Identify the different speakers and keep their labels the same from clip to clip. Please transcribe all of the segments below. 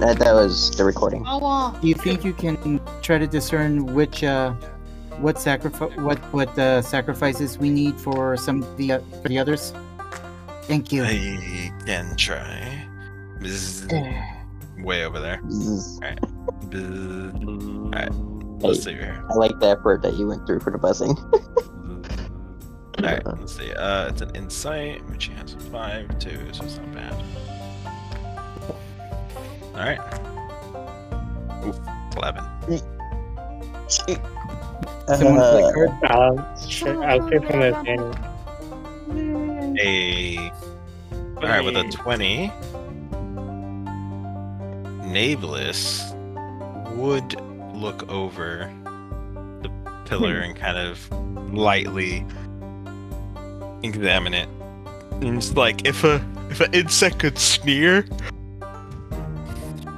Speaker 1: That, that was the recording.
Speaker 2: Uh,
Speaker 3: Wawa.
Speaker 4: Do you think you can try to discern which uh, what sacrifice what what uh, sacrifices we need for some of the uh, for the others? Thank you.
Speaker 2: I can try. Bzz, way over there.
Speaker 1: Zzz.
Speaker 2: Bzz. Alright,
Speaker 1: Hey,
Speaker 2: let's see here.
Speaker 1: I like the effort that you went through for the buzzing.
Speaker 2: Alright, let's see. Uh, it's an insight, which he has five too, so it's not bad. Alright. Ooh, Eleven.
Speaker 4: Someone
Speaker 1: Uh,
Speaker 4: click card.
Speaker 5: I'll, sh- I'll shoot from the thing.
Speaker 2: A. Alright, with a 20. Naveless would look over the pillar and kind of lightly examine it. And it's like if a if an insect could sneer,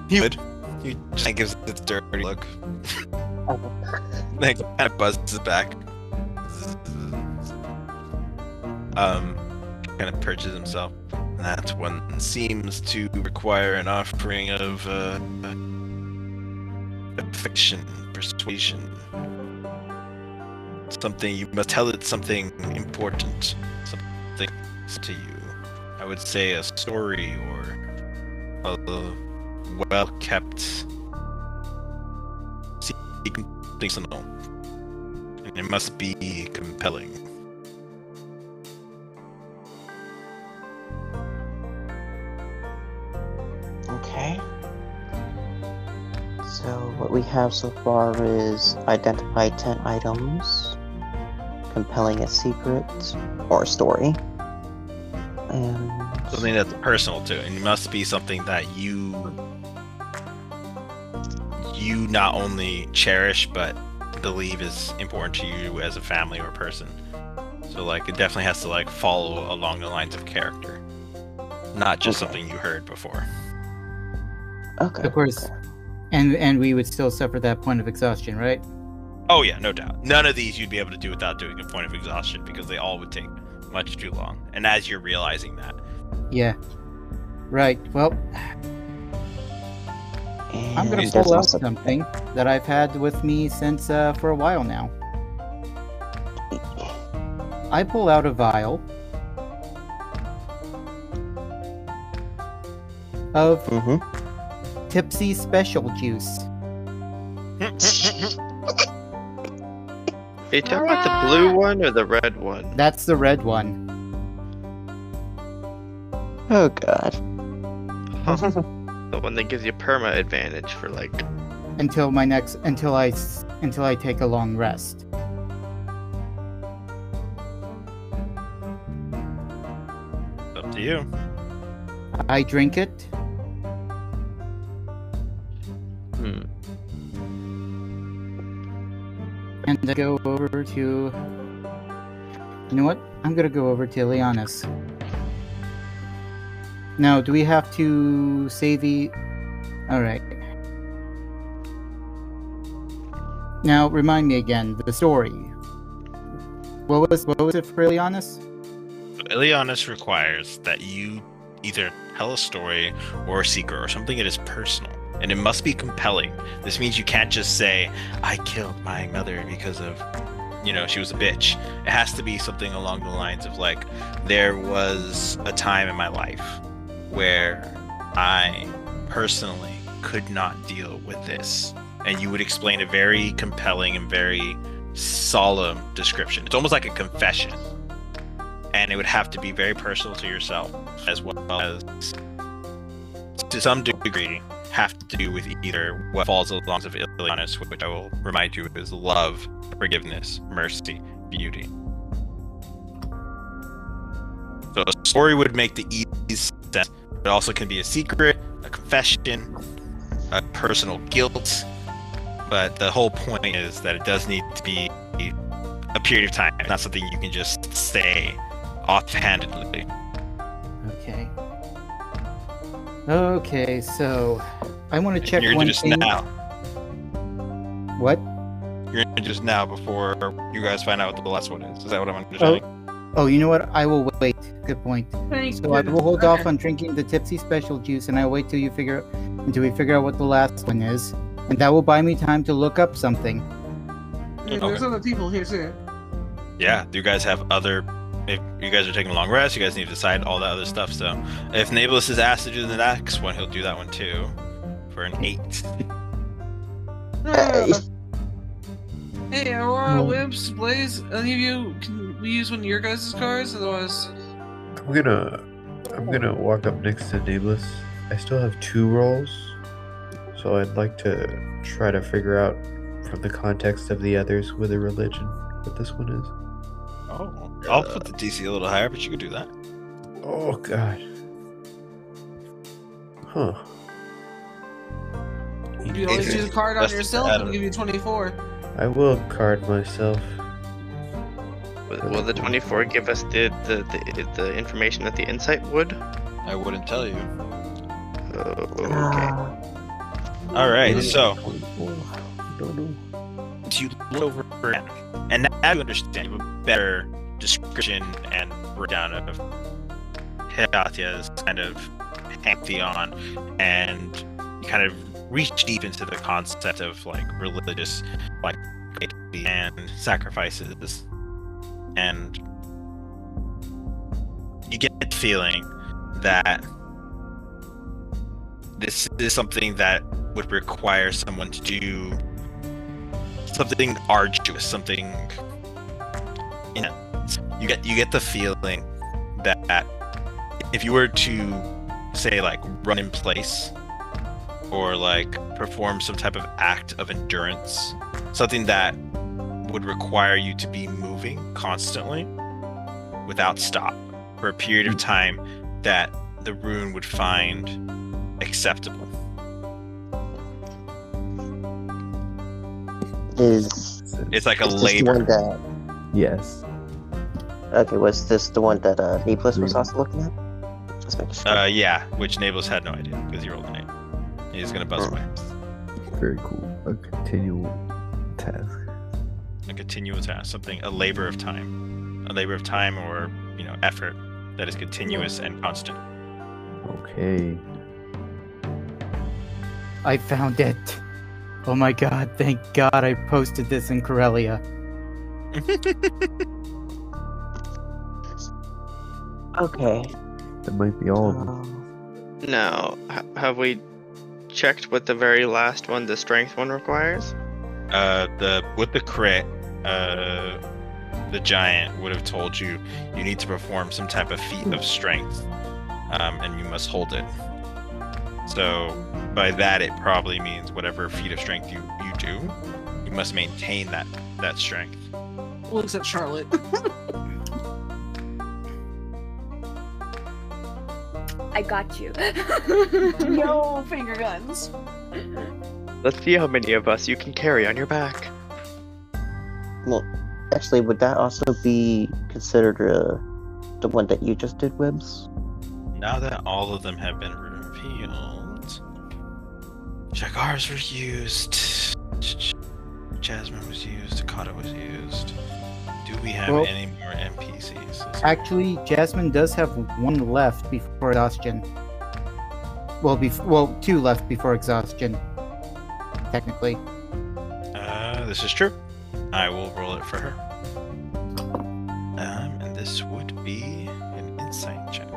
Speaker 2: he would. He just gives it a dirty look. like kind of buzzes back. Um, kind of perches himself. And that one seems to require an offering of uh, affection, persuasion. Something you must tell it something important, something to you. I would say a story or a well kept secret signal. And it must be compelling.
Speaker 1: Okay. So what we have so far is identify 10 items, compelling a secret or a story. And
Speaker 2: Something that's personal to it. and It must be something that you you not only cherish but believe is important to you as a family or person. So like it definitely has to like follow along the lines of character. Not just
Speaker 1: Okay.
Speaker 2: something you heard before.
Speaker 1: okay.
Speaker 4: Of course. And and we would still suffer that point of exhaustion, right?
Speaker 2: Oh yeah, no doubt. None of these you'd be able to do without doing a point of exhaustion because they all would take much too long. And as you're realizing that,
Speaker 4: Yeah. Right. Well,
Speaker 1: And
Speaker 4: I'm gonna
Speaker 2: It's
Speaker 4: pull out
Speaker 1: also-
Speaker 4: something that I've had with me since uh, for a while now. I pull out a vial of
Speaker 1: Mhm.
Speaker 4: Tipsy Special Juice.
Speaker 6: Are you talking about the blue one or the red one?
Speaker 4: That's the red one.
Speaker 1: Oh god.
Speaker 6: The one that gives you perma advantage for like.
Speaker 4: Until my next, until I, s- until I take a long rest.
Speaker 2: it's up to you.
Speaker 4: I drink it.
Speaker 6: Hmm.
Speaker 4: And I go over to. You know what? I'm gonna go over to Liana's. Now, do we have to say the. Alright. Now, remind me again the story. What was what was it for Liana's?
Speaker 2: Ilianis requires that you either tell a story or a secret or something that is personal. And it must be compelling. This means you can't just say, I killed my mother because of, you know, she was a bitch. It has to be something along the lines of, like, there was a time in my life where I personally could not deal with this. And you would explain a very compelling and very solemn description. It's almost like a confession and it would have to be very personal to yourself as well as to some degree have to do with either what falls along the lines of Ilianis, which I will remind you is love, forgiveness, mercy, beauty. So a story would make the ease sense. It also can be a secret, a confession, a personal guilt. But the whole point is that it does need to be a period of time, not something you can just say offhandedly.
Speaker 4: Okay. Okay, so I want to check
Speaker 2: you're
Speaker 4: one
Speaker 2: just
Speaker 4: thing.
Speaker 2: now.
Speaker 4: What?
Speaker 2: You're just now before you guys find out what the last one is. Is that what I'm understanding?
Speaker 4: Oh, you know what? I will wait. Good point.
Speaker 3: Thank
Speaker 4: So I
Speaker 3: you.
Speaker 4: will hold off
Speaker 3: Okay.
Speaker 4: on drinking the tipsy special juice, and I wait till you figure until we figure out what the last one is, and that will buy me time to look up something.
Speaker 3: Hey, There's
Speaker 2: Okay.
Speaker 3: other people here too.
Speaker 4: Oh.
Speaker 2: Yeah, you guys have other. If you guys are taking a long rest, you guys need to decide all that other stuff. So, if Nablus is asked to do the next one, he'll do that one too, for an eight.
Speaker 1: Hey.
Speaker 3: Hey, Aurora, Wimps, Blaze, any of you, can we use one of your guys' cars? Otherwise,
Speaker 7: I'm gonna I'm gonna walk up next to Nameless. I still have two rolls, so I'd like to try to figure out from the context of the others with a religion what this one is.
Speaker 2: Oh, I'll put the DC a little higher, but you could do that.
Speaker 7: Oh god. Huh.
Speaker 3: you can always do the card on
Speaker 2: That's-
Speaker 3: yourself
Speaker 2: I
Speaker 3: and
Speaker 2: don't-
Speaker 3: give you 24.
Speaker 7: I will card myself.
Speaker 6: Will, will the 24 give us the, the, the, the information that the insight would?
Speaker 2: I wouldn't tell you.
Speaker 6: Oh, okay.
Speaker 2: All right, so
Speaker 7: I don't know.
Speaker 2: you look over again, and now you understand you have a better description and breakdown of Hidathia's kind of pantheon, and you kind of reach deep into the concept of like religious, like piety and sacrifices, and you get the feeling that this is something that would require someone to do something arduous, something intense. You get you get the feeling that if you were to say like run in place or like perform some type of act of endurance, something that would require you to be moving constantly without stop for a period of time that the rune would find acceptable.
Speaker 1: Is
Speaker 2: It's like a
Speaker 1: is this the one
Speaker 2: labor.
Speaker 1: that
Speaker 8: Yes.
Speaker 1: okay? Was this the one that uh, Niblis was also looking at? Let's make sure.
Speaker 2: Uh, yeah, which Nablus had no idea because he rolled an eight. He's gonna buzz away.
Speaker 8: Very cool. A continual task.
Speaker 2: A continuous task, something, a labor of time, a labor of time or you know effort that is continuous and constant.
Speaker 8: Okay.
Speaker 4: I found it. Oh my god, thank god I posted this in Corellia.
Speaker 1: okay.
Speaker 8: That might be all of them.
Speaker 1: Um,
Speaker 6: Now, h- have we checked what the very last one, the strength one, requires?
Speaker 2: Uh, the with the crit, uh, the giant would have told you you need to perform some type of feat of strength, um, and you must hold it. So by that, it probably means whatever feat of strength you you do, you must maintain that that strength.
Speaker 3: Well, except Charlotte.
Speaker 9: I got you.
Speaker 3: no finger guns.
Speaker 6: Let's see how many of us you can carry on your back.
Speaker 1: look, actually, would that also be considered uh, the one that you just did, Webs?
Speaker 2: Now that all of them have been revealed, Jagar's were used. Jasmine was used. Akata was used. Do we have
Speaker 4: Well-
Speaker 2: any more NPCs?
Speaker 4: Actually, Jasmine does have one left before exhaustion. Well, bef- well, two left before exhaustion. Technically,
Speaker 2: Uh, this is true. I will roll it for her. Um, and this would be an insight check.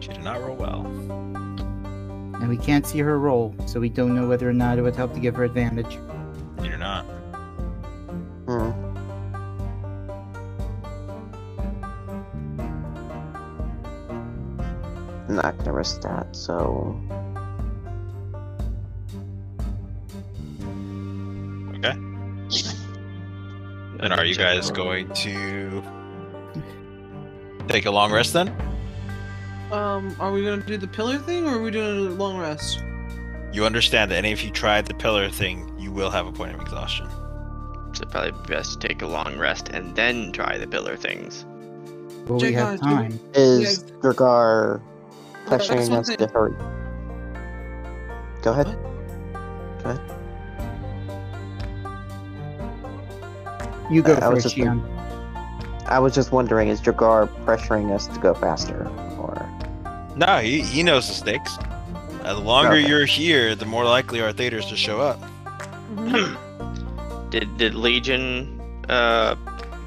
Speaker 2: She did not roll well.
Speaker 4: and we can't see her roll, so we don't know whether or not it would help to give her advantage.
Speaker 2: You do not.
Speaker 1: Hmm. Not gonna risk that, so
Speaker 2: Okay. And are you guys going to take a long rest then?
Speaker 3: Um, are we gonna do the pillar thing or are we doing a long rest?
Speaker 2: You understand that any if you tried the pillar thing, you will have a point of exhaustion.
Speaker 6: So probably best to take a long rest and then try the pillar things.
Speaker 4: Will we have
Speaker 5: uh,
Speaker 3: Jagar, do we-
Speaker 4: time?
Speaker 1: is Dragar
Speaker 3: That's
Speaker 1: pressuring
Speaker 3: one
Speaker 1: us
Speaker 3: thing-
Speaker 1: to hurry? Go ahead.
Speaker 4: You go
Speaker 1: Uh, I was
Speaker 4: first,
Speaker 1: just gonna-
Speaker 4: Shion.
Speaker 1: I was just wondering, is Dragar pressuring us to go faster, or
Speaker 2: No, he, he knows the stakes. Uh, the longer
Speaker 1: Okay.
Speaker 2: you're here, the more likely our theaters to show up.
Speaker 6: Did did Legion uh,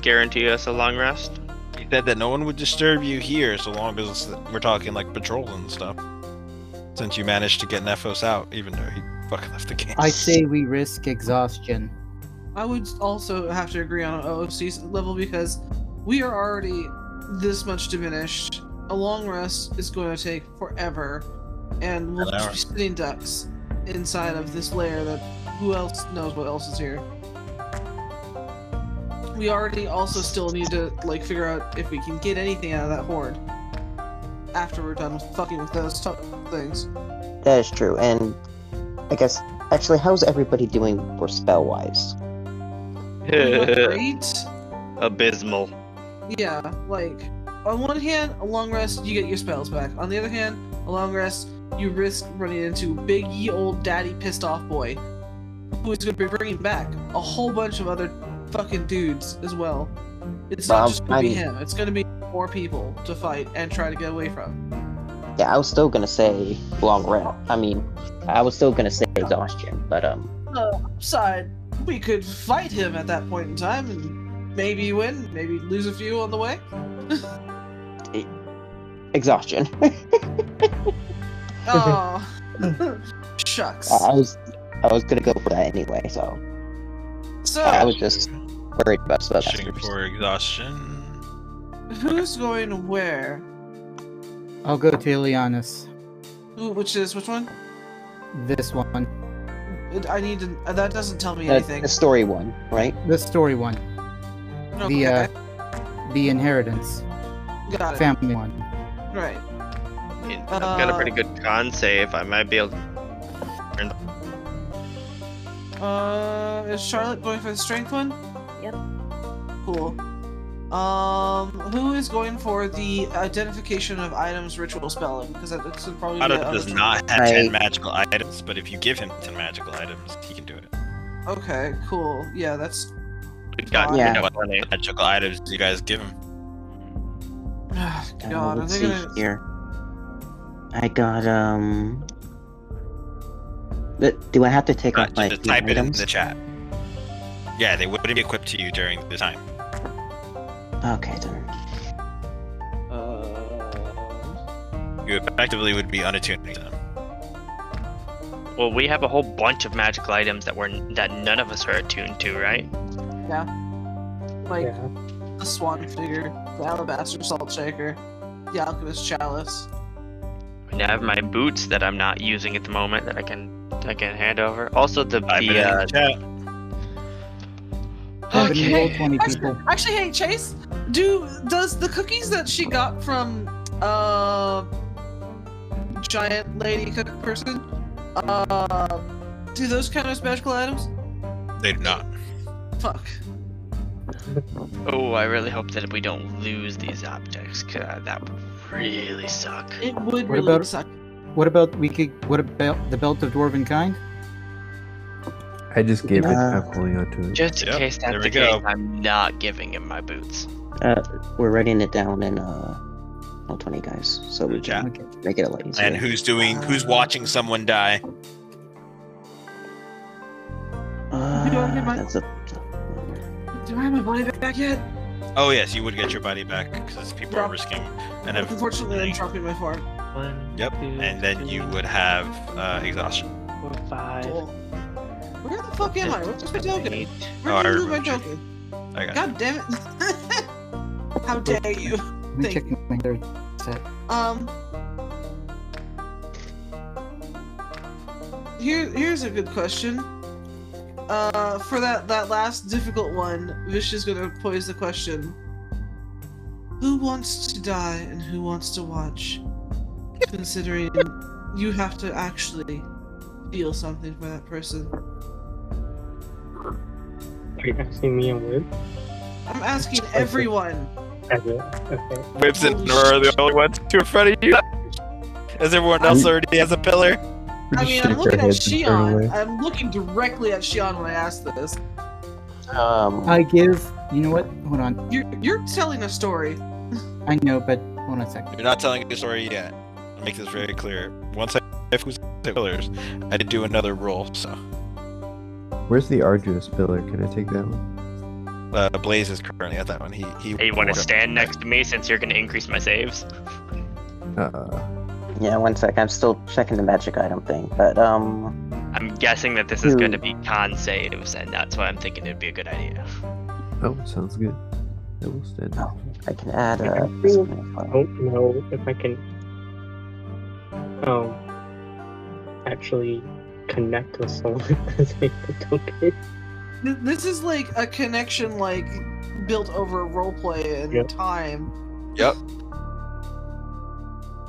Speaker 6: guarantee us a long rest?
Speaker 2: He said that no one would disturb you here so long as we're talking like patrol and stuff. Since you managed to get Nephos out, even though he fucking left the game.
Speaker 4: I say we risk exhaustion.
Speaker 3: I would also have to agree on an OFC level because we are already this much diminished. A long rest is going to take forever, and we'll
Speaker 2: An
Speaker 3: just
Speaker 2: hour.
Speaker 3: be sitting ducks inside of this lair that who else knows what else is here. We already also still need to like figure out if we can get anything out of that horde after we're done fucking with those tough things.
Speaker 1: that is true? And I guess actually, how's everybody doing for spell wise?
Speaker 3: Great.
Speaker 6: Abysmal.
Speaker 3: Yeah, like on one hand, a long rest you get your spells back. On the other hand, a long rest you risk running into big ye old daddy pissed off boy, who is going to be bringing back a whole bunch of other fucking dudes as well. It's not
Speaker 1: Well,
Speaker 3: just going to be
Speaker 1: I'm-
Speaker 3: him. It's going to be more people to fight and try to get away from.
Speaker 1: Yeah, I was still gonna say long round. I mean, I was still gonna say exhaustion, but um,
Speaker 3: Side, we could fight him at that point in time and maybe win, maybe lose a few on the way.
Speaker 1: exhaustion.
Speaker 3: Oh, shucks.
Speaker 1: I I was, I was gonna go for that anyway, so
Speaker 3: So.
Speaker 1: I was just worried about spell
Speaker 2: Pushing for exhaustion.
Speaker 3: Who's going where?
Speaker 4: I'll go to Ilianis.
Speaker 3: Who, which is which one?
Speaker 4: This one.
Speaker 3: It- I need to. uh, That doesn't tell me anything.
Speaker 1: The story one, right?
Speaker 4: The story one.
Speaker 3: Okay,
Speaker 4: The uh, the inheritance.
Speaker 3: got it.
Speaker 4: Family one.
Speaker 3: Right.
Speaker 6: I've got a pretty good con save. I might be able.
Speaker 3: Uh, is Charlotte going for the strength one?
Speaker 9: Yep.
Speaker 3: Cool. Um, who is going for the identification of items ritual spelling? Because that, that's probably.
Speaker 2: Adam
Speaker 3: be a-
Speaker 2: does not have 10
Speaker 1: Right.
Speaker 2: magical items, but if you give him 10 magical items, he can do it.
Speaker 3: Okay. Cool. Yeah, that's.
Speaker 6: We got
Speaker 1: Yeah.
Speaker 6: you know, plenty.
Speaker 2: Magical items you guys give him.
Speaker 1: Uh,
Speaker 3: God, are
Speaker 1: let's
Speaker 3: they
Speaker 1: see
Speaker 3: gonna?
Speaker 1: here. I got um. th- Do I have to take off
Speaker 2: Not
Speaker 1: my
Speaker 2: just type it in
Speaker 1: items?
Speaker 2: the chat. Yeah, they wouldn't be equipped to you during the time.
Speaker 1: Okay then.
Speaker 3: Uh,
Speaker 2: You effectively would be unattuned to them.
Speaker 6: Well, we have a whole bunch of magical items that we're that none of us are attuned to, right?
Speaker 3: like the swan figure, the alabaster salt shaker, the alchemist chalice.
Speaker 6: And I have my boots that I'm not using at the moment that I can I can hand over. Also the
Speaker 2: Type it
Speaker 6: the
Speaker 2: in the
Speaker 6: uh,
Speaker 2: chat.
Speaker 4: I've been rolled
Speaker 3: Okay.
Speaker 4: 20 people.
Speaker 3: Actually, hey Chase, do does the cookies that she got from uh giant lady cook person uh do those count as magical items?
Speaker 2: They do not.
Speaker 3: Fuck.
Speaker 6: oh, I really hope that we don't lose these objects. 'cause uh, that would really suck.
Speaker 3: It would
Speaker 4: What
Speaker 3: really
Speaker 4: about-
Speaker 3: suck.
Speaker 4: What about we could? What about the belt of dwarven kind?
Speaker 8: I just gave it. Uh,
Speaker 1: Nah.
Speaker 8: I'm holding on to it.
Speaker 6: Just in
Speaker 2: Yep,
Speaker 6: case
Speaker 2: there
Speaker 6: that's
Speaker 2: we
Speaker 6: the
Speaker 2: go.
Speaker 6: case, I'm not giving him my boots.
Speaker 1: Uh, We're writing it down in uh, well, twenty guys, so we
Speaker 2: Chat.
Speaker 1: can
Speaker 4: Okay.
Speaker 1: make it a lot easier.
Speaker 2: And who's doing? Who's watching someone die?
Speaker 1: Uh,
Speaker 3: You don't
Speaker 4: uh,
Speaker 3: have my-
Speaker 1: that's a.
Speaker 3: Do I have my money back yet?
Speaker 2: Oh yes, you would get your body back because people are risking. And if-
Speaker 3: Unfortunately, I'm dropping my farm.
Speaker 5: One,
Speaker 2: Yep.
Speaker 5: two,
Speaker 2: And then you
Speaker 5: three,
Speaker 2: would have uh, exhaustion.
Speaker 5: four, five,
Speaker 3: Cool. Where the fuck am I? Where's my token?
Speaker 5: eight.
Speaker 2: Oh, I
Speaker 3: Where did you lose my
Speaker 2: remember you.
Speaker 3: token?
Speaker 2: I got.
Speaker 3: God damn it! How dare you?
Speaker 4: Let me
Speaker 3: Thank
Speaker 4: check my third set.
Speaker 3: Um. Here, here's a good question. Uh, for that that last difficult one, Vish is gonna pose the question: Who wants to die and who wants to watch? Considering you have to actually feel something for that person.
Speaker 5: Are you asking me and Wiz?
Speaker 3: I'm asking everyone.
Speaker 5: Okay. okay.
Speaker 2: Whips
Speaker 3: and Nora are the
Speaker 2: only ones who are in front of you. As everyone
Speaker 8: else
Speaker 2: already has a pillar.
Speaker 8: We
Speaker 3: I mean,
Speaker 8: just
Speaker 3: I'm
Speaker 8: shake our
Speaker 3: looking at
Speaker 8: heads and turn away.
Speaker 3: Shion. I'm looking directly at Shion when I ask this.
Speaker 1: Um,
Speaker 4: I give. You know what? Hold on.
Speaker 3: You're, you're telling a story.
Speaker 4: I know, but hold on a second.
Speaker 2: You're not telling a story yet. I'll make this very clear. Once I was pillars, I did do another roll. So
Speaker 8: Where's the arduous pillar? Can I take that one?
Speaker 2: uh, Blaze is currently at that one. He he.
Speaker 6: Hey, you want to stand next to me since you're going to increase my saves?
Speaker 8: Uh,
Speaker 1: yeah, one sec. I'm still checking the magic item thing, but um,
Speaker 6: I'm guessing that this is going to
Speaker 1: Hmm.
Speaker 6: be con saves, and that's why I'm thinking it'd be a good idea.
Speaker 8: oh, sounds good. I will stand.
Speaker 1: Oh. I can add a.
Speaker 5: I don't know if I can um actually connect with someone as a token.
Speaker 3: Th- This is like a connection, like built over roleplay and
Speaker 5: Yep.
Speaker 3: time.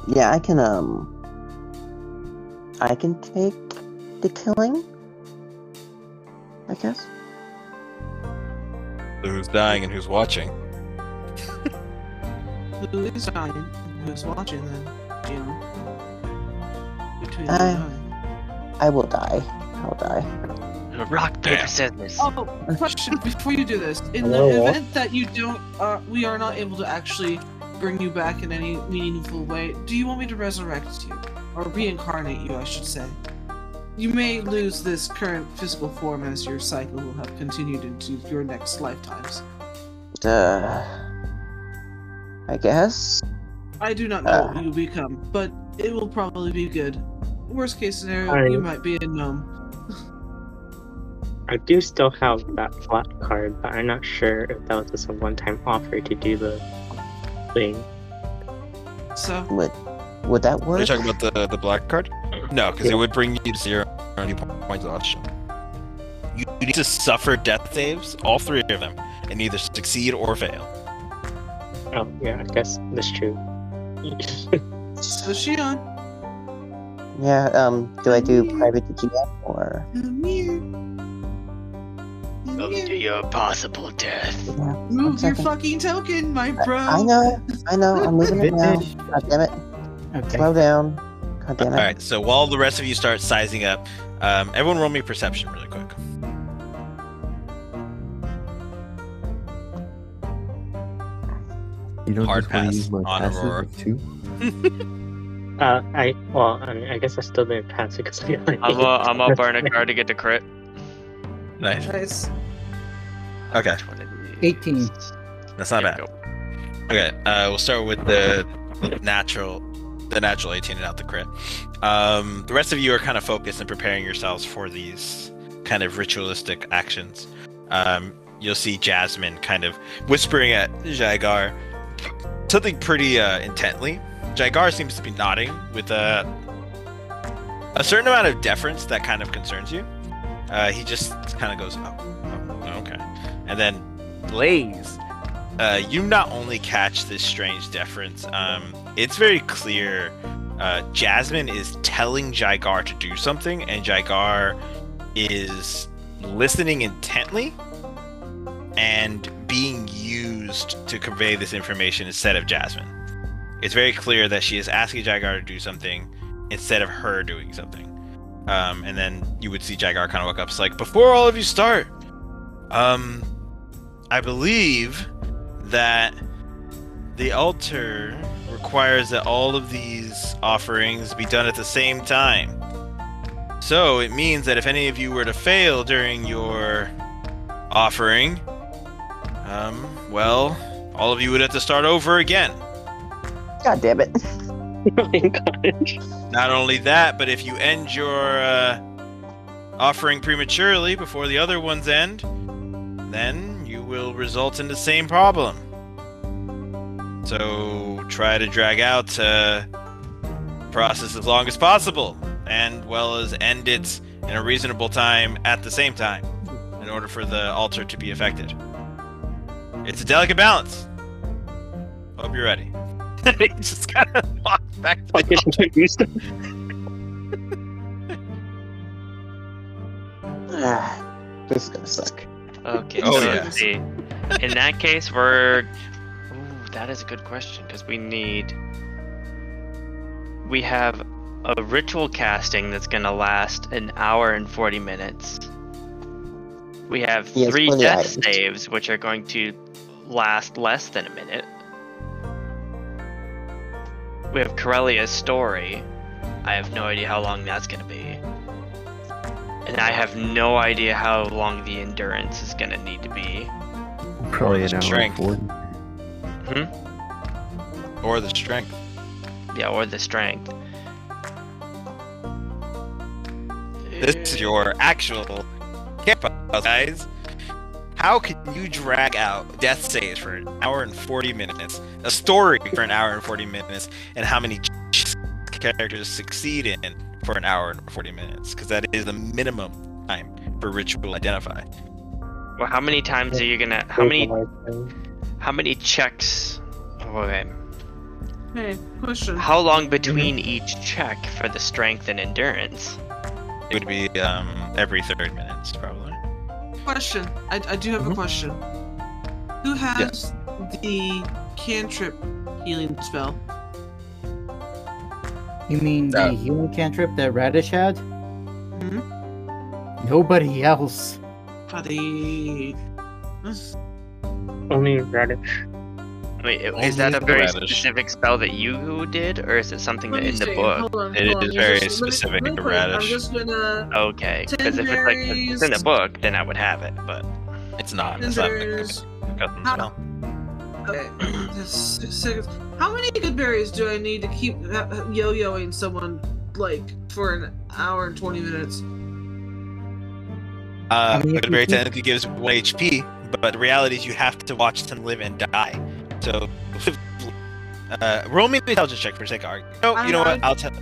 Speaker 1: Yeah, I can um. I can take the killing. I guess.
Speaker 2: Who's dying and who's watching?
Speaker 3: Who is dying? and Who's watching then? You know. Between the
Speaker 1: Uh,
Speaker 3: nine.
Speaker 1: I will die. I'll die.
Speaker 6: Rock
Speaker 2: Yeah.
Speaker 6: paper scissors.
Speaker 3: Oh, question before you do this. In the
Speaker 5: Hello?
Speaker 3: event that you don't, uh, we are not able to actually bring you back in any meaningful way, do you want me to resurrect you? Or reincarnate you, I should say. You may lose this current physical form as your cycle will have continued into your next lifetimes.
Speaker 1: Duh. Uh, I guess.
Speaker 3: I do not know
Speaker 1: Ah.
Speaker 3: what you become, but it will probably be good. Worst case scenario,
Speaker 5: Alright.
Speaker 3: you might be a gnome.
Speaker 5: I do still have that flat card, but I'm not sure if that was just a one-time offer to do the thing.
Speaker 3: So,
Speaker 1: Would would that
Speaker 2: Are you
Speaker 1: work?
Speaker 2: talking about the the black card? No, because it would bring you to zero on any points of option. You you need to suffer death saves, all three of them, and either succeed or fail.
Speaker 5: Oh yeah, I guess that's true.
Speaker 3: so Shion,
Speaker 1: Yeah. Um. Do I do private to GM or?
Speaker 3: come here. Come
Speaker 6: Come
Speaker 3: here.
Speaker 6: to your possible death.
Speaker 1: Yeah. One
Speaker 3: Move your
Speaker 1: second.
Speaker 3: fucking token, my bro.
Speaker 1: I know. I know. I'm moving it now. God damn it.
Speaker 4: Okay.
Speaker 1: Slow down. God damn it.
Speaker 2: All right. So while the rest of you start sizing up, um, everyone roll me perception really quick.
Speaker 8: You don't
Speaker 2: Hard
Speaker 8: just want
Speaker 2: pass
Speaker 8: to use my
Speaker 2: on
Speaker 8: passes
Speaker 2: Aurora.
Speaker 8: of two?
Speaker 5: Uh, I well, I, mean, I guess I still didn't pass it because I got an
Speaker 6: I'm a,
Speaker 5: eight.
Speaker 6: I'm a burn a card to get the crit.
Speaker 2: Nice.
Speaker 3: Nice.
Speaker 2: Okay.
Speaker 6: Which one of these?
Speaker 4: 18.
Speaker 2: That's not
Speaker 6: There
Speaker 2: bad.
Speaker 6: we go.
Speaker 2: Okay, uh, we'll start with the natural, the natural 18 and out the crit. Um, the rest of you are kind of focused and preparing yourselves for these kind of ritualistic actions. Um, you'll see Jasmine kind of whispering at Jagar something pretty uh, intently. Jagar seems to be nodding with a a certain amount of deference that kind of concerns you. Uh, he just kind of goes, oh, oh, okay, and then Blaze uh, you not only catch this strange deference, um, it's very clear uh, Jasmine is telling Jigar to do something, and Jigar is listening intently and being used to convey this information instead of Jasmine. It's very clear that she is asking Jigar to do something instead of her doing something. Um, and then you would see Jigar kind of walk up, it's like, before all of you start, um, I believe that the altar requires that all of these offerings be done at the same time. So it means that if any of you were to fail during your offering, um, well, all of you would have to start over again.
Speaker 1: God damn it.
Speaker 5: Oh my gosh.
Speaker 2: Not only that, but if you end your uh, offering prematurely before the other ones end, then you will result in the same problem. So try to drag out uh, process as long as possible, and well as end it in a reasonable time at the same time, in order for the altar to be affected. It's a delicate balance. Hope you're ready. he just kind of walked back to the
Speaker 5: Fucking introduced them.
Speaker 1: Ah, this is gonna suck.
Speaker 6: Okay,
Speaker 2: Oh,
Speaker 6: so
Speaker 2: yeah.
Speaker 6: let's see. In that case, we're. Ooh, that is a good question because we need. We have a ritual casting that's going to last an hour and 40 minutes. We have
Speaker 1: He has
Speaker 6: three
Speaker 1: plenty of
Speaker 6: death
Speaker 1: items.
Speaker 6: saves, which are going to last less than a minute. We have Corellia's story. I have no idea how long that's going to be. And I have no idea how long the endurance is going to need to be.
Speaker 8: Probably an hour
Speaker 2: Strength.
Speaker 8: and 40.
Speaker 2: Or the strength.
Speaker 6: Yeah, or the strength.
Speaker 2: This is your actual camp out, guys. How can you drag out death saves for an hour and 40 minutes, a story for an hour and 40 minutes, and how many characters succeed in for an hour and 40 minutes? Because that is the minimum time for ritual identify.
Speaker 6: Well, how many times are you going to. How many How many checks? oh, Okay.
Speaker 3: Hey, question.
Speaker 6: How long
Speaker 8: Mm-hmm.
Speaker 6: between each check for the strength and endurance?
Speaker 2: It would be um, every third minutes, probably.
Speaker 3: Question. I, I do have a question. Who has the cantrip healing spell?
Speaker 4: You mean
Speaker 10: That-
Speaker 4: the healing cantrip that Radish had?
Speaker 3: Mhm.
Speaker 2: Mm-hmm.
Speaker 4: Nobody else.
Speaker 3: Buddy.
Speaker 5: Only radish.
Speaker 6: Wait, i-
Speaker 2: Only
Speaker 6: is that a
Speaker 2: the
Speaker 6: very
Speaker 2: radish.
Speaker 6: specific spell that you did, or is it something that in the book?
Speaker 3: Hold on,
Speaker 2: It
Speaker 3: hold on,
Speaker 2: is
Speaker 3: you're
Speaker 2: very
Speaker 3: just- let me-
Speaker 2: specific
Speaker 3: real
Speaker 2: to
Speaker 3: quick, I'm
Speaker 2: Radish. Oh,
Speaker 3: just gonna.
Speaker 6: Okay, because if it's like if it's in the
Speaker 3: Tinder's-
Speaker 6: book, then I would have it. But
Speaker 2: It's not. It's not a
Speaker 3: Tinder's-
Speaker 2: custom
Speaker 3: Ah.
Speaker 2: spell.
Speaker 3: Okay. this- this- How many good berries do I need to keep uh, yo-yoing someone like for an hour and twenty minutes?
Speaker 2: Uh,
Speaker 4: I mean, if
Speaker 2: Goodberry
Speaker 4: you keep-
Speaker 2: technically gives 1 HP, but the reality is you have to watch them live and die. So, uh, roll me an intelligence check for sake of argument. No,
Speaker 3: I
Speaker 2: you know
Speaker 3: don't
Speaker 2: what? I'll tell.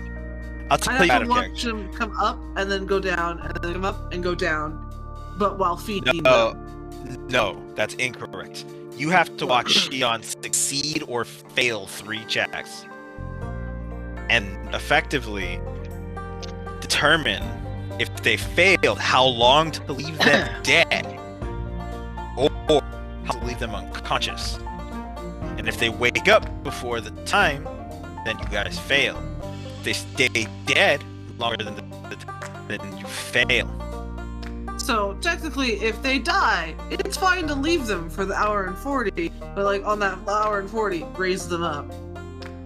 Speaker 2: I'll
Speaker 3: I
Speaker 2: tell you
Speaker 3: have
Speaker 2: out
Speaker 3: to
Speaker 2: of
Speaker 3: watch
Speaker 2: character.
Speaker 3: them come up and then go down and then come up and go down, but while feeding.
Speaker 2: No,
Speaker 3: them.
Speaker 2: no, that's incorrect. You have to watch Shion succeed or fail three checks, and effectively determine if they failed how long to leave them dead, or how to leave them unconscious. And if they wake up before the time, then you guys fail. If they stay dead longer than the, the then you fail.
Speaker 3: So technically, if they die, it's fine to leave them for the hour and forty, but like on that hour and forty, raise them up,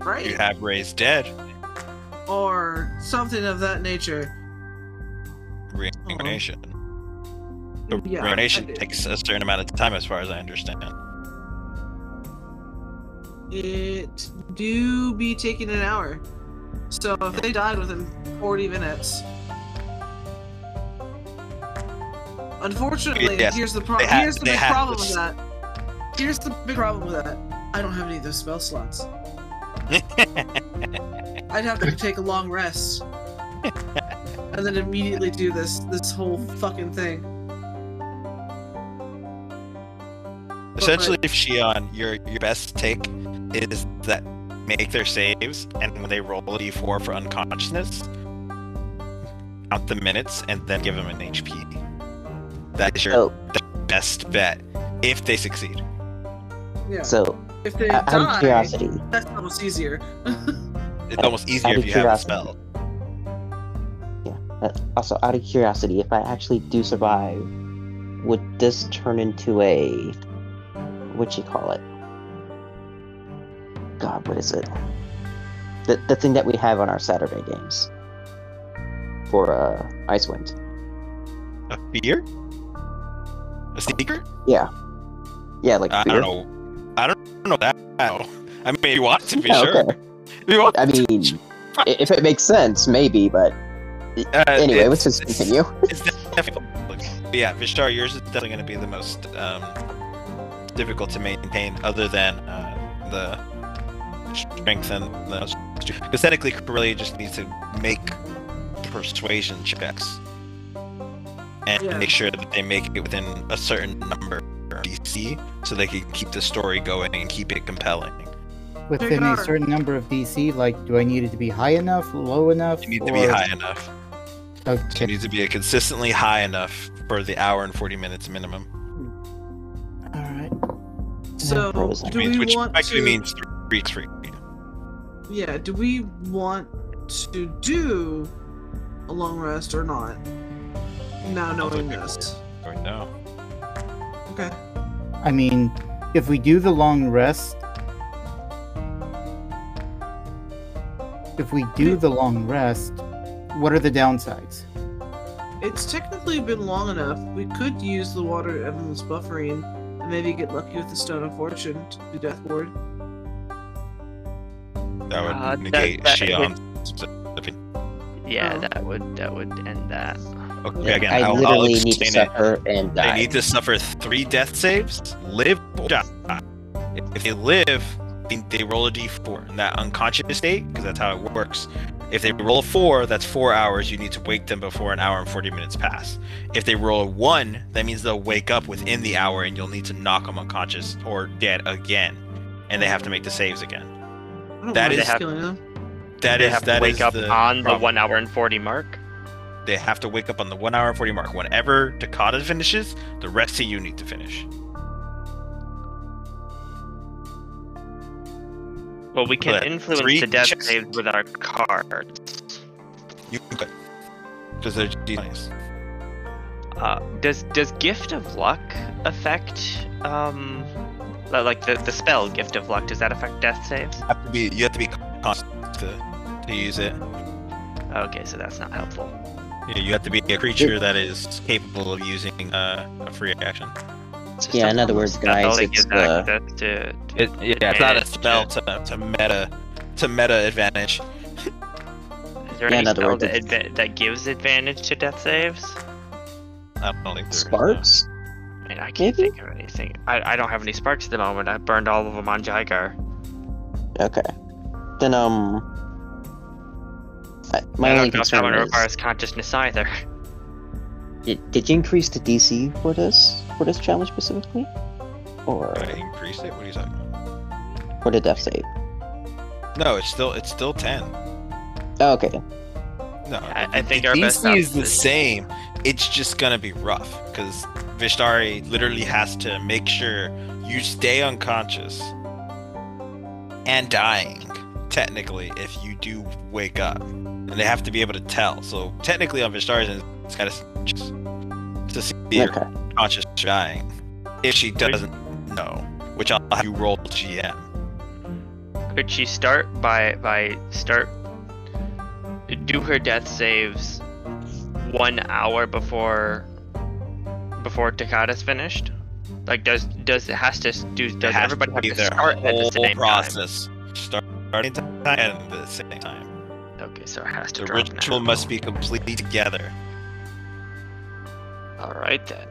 Speaker 3: right?
Speaker 2: You have raised dead.
Speaker 3: Or something of that nature.
Speaker 2: reincarnation. The
Speaker 3: Uh-huh. Yeah, I
Speaker 2: reincarnation
Speaker 3: did.
Speaker 2: takes a certain amount of time, as far as I understand.
Speaker 3: It do be taking an hour. So if they died within 40 minutes. Unfortunately,
Speaker 2: Yeah,
Speaker 3: here's the problem.
Speaker 2: they have-
Speaker 3: Here's the
Speaker 2: they
Speaker 3: big
Speaker 2: have
Speaker 3: problem with
Speaker 2: this.
Speaker 3: that. Here's the big problem with that. I don't have any of those spell slots. I'd have to take a long rest. and then immediately do this this whole fucking thing.
Speaker 2: Essentially, if Shion, your your best take is that make their saves, and when they roll a d4 for unconsciousness, count the minutes, and then give them an HP. That is your
Speaker 1: So,
Speaker 2: best bet if they succeed.
Speaker 3: Yeah.
Speaker 1: so
Speaker 3: if they
Speaker 1: out of
Speaker 3: die,
Speaker 1: curiosity,
Speaker 3: that's almost easier.
Speaker 2: It's almost easier
Speaker 1: of
Speaker 2: if you have a
Speaker 1: curiosity.
Speaker 2: spell.
Speaker 1: uh, also out of curiosity, if I actually do survive, would this turn into a what you call it? God, what is it? The the thing that we have on our Saturday games for uh, Icewind.
Speaker 2: A fear? A secret?
Speaker 1: Yeah, yeah, like
Speaker 2: I
Speaker 1: fear?
Speaker 2: don't know. I don't know that. now. I mean, if you want it to be
Speaker 1: Yeah,
Speaker 2: sure.
Speaker 1: okay.
Speaker 2: If you want
Speaker 1: I
Speaker 2: it to be
Speaker 1: mean,
Speaker 2: sure.
Speaker 1: i- if it makes sense, maybe. But
Speaker 2: Uh,
Speaker 1: anyway,
Speaker 2: it's-
Speaker 1: let's just
Speaker 2: it's-
Speaker 1: continue.
Speaker 2: It's definitely, but yeah, Vishtar, yours is definitely going to be the most um, difficult to maintain, other than uh, the strength and the. Because technically, Corellia just needs to make persuasion checks and
Speaker 3: Yeah.
Speaker 2: make sure that they make it within a certain number of DC, so they can keep the story going and keep it compelling.
Speaker 4: Within a
Speaker 3: Cigar.
Speaker 4: certain number of DC, like, do I need it to be high enough, low enough?
Speaker 2: You need to be
Speaker 4: or-
Speaker 2: high enough. You
Speaker 4: Okay.
Speaker 2: need to be consistently high enough for the hour and 40 minutes minimum.
Speaker 4: All right.
Speaker 3: So
Speaker 1: what was that?
Speaker 3: do
Speaker 2: means,
Speaker 3: we
Speaker 2: which
Speaker 3: want
Speaker 2: actually
Speaker 3: to?
Speaker 2: means three weeks for you.
Speaker 3: Yeah, do we want to do a long rest or not? Now knowing this.
Speaker 2: Or no.
Speaker 3: Okay.
Speaker 4: I mean, if we do the long rest, if we do the long rest, what are the downsides?
Speaker 3: It's technically been long enough. We could use the water Evelyn's buffering and maybe get lucky with the Stone of Fortune to the Death Ward.
Speaker 2: That would
Speaker 6: Uh, that-
Speaker 2: negate
Speaker 6: that-
Speaker 2: Shion's.
Speaker 6: Yeah,
Speaker 3: Oh.
Speaker 6: that would that would end that.
Speaker 2: Okay, again,
Speaker 1: I
Speaker 2: I'll,
Speaker 1: literally
Speaker 2: I'll
Speaker 1: need to
Speaker 2: explain it.
Speaker 1: suffer and
Speaker 2: They
Speaker 1: die.
Speaker 2: need to suffer three death saves, live or die. If they live, they, they roll a d4 in that unconscious state, because that's how it works. If they roll a four, that's four hours. You need to wake them before an hour and 40 minutes pass. If they roll a one, that means they'll wake up within the hour and you'll need to knock them unconscious or dead again. And they have to make the saves again.
Speaker 3: I don't
Speaker 2: That
Speaker 3: mind
Speaker 2: is-
Speaker 3: killing them.
Speaker 2: That
Speaker 6: they
Speaker 2: is-
Speaker 6: have to
Speaker 2: that
Speaker 6: wake
Speaker 2: is
Speaker 6: up
Speaker 2: the
Speaker 6: on the
Speaker 2: problem.
Speaker 6: one hour and forty mark.
Speaker 2: They have to wake up on the one hour and 40 mark. Whenever Dakota finishes, the rest of you need to finish.
Speaker 6: Well, we can
Speaker 2: But
Speaker 6: influence
Speaker 2: three
Speaker 6: the death
Speaker 2: checks-
Speaker 6: saves with our cards.
Speaker 2: You could. Because they're d
Speaker 6: Uh, does does gift of luck affect um, li- like the the spell gift of luck? Does that affect death saves?
Speaker 2: have to be you have to be constant to, to use it.
Speaker 6: Okay, so that's not helpful.
Speaker 2: You, you have to be a creature that is capable of using uh, a free action.
Speaker 6: So
Speaker 1: Yeah, in
Speaker 6: something
Speaker 1: other words,
Speaker 6: like that
Speaker 1: guys,
Speaker 6: only
Speaker 1: it's
Speaker 6: gives
Speaker 1: the-
Speaker 6: access to, to
Speaker 2: It, yeah, it's not a
Speaker 6: advantage
Speaker 2: spell
Speaker 6: to-
Speaker 2: to, to meta to meta advantage.
Speaker 6: Is there
Speaker 1: Yeah, in
Speaker 6: any
Speaker 1: other
Speaker 6: spell
Speaker 1: words,
Speaker 6: that,
Speaker 1: it's-
Speaker 6: adva- that gives advantage to death saves?
Speaker 2: I don't think there is, no.
Speaker 1: Sparks?
Speaker 6: I mean, I can't
Speaker 1: Maybe?
Speaker 6: think of anything. I, I don't have any sparks at the moment. I burned all of them on Jigar.
Speaker 1: Okay. Then um, I- my
Speaker 6: I
Speaker 1: only
Speaker 6: don't know if that
Speaker 1: concern
Speaker 6: one
Speaker 1: is,
Speaker 6: requires consciousness either.
Speaker 1: did, did you increase the DC for this for this challenge specifically, or
Speaker 2: Can I increase it? What are you talking about?
Speaker 1: for the death save?
Speaker 2: No, it's still it's still ten.
Speaker 1: Oh, okay.
Speaker 2: No,
Speaker 6: I-
Speaker 2: it-
Speaker 6: I think
Speaker 2: it-
Speaker 6: our
Speaker 2: DC
Speaker 6: best
Speaker 2: is
Speaker 6: option
Speaker 2: the
Speaker 6: is-
Speaker 2: same. It's just gonna be rough because Vishtari literally has to make sure you stay unconscious and dying. Technically, if you do wake up, and they have to be able to tell. So technically, on Vishtari's end, it's kind of just to see if
Speaker 1: Okay.
Speaker 2: you're conscious or dying. If she doesn't know, which I'll have you roll GM.
Speaker 6: Could she start by by start do her death saves one hour before before Takata's finished? Like does does it has to s- do does
Speaker 2: It has
Speaker 6: everybody
Speaker 2: be
Speaker 6: have to
Speaker 2: their
Speaker 6: start at
Speaker 2: whole
Speaker 6: the same
Speaker 2: process? Start Starting time and at the same time.
Speaker 6: time? Okay, so it has to
Speaker 2: The
Speaker 6: drop now.
Speaker 2: ritual must be completely together.
Speaker 6: All right then.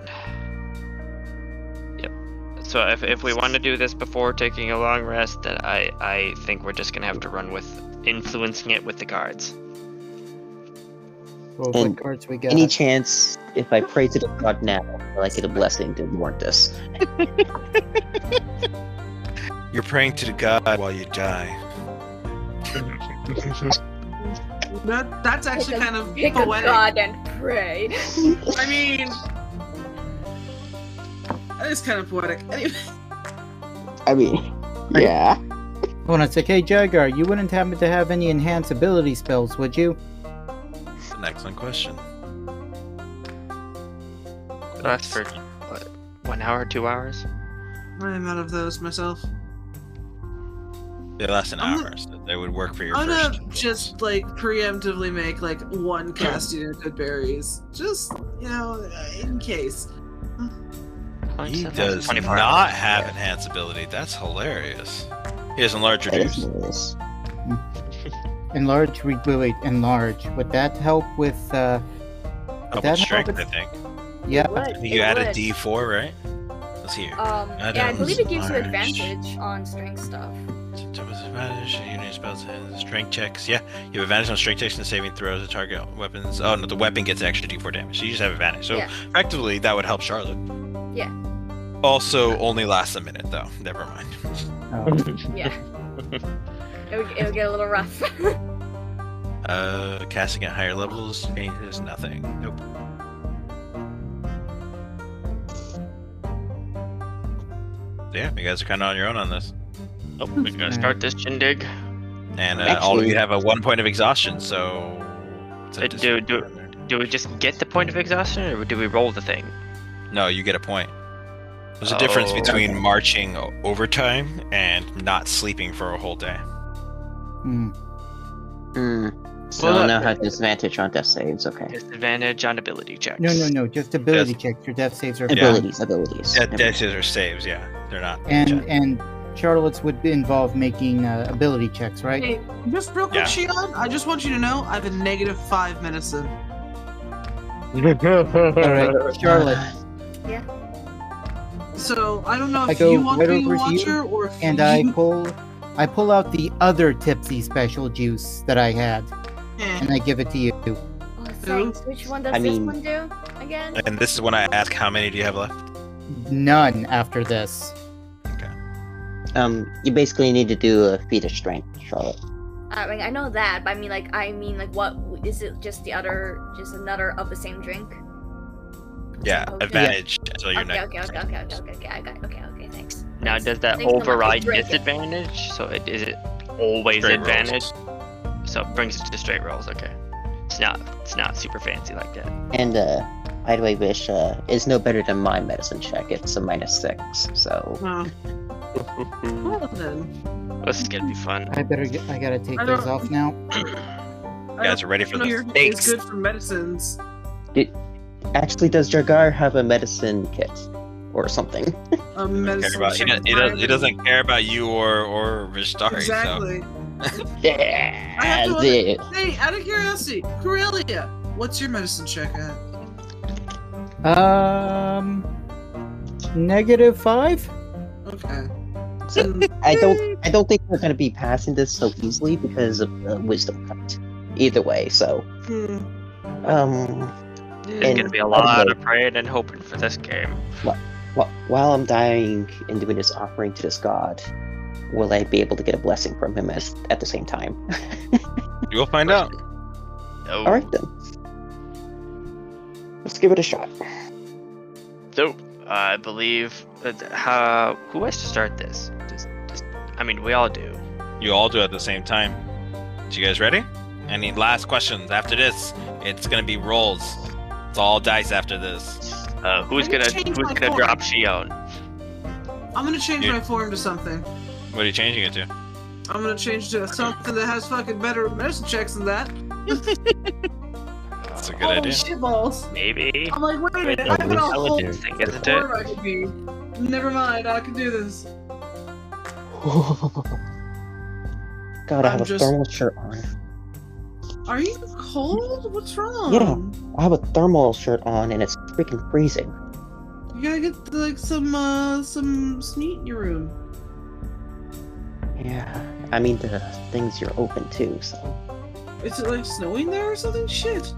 Speaker 6: Yep. So if, if we want to do this before taking a long rest, then I I think we're just gonna have to run with influencing it with the cards.
Speaker 4: Well,
Speaker 1: And
Speaker 4: what cards we got?
Speaker 1: Any chance if I pray to the god now, will I get a blessing to warrant this?
Speaker 2: You're praying to the god while you die.
Speaker 3: That, that's actually
Speaker 9: Pick a-
Speaker 3: kind of
Speaker 9: Pick a
Speaker 3: poetic.
Speaker 9: god and pray.
Speaker 3: I mean, that is kind of poetic. Anyway,
Speaker 1: I mean, yeah.
Speaker 4: When I say, hey, Jagar, you wouldn't happen to have any enhance ability spells, would you?
Speaker 2: That's an excellent question.
Speaker 6: That's for what, one hour, two hours.
Speaker 3: I'm out of those myself.
Speaker 2: They last an
Speaker 3: I'm-
Speaker 2: hour, so they would work for your
Speaker 3: I'm
Speaker 2: first.
Speaker 3: gonna just like preemptively make like one casting of good berries, just you know, uh, in case.
Speaker 2: He
Speaker 6: That's
Speaker 2: does
Speaker 6: 24
Speaker 2: not
Speaker 6: hours.
Speaker 2: have enhance ability. That's hilarious. He has enlarge
Speaker 1: That is
Speaker 2: reduce.
Speaker 1: nice.
Speaker 4: Enlarge, re- wait, wait, enlarge. Would that help with, uh,
Speaker 2: Up
Speaker 4: that
Speaker 2: with strength, I
Speaker 4: helps.
Speaker 2: think.
Speaker 4: yeah,
Speaker 9: Would,
Speaker 2: You
Speaker 9: it
Speaker 2: add a
Speaker 9: would.
Speaker 2: D4, right? Let's hear.
Speaker 9: Um,
Speaker 2: That
Speaker 9: yeah, I
Speaker 2: is
Speaker 9: believe it gives you
Speaker 2: large.
Speaker 9: advantage on strength stuff.
Speaker 2: Strength checks, yeah. You have advantage on strength checks and saving throws. The target weapons. Oh no, the weapon gets extra D4 damage. So you just have advantage. So
Speaker 9: Yeah.
Speaker 2: effectively, that would help Charlotte.
Speaker 9: Yeah.
Speaker 2: Also, only lasts a minute though. Never mind.
Speaker 4: oh,
Speaker 9: Yeah. it'll, it'll get a little rough.
Speaker 2: Uh, casting at higher levels changes nothing. Nope. Yeah, you guys are kind of on your own on this.
Speaker 6: Oh, we're gonna start this shindig.
Speaker 2: And uh, all of
Speaker 1: Actually-
Speaker 2: you have a one point of exhaustion, so. it's a
Speaker 6: Uh, do- do-
Speaker 2: disadvantage.
Speaker 6: Do we just get the point of exhaustion, or do we roll the thing?
Speaker 2: No, you get a point. There's a difference
Speaker 6: Oh.
Speaker 2: between marching o- overtime and not sleeping for a whole day.
Speaker 4: Hmm.
Speaker 1: Hmm. So
Speaker 6: Well,
Speaker 1: I'll
Speaker 6: uh,
Speaker 1: now have disadvantage on death saves. Okay.
Speaker 6: Disadvantage on ability checks.
Speaker 4: No, no, no. Just ability checks. Your death saves are
Speaker 2: Yeah.
Speaker 1: Abilities, abilities.
Speaker 2: Dead deaths or saves, yeah. They're not.
Speaker 4: and
Speaker 2: checked.
Speaker 4: and Charlotte's would involve making uh, ability checks, right?
Speaker 9: Okay.
Speaker 3: Just real quick, Shion, I just want you to know I have a negative five medicine.
Speaker 4: All right, Charlotte
Speaker 3: So I don't know
Speaker 4: I
Speaker 3: Uh, if
Speaker 4: go
Speaker 3: you want
Speaker 4: right
Speaker 3: to be the
Speaker 4: over to you,
Speaker 3: watcher or if
Speaker 4: and
Speaker 3: you
Speaker 4: I pull I pull out the other tipsy special juice that I had,
Speaker 3: can.
Speaker 4: and I give it to you.
Speaker 9: Oh, thanks. Which one does
Speaker 1: I
Speaker 9: this
Speaker 1: mean-
Speaker 9: one do again?
Speaker 2: And this is when I ask how many do you have left?
Speaker 4: None after this.
Speaker 1: Um, you basically need to do a feat of strength, Charlotte.
Speaker 9: I mean, I know that, but I mean, like, I mean, like, what is it? Just the other, just another of the same drink?
Speaker 2: Yeah,
Speaker 9: Okay.
Speaker 2: advantage. So you're
Speaker 9: okay,
Speaker 2: not.
Speaker 9: okay, okay, okay, okay, okay, okay, I got, okay, okay, thanks.
Speaker 6: Now,
Speaker 9: Thanks.
Speaker 6: does that
Speaker 9: Thanks so much.
Speaker 6: override
Speaker 9: Drink it.
Speaker 6: disadvantage? So it is it always
Speaker 2: Straight rolls.
Speaker 6: advantage? So it brings it to straight rolls. Okay. It's not. It's not super fancy like that.
Speaker 1: And uh, by the way, Wish uh, is no better than my medicine check. It's a minus six, so
Speaker 3: Oh,
Speaker 2: Hmm.
Speaker 3: well then.
Speaker 6: This is gonna be fun.
Speaker 4: I better get, I gotta take
Speaker 3: I
Speaker 4: those
Speaker 3: don't-
Speaker 4: off now.
Speaker 2: You guys are ready for the
Speaker 3: Here is
Speaker 2: stakes.
Speaker 3: good for medicines.
Speaker 1: actually, does Jargar have a medicine kit or something?
Speaker 3: A
Speaker 2: Care
Speaker 3: medicine
Speaker 2: about- He does- he
Speaker 3: check
Speaker 2: does- he
Speaker 3: vitamin.
Speaker 2: doesn't care about you or or Vistari.
Speaker 3: Exactly.
Speaker 1: Yeah,
Speaker 3: I have to
Speaker 1: that's it.
Speaker 3: Hey, out of curiosity, Corellia, what's your medicine check at?
Speaker 4: Um, negative five.
Speaker 3: Okay.
Speaker 1: So,
Speaker 3: And-
Speaker 1: I don't, I don't think we're gonna be passing this so easily because of the wisdom cut. Either way, so
Speaker 3: hmm,
Speaker 1: um,
Speaker 6: There's
Speaker 1: And-
Speaker 6: gonna be a lot
Speaker 1: okay.
Speaker 6: of praying and hoping for this game.
Speaker 1: wh- while I'm dying and doing this offering to this god, will I be able to get a blessing from him as, at the same time?
Speaker 2: So you'll find out.
Speaker 6: Oh,
Speaker 1: All right then, let's give it a shot.
Speaker 6: So I believe. That, uh, who wants to start this? Just, just, Oh, I mean, we all do.
Speaker 2: You all do it at the same time. So you guys ready? Any last questions after this? It's gonna be rolls. It's all dice after this.
Speaker 6: Uh, who's
Speaker 3: Let me
Speaker 6: gonna
Speaker 3: change
Speaker 6: Who's
Speaker 3: my
Speaker 6: gonna
Speaker 3: form.
Speaker 6: drop Shion?
Speaker 3: I'm gonna change
Speaker 2: You-
Speaker 3: my form to something.
Speaker 2: What are you changing it to?
Speaker 3: I'm gonna change to something that has fucking better medicine checks than that.
Speaker 2: That's a good
Speaker 3: Holy
Speaker 2: idea.
Speaker 3: shitballs.
Speaker 6: Maybe.
Speaker 3: I'm like, wait a minute,
Speaker 7: That
Speaker 3: I've been
Speaker 7: was
Speaker 3: all whole
Speaker 7: elegant.
Speaker 6: Thing, isn't it?
Speaker 3: form I could be. Never mind, I can do this.
Speaker 1: God, I
Speaker 3: I'm
Speaker 1: have a
Speaker 3: just-
Speaker 1: thermal shirt on.
Speaker 3: Are you cold? What's wrong?
Speaker 1: I have a thermal shirt on and it's freaking freezing.
Speaker 3: You gotta get like some uh some sneet in your room.
Speaker 1: Yeah. I mean, the things you're open to, so.
Speaker 3: Is it like snowing there or something? Shit.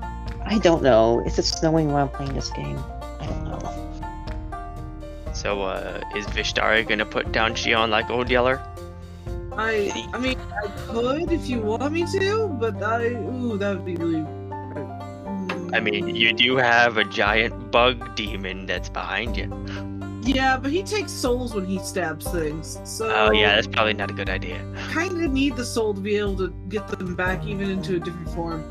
Speaker 1: I don't know. Is it snowing while I'm playing this game? I don't know.
Speaker 6: So uh, is Vishtari gonna put down Shion like old Yeller?
Speaker 3: I I mean I could if you want me to, but I ooh that would be really.
Speaker 6: I mean, you do have a giant bug demon that's behind you.
Speaker 3: Yeah, but he takes souls when he stabs things, so.
Speaker 6: Oh yeah, that's probably not a good idea.
Speaker 3: kind of need the soul to be able to get them back even into a different form.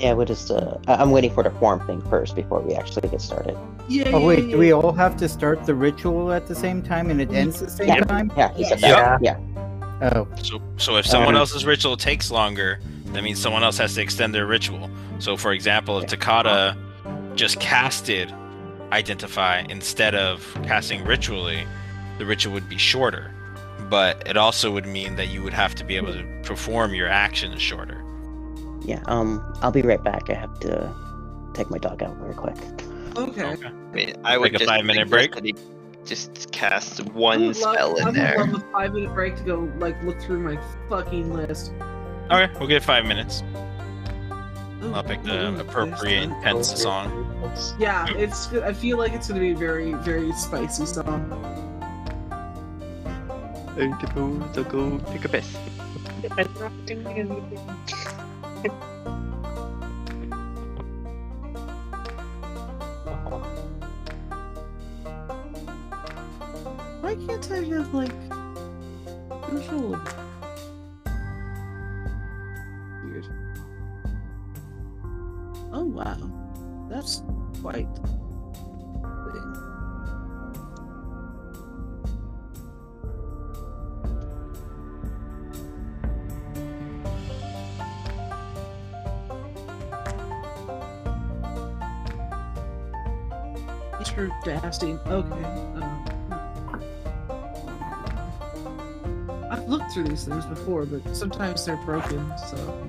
Speaker 1: Yeah, we're just, uh, I- I'm waiting for the form thing first before we actually get started.
Speaker 3: Yeah.
Speaker 4: Oh
Speaker 3: yeah,
Speaker 4: wait,
Speaker 3: yeah,
Speaker 4: do we all have to start the ritual at the same time and it ends the same
Speaker 1: Mm-hmm. Yeah.
Speaker 4: time?
Speaker 1: Yeah, he said
Speaker 2: Yeah.
Speaker 1: that. Yeah.
Speaker 4: Oh,
Speaker 2: So, so if someone
Speaker 1: Uh,
Speaker 2: else's ritual takes longer, that means someone else has to extend their ritual. So, for example, if Takata just casted Identify instead of casting Ritually, the ritual would be shorter. But it also would mean that you would have to be able to perform your actions shorter.
Speaker 1: Yeah, um, I'll be right back. I have to take my dog out real quick.
Speaker 3: Okay.
Speaker 6: I mean, I
Speaker 2: would Like a just five-minute suggest break?
Speaker 6: Just cast
Speaker 3: I
Speaker 6: one
Speaker 3: would love-
Speaker 6: spell
Speaker 3: I
Speaker 6: in
Speaker 3: would
Speaker 6: there.
Speaker 3: love a five minute break to go like look through my fucking list.
Speaker 2: Okay, we'll give it five minutes.
Speaker 3: Ooh,
Speaker 2: I'll pick
Speaker 3: ooh,
Speaker 2: the appropriate
Speaker 3: there's
Speaker 2: intense song.
Speaker 3: some- Yeah, it's. good- I feel like it's gonna be a very, very spicy song.
Speaker 6: Go, go, take a piss.
Speaker 3: Why can't I have like control? of- Weird. Oh wow, that's quite. Thing. through dashing. Okay. Um, I've looked through these things before, but sometimes they're broken, so.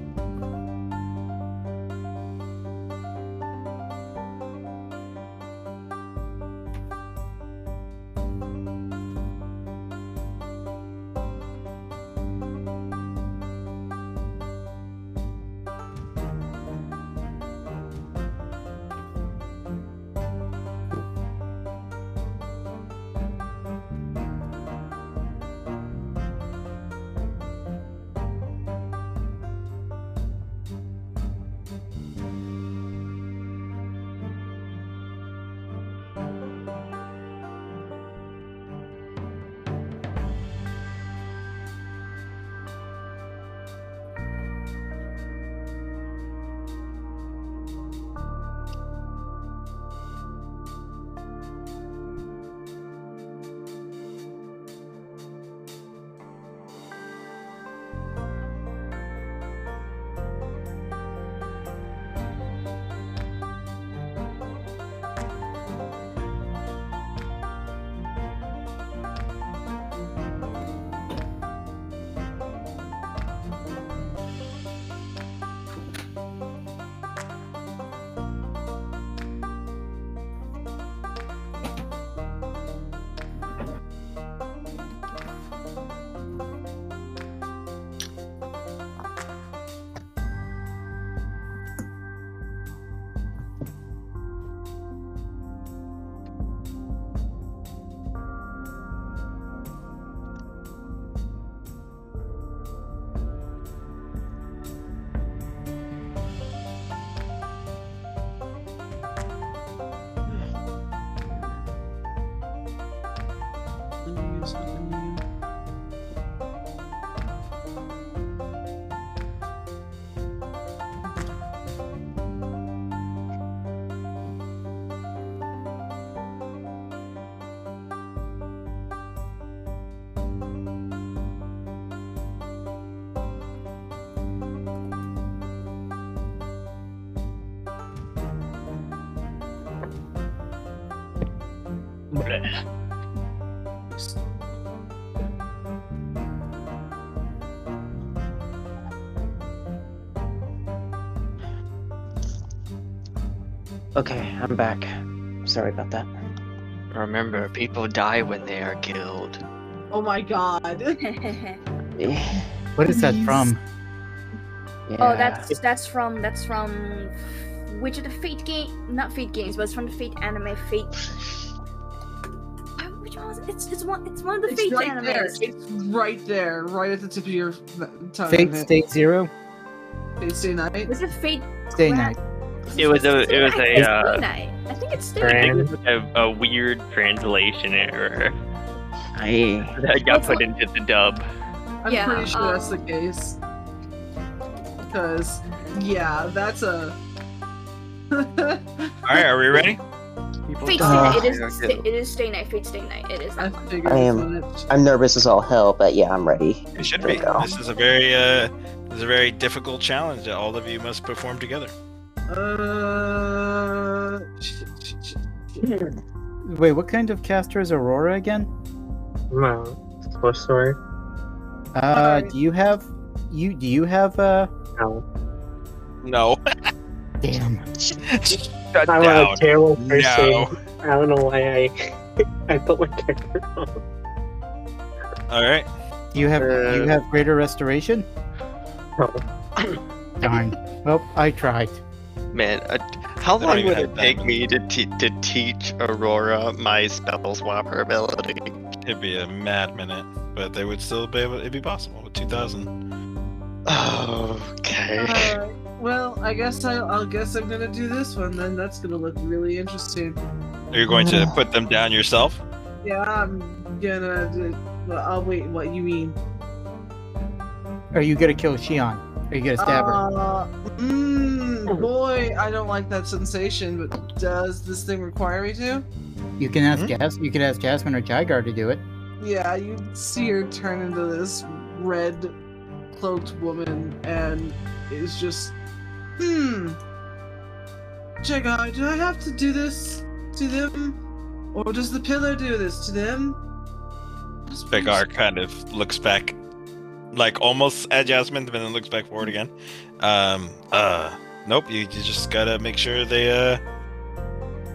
Speaker 3: Let me use what I'm gonna use.
Speaker 1: Okay, I'm back. Sorry about that.
Speaker 6: Remember, people die when they are killed.
Speaker 3: Oh my god.
Speaker 1: Yeah.
Speaker 4: What is that
Speaker 3: Please.
Speaker 4: from?
Speaker 9: Oh, that's that's from that's from which of the Fate game? Not Fate games, but it's from the Fate anime. Fate. Oh, Which one? Was it? It's it's one it's one of the
Speaker 3: It's
Speaker 9: Fate
Speaker 3: right there.
Speaker 9: animes.
Speaker 3: It's right there, right at the tip of your f- tongue.
Speaker 4: Fate State Zero?
Speaker 3: Fate Stay Night.
Speaker 9: Was it Fate?
Speaker 4: Stay
Speaker 9: Grand-
Speaker 4: night.
Speaker 6: It was a- it was
Speaker 9: I think
Speaker 6: a,
Speaker 9: it's
Speaker 6: uh,
Speaker 9: Stay Night. I think it's Stay Night.
Speaker 5: Grand-
Speaker 6: A, a weird translation error
Speaker 1: I,
Speaker 6: that got put into the dub.
Speaker 3: I'm
Speaker 9: Yeah,
Speaker 3: pretty sure
Speaker 9: um,
Speaker 3: that's the case. Because, yeah, that's a.
Speaker 2: All right, are we ready?
Speaker 9: Fate Stay
Speaker 1: Ah.
Speaker 9: Night. It is Stay- it is Stay Night. Fate Stay Night. It is
Speaker 3: I
Speaker 9: that one.
Speaker 3: figured
Speaker 1: I
Speaker 3: as
Speaker 1: am-
Speaker 3: much.
Speaker 1: I'm nervous as all hell, but yeah, I'm ready.
Speaker 2: It should
Speaker 1: There
Speaker 2: be.
Speaker 1: we go.
Speaker 2: This is a very uh, this is a very difficult challenge that all of you must perform together.
Speaker 3: Uh, sh- sh- sh-
Speaker 4: Wait, what kind of caster is Aurora again?
Speaker 5: No, sorcerer.
Speaker 4: Uh, do you have you do you have uh
Speaker 5: No,
Speaker 2: No.
Speaker 4: damn
Speaker 2: Shut
Speaker 5: I'm a
Speaker 2: down.
Speaker 5: terrible person.
Speaker 2: No.
Speaker 5: I don't know why I I put my character on.
Speaker 2: All right.
Speaker 4: do you have do you
Speaker 5: Uh.
Speaker 4: have greater restoration?
Speaker 5: No.
Speaker 4: Darn. Well, I tried.
Speaker 6: Man, uh, how
Speaker 2: They don't
Speaker 6: long
Speaker 2: even
Speaker 6: would
Speaker 2: have
Speaker 6: it
Speaker 2: that
Speaker 6: take
Speaker 2: many.
Speaker 6: me to, te- to teach Aurora my spell swapper ability?
Speaker 2: It'd be a mad minute, but they would still be able. It'd be possible with two thousand.
Speaker 6: Okay.
Speaker 3: uh, well, I guess I, I'll guess I'm gonna do this one then. That's gonna look really interesting. Uh,
Speaker 2: Are you going to put them down yourself?
Speaker 3: Yeah, I'm gonna. Do, well, I'll wait. What you mean?
Speaker 4: Are you gonna kill Shion? Are you gonna stab her?
Speaker 3: Uh, mm, boy, I don't like that sensation. But does this thing require me to?
Speaker 4: You can ask
Speaker 5: hmm?
Speaker 4: Jas you could ask Jasmine or Jigar to do it.
Speaker 3: Yeah, you see her turn into this red cloaked woman and is just hmm Jagai, do I have to do this to them? Or does the pillar do this to them? That's pretty
Speaker 2: Begar kind of looks back, like almost at Jasmine, but then looks back forward again. Um, uh, nope. You, you just gotta make sure they uh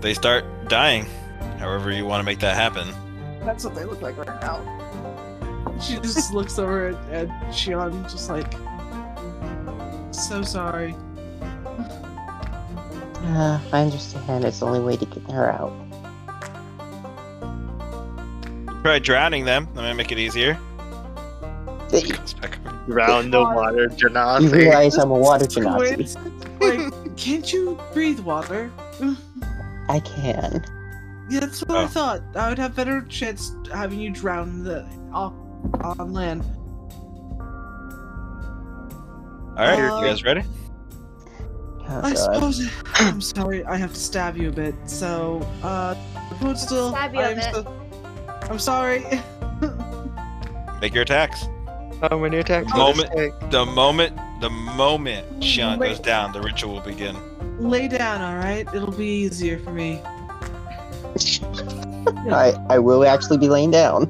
Speaker 2: they start dying. However, you want to make that happen.
Speaker 3: That's what they look like right now. She just looks over at, at Shion, just like, so sorry.
Speaker 1: Yeah, Uh, I understand. It's the only way to get her out.
Speaker 2: Try drowning them. That might make it easier. She comes back over.
Speaker 10: Round the water,
Speaker 1: You
Speaker 10: Janasi.
Speaker 1: realize I'm a water Genasi.
Speaker 3: Quit. like, can't you breathe water?
Speaker 1: I can.
Speaker 3: Yeah, that's what I
Speaker 2: Oh.
Speaker 3: thought. I would have better chance having you drown in the off, on land.
Speaker 2: All right,
Speaker 3: Um,
Speaker 2: you guys ready?
Speaker 1: Oh,
Speaker 3: I
Speaker 1: God.
Speaker 3: suppose I'm sorry. I have to stab you a bit. So, uh, Poodle,
Speaker 9: Stab you a
Speaker 3: I'm,
Speaker 9: bit.
Speaker 3: so, I'm sorry.
Speaker 2: Make your attacks.
Speaker 10: Oh, when you attack,
Speaker 2: Moment. The moment, the moment Shion goes
Speaker 9: Wait.
Speaker 2: down, the ritual will begin.
Speaker 3: Lay down, all right? It'll be easier for me.
Speaker 1: I, I will actually be laying down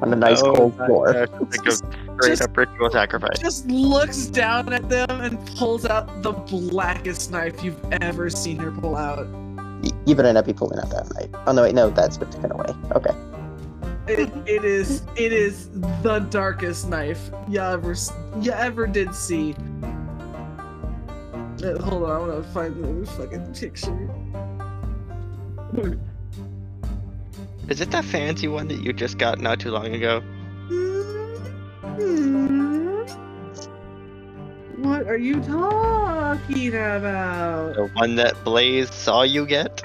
Speaker 1: on a nice
Speaker 6: Oh,
Speaker 2: Oh,
Speaker 1: cold floor.
Speaker 10: Like a straight up ritual sacrifice.
Speaker 3: Just looks down at them and pulls out the blackest knife you've ever seen her pull out.
Speaker 1: Y- You better not be pulling out that knife. Oh no, wait, no, that's been taken away. Okay.
Speaker 3: It, it is it is the darkest knife you ever s- you ever did see. Uh, hold on, I want to find the fucking picture.
Speaker 6: Is it that fancy one that you just got not too long ago?
Speaker 3: Hmm. What are you talking about?
Speaker 6: The one that Blaze saw you get?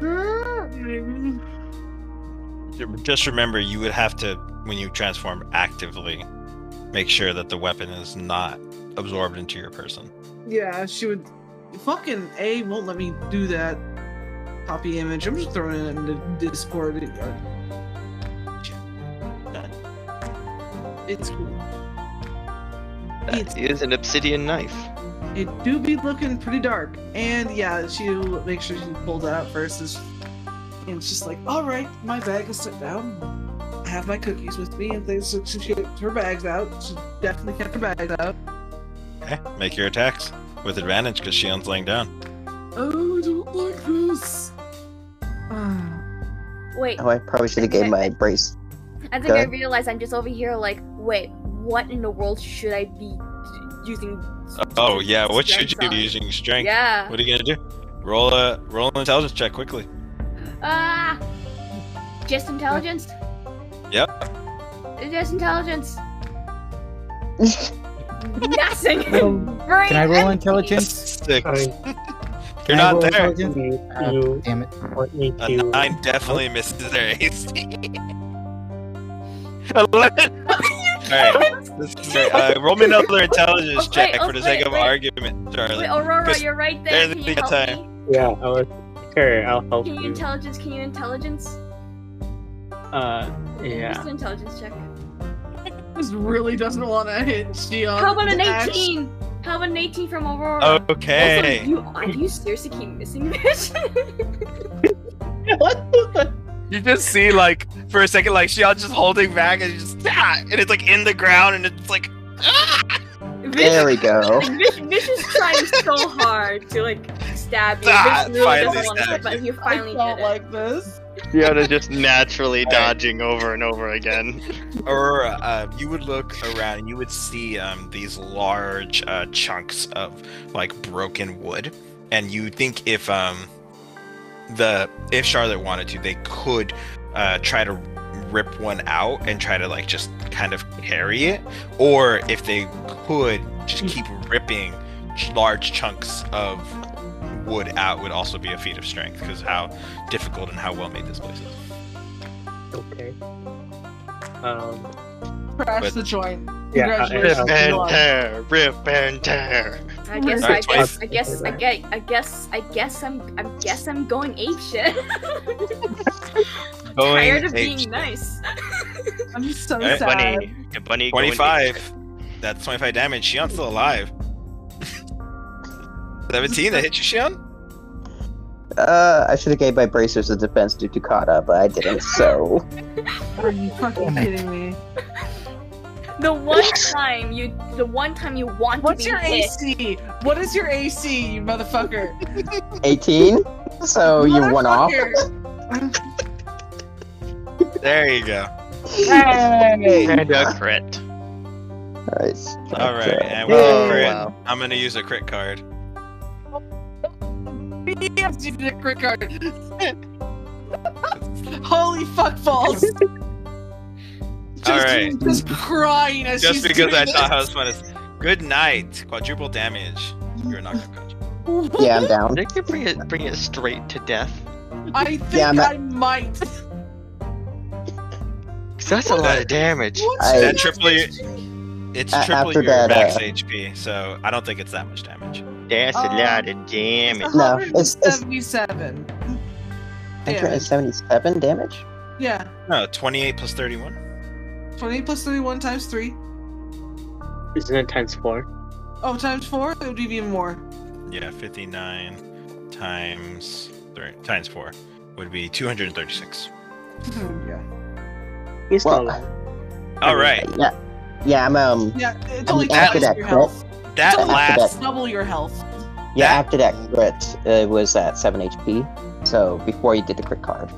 Speaker 3: Huh?
Speaker 2: Just remember, you would have to, when you transform actively, make sure that the weapon is not absorbed into your person.
Speaker 3: Yeah, she would. Fucking A won't let me do that. Copy image. I'm just throwing it in the Discord. It's cool. It's-
Speaker 6: That is an obsidian knife.
Speaker 3: It do be looking pretty dark. And yeah, she will make sure she pulled that out first. Is, and it's just like, all right, my bag is set down. I have my cookies with me, and things. So she gets her bags out. She definitely kept her bags out.
Speaker 2: Okay, make your attacks with advantage because Shion's laying down.
Speaker 3: Oh, I don't like this. Ah,
Speaker 9: Wait,
Speaker 1: Oh, I probably should have gave my brace.
Speaker 9: I think I
Speaker 1: God.
Speaker 9: realized I'm just over here like, wait, what in the world should I be using?
Speaker 2: Oh yeah, what should you
Speaker 9: strength
Speaker 2: be
Speaker 9: on?
Speaker 2: using strength?
Speaker 9: Yeah.
Speaker 2: What are you gonna do? Roll a roll an intelligence check quickly.
Speaker 9: Ah. Just intelligence.
Speaker 2: Yep.
Speaker 9: Just intelligence. Nothing. Brain
Speaker 4: Can I roll
Speaker 9: empty.
Speaker 4: intelligence?
Speaker 2: Six.
Speaker 5: I
Speaker 2: You're
Speaker 4: I
Speaker 2: not
Speaker 4: roll
Speaker 2: there.
Speaker 4: intelligence?
Speaker 5: need
Speaker 4: Ah,
Speaker 5: you.
Speaker 4: damn it.
Speaker 5: Want me
Speaker 2: A
Speaker 5: to?
Speaker 2: nine definitely misses their AC. Eleven. All right. This is great. Uh, roll me another intelligence
Speaker 9: Oh,
Speaker 2: check
Speaker 9: wait,
Speaker 2: for the
Speaker 9: oh,
Speaker 2: sake
Speaker 9: wait,
Speaker 2: of
Speaker 9: wait.
Speaker 2: argument, Charlie.
Speaker 9: Wait, Aurora,
Speaker 2: Because
Speaker 9: you're right
Speaker 2: there's
Speaker 9: there. Can
Speaker 2: the
Speaker 9: you help
Speaker 2: time.
Speaker 9: me?
Speaker 5: Yeah, I was sure I'll help
Speaker 9: Can you
Speaker 5: you.
Speaker 9: intelligence? Can you intelligence?
Speaker 5: Uh, yeah.
Speaker 9: Just an intelligence check.
Speaker 3: this really doesn't want to hit Shion.
Speaker 9: How about an
Speaker 3: Axe.
Speaker 9: 18? How about an 18 from Aurora? Also,
Speaker 2: Okay.
Speaker 9: you, are you seriously keep missing this?
Speaker 10: You just see, like,
Speaker 2: For a second, like Shion just holding back and just ah! and it's like in the ground and it's like
Speaker 1: There we go.
Speaker 2: Oh.
Speaker 9: Vish, Vish is trying so hard to like stab you.
Speaker 2: Ah,
Speaker 9: Vish really
Speaker 2: finally
Speaker 9: doesn't want to,
Speaker 2: stabbed
Speaker 9: but you
Speaker 3: I
Speaker 9: finally
Speaker 3: don't
Speaker 9: did it.
Speaker 3: like this.
Speaker 6: Fiona's just naturally
Speaker 2: All right.
Speaker 6: dodging over and over again.
Speaker 2: Aurora, uh, you would look around and you would see um, these large uh, chunks of like broken wood, and you think if um, the if Charlotte wanted to, they could uh, try to rip one out and try to like just kind of carry it, or if they could just keep ripping ch- large chunks of wood out would also be a feat of strength because how difficult and how well made this place is.
Speaker 5: Okay. Um.
Speaker 3: Crash
Speaker 2: But-
Speaker 3: the joint.
Speaker 5: Yeah. I-
Speaker 3: Congratulations.
Speaker 5: I-
Speaker 3: Yes, you are.
Speaker 6: tear, rip and tear.
Speaker 9: I
Speaker 2: Alright,
Speaker 9: guess, I guess,
Speaker 5: twice.
Speaker 9: I guess, I guess, I guess, I guess, I'm, I guess I'm going ape shit. Tired of being
Speaker 2: apeshit.
Speaker 9: nice.
Speaker 3: I'm so
Speaker 2: Alright,
Speaker 3: sad.
Speaker 6: Bunny, the bunny. going to-
Speaker 2: 25. That's 25 damage. Shion's still alive. 17, that hit you, Shion?
Speaker 1: Uh, I should have gave my bracers a defense due to kata, but I didn't, so.
Speaker 3: Are you fucking kidding me?
Speaker 9: The one time you, the one time you want
Speaker 3: What's
Speaker 9: to be
Speaker 3: your
Speaker 9: hit.
Speaker 3: AC? What is your AC, you motherfucker?
Speaker 1: 18? So Oh, you one off?
Speaker 3: Motherfucker.
Speaker 2: There you go.
Speaker 6: And a crit. Oh,
Speaker 1: Nice.
Speaker 2: All right,
Speaker 1: Okay.
Speaker 2: and with a
Speaker 1: Yay.
Speaker 2: crit, I'm gonna use a crit card.
Speaker 3: Yes, you did a crit card. Holy fuck balls! Just,
Speaker 2: All right,
Speaker 3: just crying as
Speaker 2: just
Speaker 3: she's
Speaker 2: because
Speaker 3: doing
Speaker 2: I
Speaker 3: this.
Speaker 2: thought how fun is. Good night. Quadruple damage. You're not gonna catch.
Speaker 1: Yeah, I'm down.
Speaker 6: They could bring it, bring it straight to death.
Speaker 3: I think
Speaker 1: Yeah, I'm at-
Speaker 3: I might.
Speaker 6: 'Cause that's a lot of damage.
Speaker 3: What's
Speaker 1: I-
Speaker 3: your
Speaker 2: That triple you- It's
Speaker 1: A-
Speaker 2: triple
Speaker 1: after
Speaker 2: your
Speaker 1: that,
Speaker 2: max
Speaker 1: uh,
Speaker 2: HP, so I don't think it's that much damage.
Speaker 10: That's
Speaker 3: a lot
Speaker 10: of damage.
Speaker 1: No, it's- it's-
Speaker 3: 77.
Speaker 1: Enter
Speaker 3: Damage.
Speaker 1: is 77 damage?
Speaker 3: Yeah,
Speaker 2: No, 28 plus 31.
Speaker 3: 20 plus 31 times 3.
Speaker 5: Isn't it times four?
Speaker 3: Oh, times 4? It would be even more.
Speaker 2: Yeah, 59 times three times four would be 236.
Speaker 3: yeah.
Speaker 5: He's
Speaker 1: Well,
Speaker 5: still alive.
Speaker 2: All right,
Speaker 1: Yeah. Yeah, I'm, um.
Speaker 3: Yeah, it's only
Speaker 1: after
Speaker 3: twice
Speaker 1: that
Speaker 3: your
Speaker 1: crit-
Speaker 3: health.
Speaker 2: that
Speaker 3: It's only
Speaker 2: last
Speaker 3: double your health.
Speaker 1: Yeah,
Speaker 2: That-
Speaker 1: after that crit, it was at 7 HP. So before you did the crit card.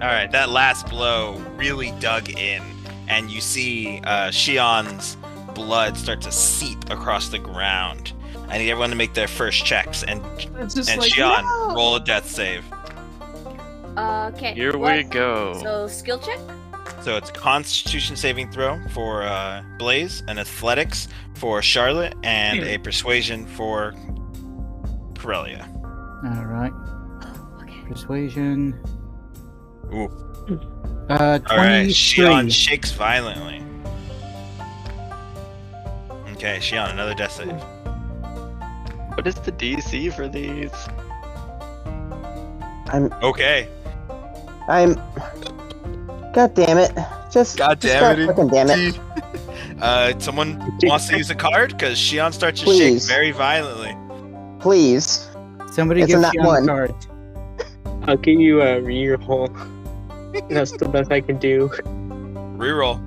Speaker 2: All right, that last blow really dug in, and you see uh, Shion's blood start to seep across the ground. I need everyone to make their first checks, and
Speaker 3: It's just
Speaker 2: and
Speaker 3: like,
Speaker 2: Shion,
Speaker 3: no!
Speaker 2: roll a death save.
Speaker 9: Uh, okay.
Speaker 6: Here we
Speaker 9: what?
Speaker 6: go.
Speaker 9: So skill check.
Speaker 2: So it's Constitution saving throw for uh, Blaze, and Athletics for Charlotte, and a Persuasion for Corellia.
Speaker 4: All right.
Speaker 9: Okay.
Speaker 4: Persuasion.
Speaker 2: Ooh.
Speaker 4: Uh,
Speaker 2: All
Speaker 4: 23.
Speaker 2: right, Shion shakes violently. Okay, Shion, another death save.
Speaker 6: What is the DC for these?
Speaker 1: I'm.
Speaker 2: Okay,
Speaker 1: I'm. God damn it. Just.
Speaker 2: God
Speaker 1: just
Speaker 2: damn it,
Speaker 1: God fucking damn it.
Speaker 2: Uh, someone wants to use a card because Shion starts to
Speaker 1: Please.
Speaker 2: shake very violently.
Speaker 1: Please.
Speaker 4: Somebody
Speaker 1: It's
Speaker 4: give
Speaker 1: a nat
Speaker 4: Shion
Speaker 1: one.
Speaker 4: a card.
Speaker 5: I'll give you a re-roll. That's the best I can do.
Speaker 2: Reroll.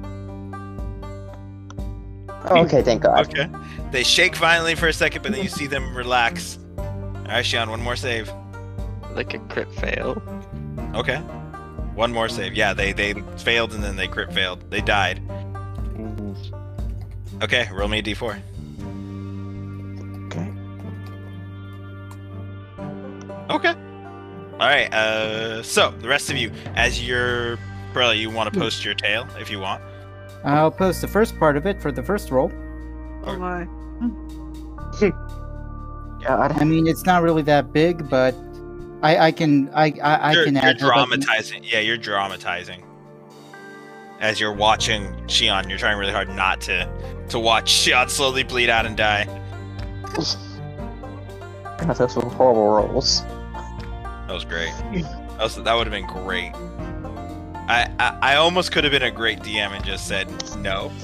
Speaker 1: Oh, okay, thank God.
Speaker 2: Okay. They shake violently for a second, but then you see them relax. All right, Shion, one more save.
Speaker 6: Like a crit fail.
Speaker 2: Okay. One more save. Yeah, they they failed and then they crit failed. They died.
Speaker 4: Mm-hmm.
Speaker 2: Okay, roll me a d4.
Speaker 1: Okay.
Speaker 2: Okay. All right. Uh, so the rest of you, as your Corellia, you
Speaker 4: Hmm.
Speaker 2: want to post your tail if you want.
Speaker 4: I'll post the first part of it for the first roll.
Speaker 3: Oh my.
Speaker 1: God.
Speaker 2: Hmm.
Speaker 4: I mean, it's not really that big, but I, I can I I, I
Speaker 2: you're,
Speaker 4: can
Speaker 2: you're
Speaker 4: add. that up.
Speaker 2: dramatizing. Yeah, you're dramatizing. As you're watching Shion, you're trying really hard not to to watch Shion slowly bleed out and die.
Speaker 1: God, those were horrible rolls.
Speaker 2: That was great. That, was- that would have been great. I, I I almost could have been a great DM and just said no.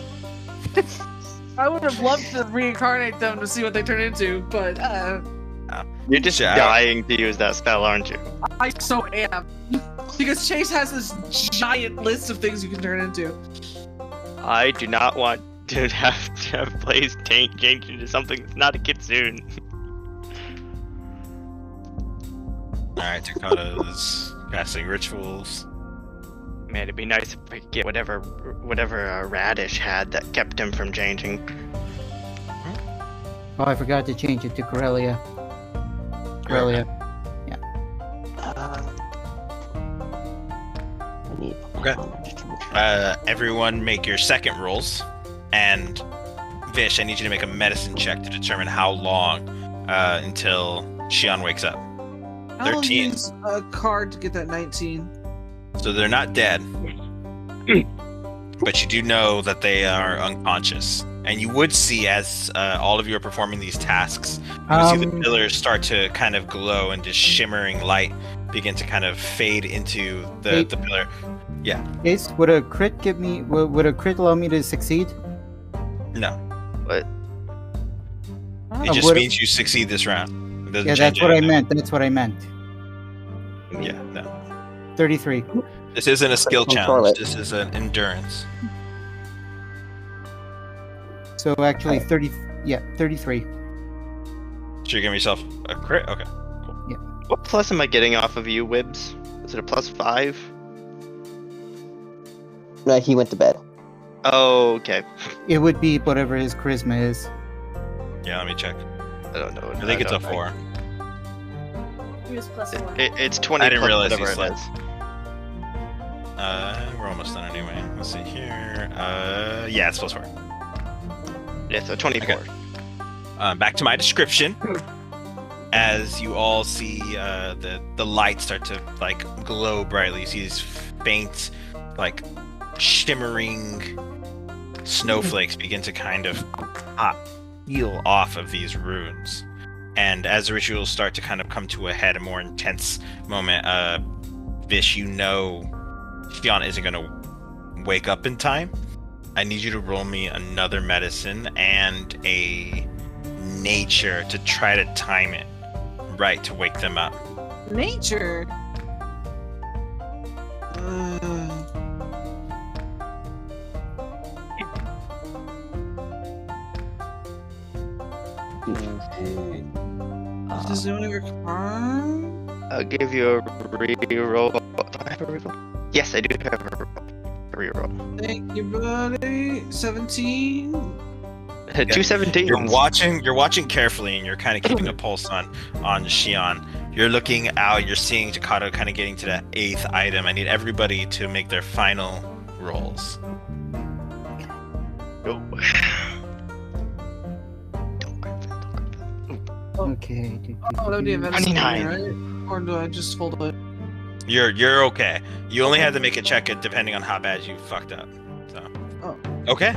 Speaker 3: I would have loved to reincarnate them to see what they turn into, but uh,
Speaker 6: You're just
Speaker 2: Yeah.
Speaker 6: dying to use that spell, aren't you?
Speaker 3: I so am. Because Chase has this giant list of things you can turn into.
Speaker 6: I do not want to have to have Blaze tank changed into something that's not a kitsune.
Speaker 2: All right, Takata's casting rituals.
Speaker 6: Man, it'd be nice if we could get whatever whatever uh, radish had that kept him from changing.
Speaker 4: Oh, I forgot to change it to Corellia. Corellia.
Speaker 1: Uh, I need.
Speaker 2: Okay. Uh, everyone, make your second rolls, and Vish, I need you to make a medicine check to determine how long uh, until Shion wakes up.
Speaker 3: I'll
Speaker 2: 13.
Speaker 3: use a card to get that 19.
Speaker 2: So they're not dead. but you do know that they are unconscious. And you would see as uh, all of you are performing these tasks, you see the
Speaker 4: Um,
Speaker 2: pillars start to kind of glow and just shimmering light begin to kind of fade into the,
Speaker 4: Hey.
Speaker 2: the pillar.
Speaker 4: Ace, would a crit give me? Would, would a crit allow me to succeed?
Speaker 2: No.
Speaker 3: Oh,
Speaker 2: It just
Speaker 4: what-
Speaker 2: means you succeed this round. It doesn't
Speaker 4: Yeah,
Speaker 2: change
Speaker 4: that's what I
Speaker 2: anything.
Speaker 4: meant. That's what I meant.
Speaker 2: Yeah, no.
Speaker 4: 33.
Speaker 2: This isn't a skill
Speaker 4: Control
Speaker 2: challenge.
Speaker 4: it.
Speaker 2: This is an endurance.
Speaker 4: So actually 30 yeah, 33.
Speaker 2: So you're giving yourself a crit? Okay.
Speaker 6: What plus am I getting off of you, Wibbs? Is it a plus five?
Speaker 1: No, he went to bed.
Speaker 6: Oh, okay.
Speaker 4: It would be whatever his charisma is.
Speaker 2: Yeah, let me check.
Speaker 6: I don't know.
Speaker 2: I think it's a
Speaker 6: don't know.
Speaker 2: four.
Speaker 9: He was plus one.
Speaker 6: It, it's 20
Speaker 2: I didn't
Speaker 6: plus
Speaker 2: realize you
Speaker 6: whatever it
Speaker 2: slept.
Speaker 6: is.
Speaker 2: Uh, we're almost done anyway. Let's see here. Uh, yeah, it's plus four.
Speaker 6: Yeah, so 24.
Speaker 2: Uh, back to my description. As you all see uh, the the lights start to like glow brightly, you see these faint, like shimmering snowflakes begin to kind of pop, peel off of these runes. And as the rituals start to kind of come to a head, a more intense moment, uh, Vish, you know, Fiona isn't gonna wake up in time. I need you to roll me another medicine and a nature to try to time it right to wake them up.
Speaker 3: Nature. Uh, does anyone have your card?
Speaker 6: I'll give you a reroll. Do I have a reroll? Yes, I do have a reroll.
Speaker 3: Thank you, buddy. Seventeen.
Speaker 6: A reroll. Two seventeen.
Speaker 2: You're watching. You're watching carefully, and you're kind of keeping a pulse on on Shion. You're looking out. You're seeing Takato kind of getting to that eighth item. I need everybody to make their final rolls.
Speaker 6: Go.
Speaker 4: Okay. do, do,
Speaker 3: Oh, that would be a
Speaker 4: do.
Speaker 3: medicine,
Speaker 6: 29.
Speaker 3: right? Or do I just hold it?
Speaker 2: You're you're okay. You only had to make a check at- depending on how bad you fucked up. So
Speaker 3: Oh.
Speaker 2: okay,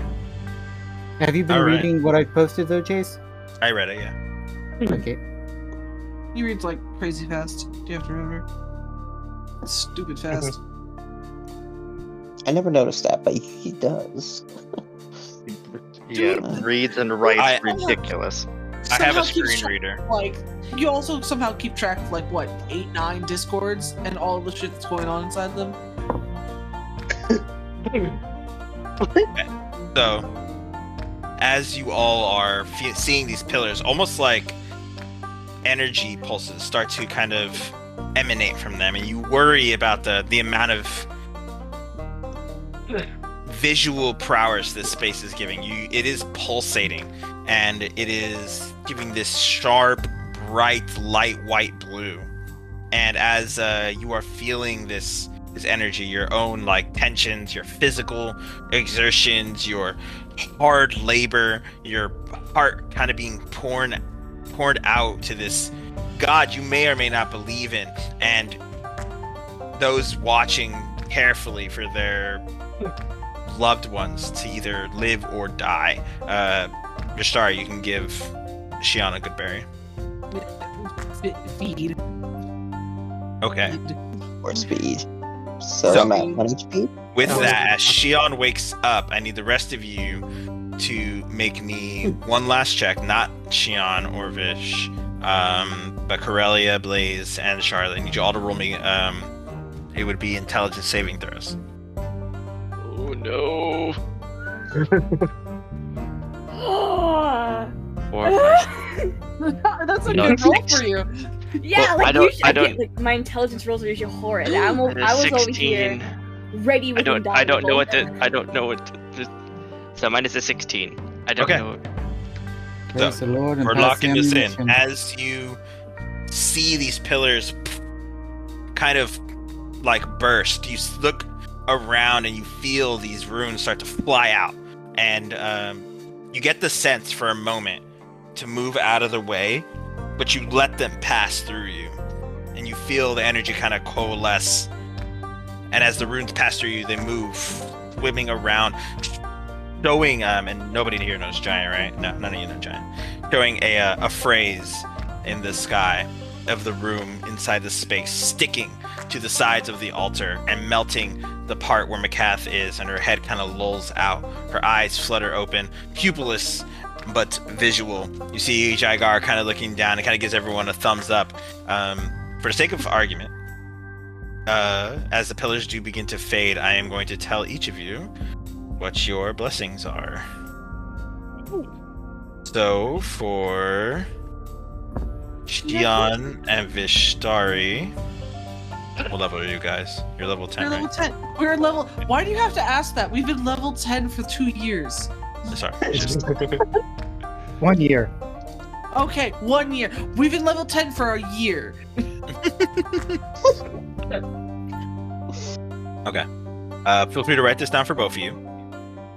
Speaker 4: Have you been
Speaker 2: All right.
Speaker 4: reading what I've posted though, Chase?
Speaker 2: I read it. Yeah.
Speaker 4: Okay.
Speaker 3: He reads like crazy fast. Do you have to remember? Stupid fast.
Speaker 1: I never noticed that, but he does.
Speaker 6: Yeah, uh, reads and writes
Speaker 2: I-
Speaker 6: ridiculous.
Speaker 2: I have
Speaker 3: Somehow
Speaker 2: a
Speaker 3: keeps
Speaker 2: screen
Speaker 3: track-
Speaker 2: reader.
Speaker 3: Like you also somehow keep track of like what eight, nine discords and all the shit that's going on inside them.
Speaker 2: So, as you all are fe- seeing these pillars, almost like energy pulses start to kind of emanate from them, and you worry about the the amount of visual prowess this space is giving you. It is pulsating, and it is giving this sharp, bright, light white blue. And as uh, you are feeling this this energy, your own like tensions, your physical exertions, your hard labor, your heart kind of being poured poured out to this god you may or may not believe in, and those watching carefully for their loved ones to either live or die. Uh, Vistara, you can give Shion a good berry.
Speaker 3: F- feed.
Speaker 2: Okay.
Speaker 1: Or speed. So,
Speaker 2: So-
Speaker 1: I'm at 1 HP.
Speaker 2: With
Speaker 4: Oh.
Speaker 2: that, as Shion wakes up, I need the rest of you to make me one last check, not Shion or Vish, um, but Corellia, Blaze, and Charlotte. I need you all to roll me. Um, it would be intelligence saving throws.
Speaker 10: Oh no.
Speaker 6: Or my-
Speaker 3: that's a
Speaker 6: No,
Speaker 3: good
Speaker 6: it's
Speaker 3: roll
Speaker 6: like-
Speaker 3: for you.
Speaker 9: Yeah,
Speaker 6: Well,
Speaker 9: like
Speaker 6: I don't-
Speaker 9: usually I
Speaker 6: I
Speaker 9: get,
Speaker 6: don't-
Speaker 9: like my intelligence rolls are usually horrid. I'm o-
Speaker 6: and a
Speaker 9: I was over
Speaker 6: sixteen.
Speaker 9: here ready
Speaker 6: I
Speaker 9: with
Speaker 6: don't. I don't know what the.
Speaker 9: indulgence.
Speaker 6: I don't know what. The, so mine is a sixteen. I don't
Speaker 2: Okay.
Speaker 6: know.
Speaker 4: Praise the Lord and
Speaker 2: We're
Speaker 4: pass the
Speaker 2: locking this in.
Speaker 4: ammunition.
Speaker 2: As you see these pillars kind of like burst, you s- look around and you feel these runes start to fly out. And um, you get the sense for a moment to move out of the way, but you let them pass through you. And you feel the energy kind of coalesce. And as the runes pass through you, they move, swimming around, showing, um, and nobody here knows giant, right? No, none of you know giant showing a, uh, a phrase in the sky of the room inside the space, sticking to the sides of the altar and melting the part where Macath is, and her head kind of lolls out. Her eyes flutter open, pupilless but visual. You see Jaigar kind of looking down and kind of gives everyone a thumbs up. Um, for the sake of argument, uh, as the pillars do begin to fade, I am going to tell each of you what your blessings are. So for Shion and Vishtari, what level are you guys? You're level
Speaker 3: We're
Speaker 2: 10,
Speaker 3: level
Speaker 2: right?
Speaker 3: 10. We're level. Why do you have to ask that? We've been level 10 for two years.
Speaker 2: Sorry, it's just
Speaker 4: One year.
Speaker 3: Okay, one year. We've been level 10 for a year.
Speaker 2: okay. Uh, feel free to write this down for both of you.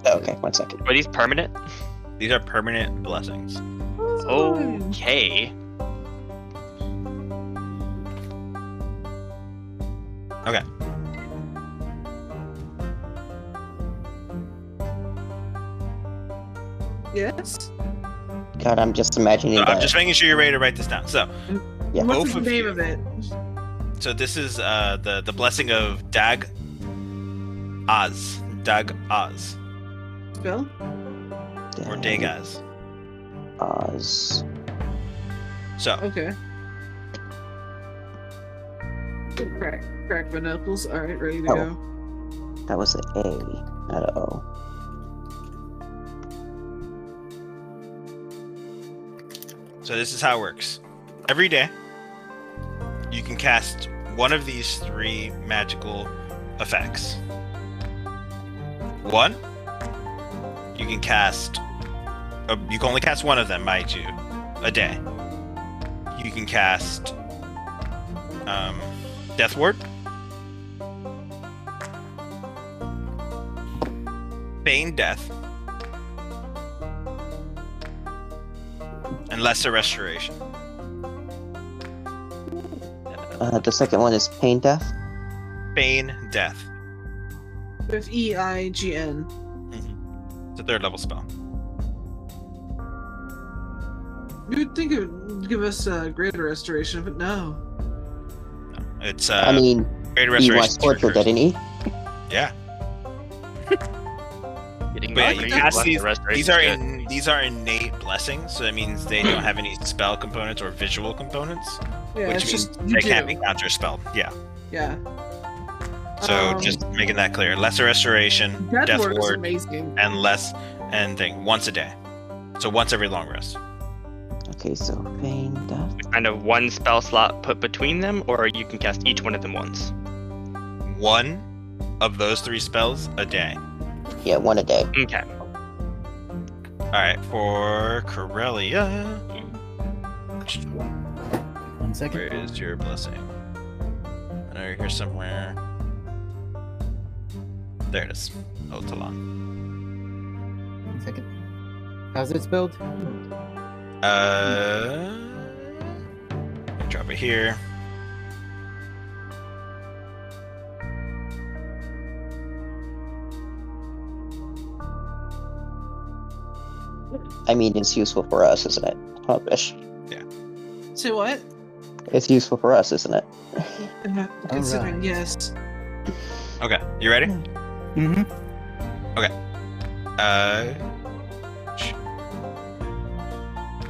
Speaker 1: Okay, one second.
Speaker 6: Are these permanent?
Speaker 2: These are permanent blessings.
Speaker 6: Okay.
Speaker 2: Okay.
Speaker 3: Yes?
Speaker 2: Oh,
Speaker 1: God, I'm just imagining
Speaker 2: So
Speaker 1: that.
Speaker 2: I'm just making sure you're ready to write this down. So,
Speaker 1: Yeah.
Speaker 2: Both
Speaker 3: What's the
Speaker 2: of
Speaker 3: name of it?
Speaker 2: so this is uh, the the blessing of Dag Oz, Dag Oz,
Speaker 3: Spell?
Speaker 2: or Dagaz.
Speaker 1: Oz.
Speaker 2: So
Speaker 3: Okay. Crack, crack my knuckles. All right, ready to
Speaker 1: Oh.
Speaker 3: go.
Speaker 1: That was an A, not an O.
Speaker 2: so this is how it works. Every day, you can cast one of these three magical effects. One, you can cast. Uh, you can only cast one of them, mind you, a day. You can cast um, Death Ward, Bane Death, and Lesser Restoration.
Speaker 1: Uh, the second one is pain death.
Speaker 2: Bane Death.
Speaker 3: With E I G N.
Speaker 2: It's a third level spell.
Speaker 3: You would think it would give us a greater restoration, but no.
Speaker 2: It's uh,
Speaker 1: I mean,
Speaker 2: Greater
Speaker 1: he
Speaker 2: Restoration.
Speaker 1: was tortured, didn't he?
Speaker 2: Yeah.
Speaker 6: Getting
Speaker 2: But yeah,
Speaker 6: great
Speaker 2: you cast
Speaker 6: luck, the
Speaker 2: these.
Speaker 6: restoration's
Speaker 2: These are
Speaker 6: good.
Speaker 2: in, these are innate blessings, so that means they don't have any spell components or visual components,
Speaker 3: Yeah,
Speaker 2: which
Speaker 3: it's
Speaker 2: means
Speaker 3: just you
Speaker 2: they
Speaker 3: do.
Speaker 2: can't be counter spelled. Yeah.
Speaker 3: Yeah.
Speaker 2: So
Speaker 3: Um,
Speaker 2: just making that clear. Lesser Restoration,
Speaker 3: Death,
Speaker 2: Death,
Speaker 3: Ward is
Speaker 2: Ward,
Speaker 3: amazing.
Speaker 2: and less and thing once a day. So once every long rest.
Speaker 1: Okay, so pain death.
Speaker 6: Kind of one spell slot put between them, or you can cast each one of them once.
Speaker 2: One of those three spells a day.
Speaker 1: Yeah, one a day.
Speaker 6: Okay.
Speaker 2: All right, for Corellia.
Speaker 4: One second.
Speaker 2: Where is your blessing? I know you're here somewhere. There it is. Oh, Otalon.
Speaker 4: One second. How's it spelled?
Speaker 2: Uh. Drop it here.
Speaker 1: I mean, it's useful for us, isn't it? Rubbish.
Speaker 3: Say what?
Speaker 1: It's useful for us, isn't it?
Speaker 3: Considering, yes.
Speaker 2: Okay, you ready?
Speaker 4: Mm-hmm.
Speaker 2: Uh. sh-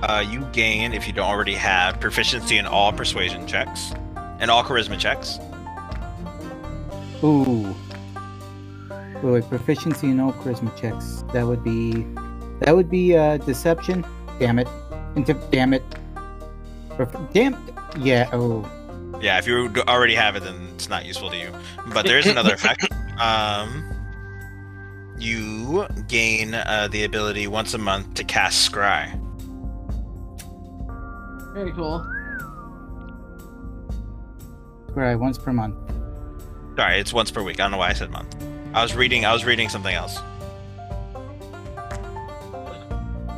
Speaker 2: Uh, you gain, if you don't already have, proficiency in all persuasion checks and all charisma checks.
Speaker 4: Ooh. Wait, wait, proficiency in all charisma checks. That would be, that would be uh, deception. Damn it. Inti- damn it. Prof- damn. Yeah. Oh.
Speaker 2: Yeah, if you d- already have it, then it's not useful to you. But there is another effect. Um, you gain uh, the ability once a month to cast Scry.
Speaker 3: Very cool.
Speaker 4: Right. Once per month.
Speaker 2: Sorry, it's once per week. I don't know why I said month. I was reading. I was reading something else.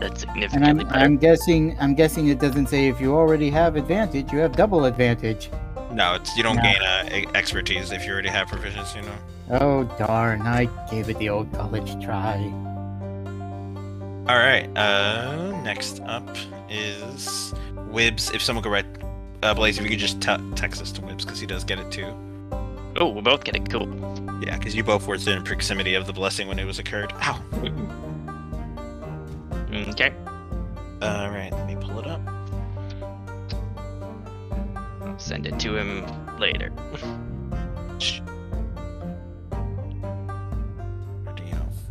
Speaker 6: That's
Speaker 4: And
Speaker 6: significantly
Speaker 4: I'm,
Speaker 6: better.
Speaker 4: I'm guessing I'm guessing it doesn't say if you already have advantage, you have double advantage.
Speaker 2: No, it's you don't
Speaker 4: No.
Speaker 2: gain uh, e- expertise if you already have proficiency. You know.
Speaker 4: Oh darn! I gave it the old college try.
Speaker 2: All right. Uh, next up is Wibbs. If someone could write uh, Blaze, if you could just te- text us to Wibbs because he does get it too.
Speaker 6: Oh, we're both getting cool.
Speaker 2: Yeah, because you both were in proximity of the blessing when it was occurred. Ow.
Speaker 6: Mm, Okay.
Speaker 2: All right, let me pull it up.
Speaker 6: I'll send it to him later.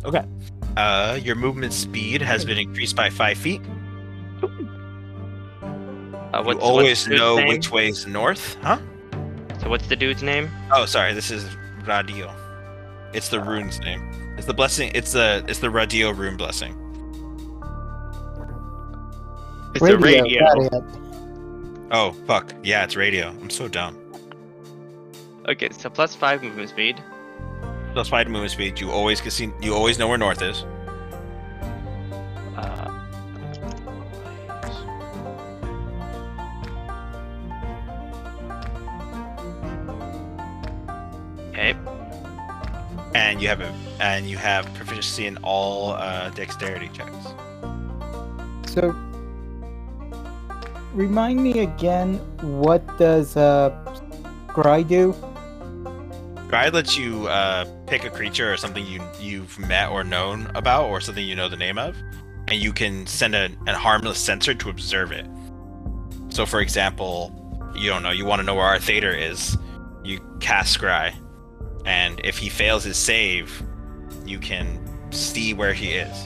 Speaker 2: Okay. Uh, your movement speed has been increased by five feet.
Speaker 6: Uh,
Speaker 2: You
Speaker 6: what's, what's
Speaker 2: always
Speaker 6: the dude's
Speaker 2: know
Speaker 6: name?
Speaker 2: which way's north, huh?
Speaker 6: So what's the dude's name? Uh,
Speaker 2: Oh, sorry. This is Radio. It's the rune's name. It's the blessing. It's the it's the Radio rune blessing.
Speaker 6: It's a radio.
Speaker 2: Oh fuck. Yeah, it's radio. I'm so dumb.
Speaker 6: Okay, so plus five movement speed.
Speaker 2: Plus five movement speed. You always can see. You always know where north is.
Speaker 6: Uh, okay.
Speaker 2: and you have a, and you have proficiency in all uh, dexterity checks.
Speaker 4: So, remind me again, what does uh, Scry do?
Speaker 2: Guide lets you uh, pick a creature or something you you've met or known about, or something you know the name of, and you can send a, a harmless sensor to observe it. So, for example, you don't know you want to know where our Theater is. You cast Scry, and if he fails his save, you can see where he is.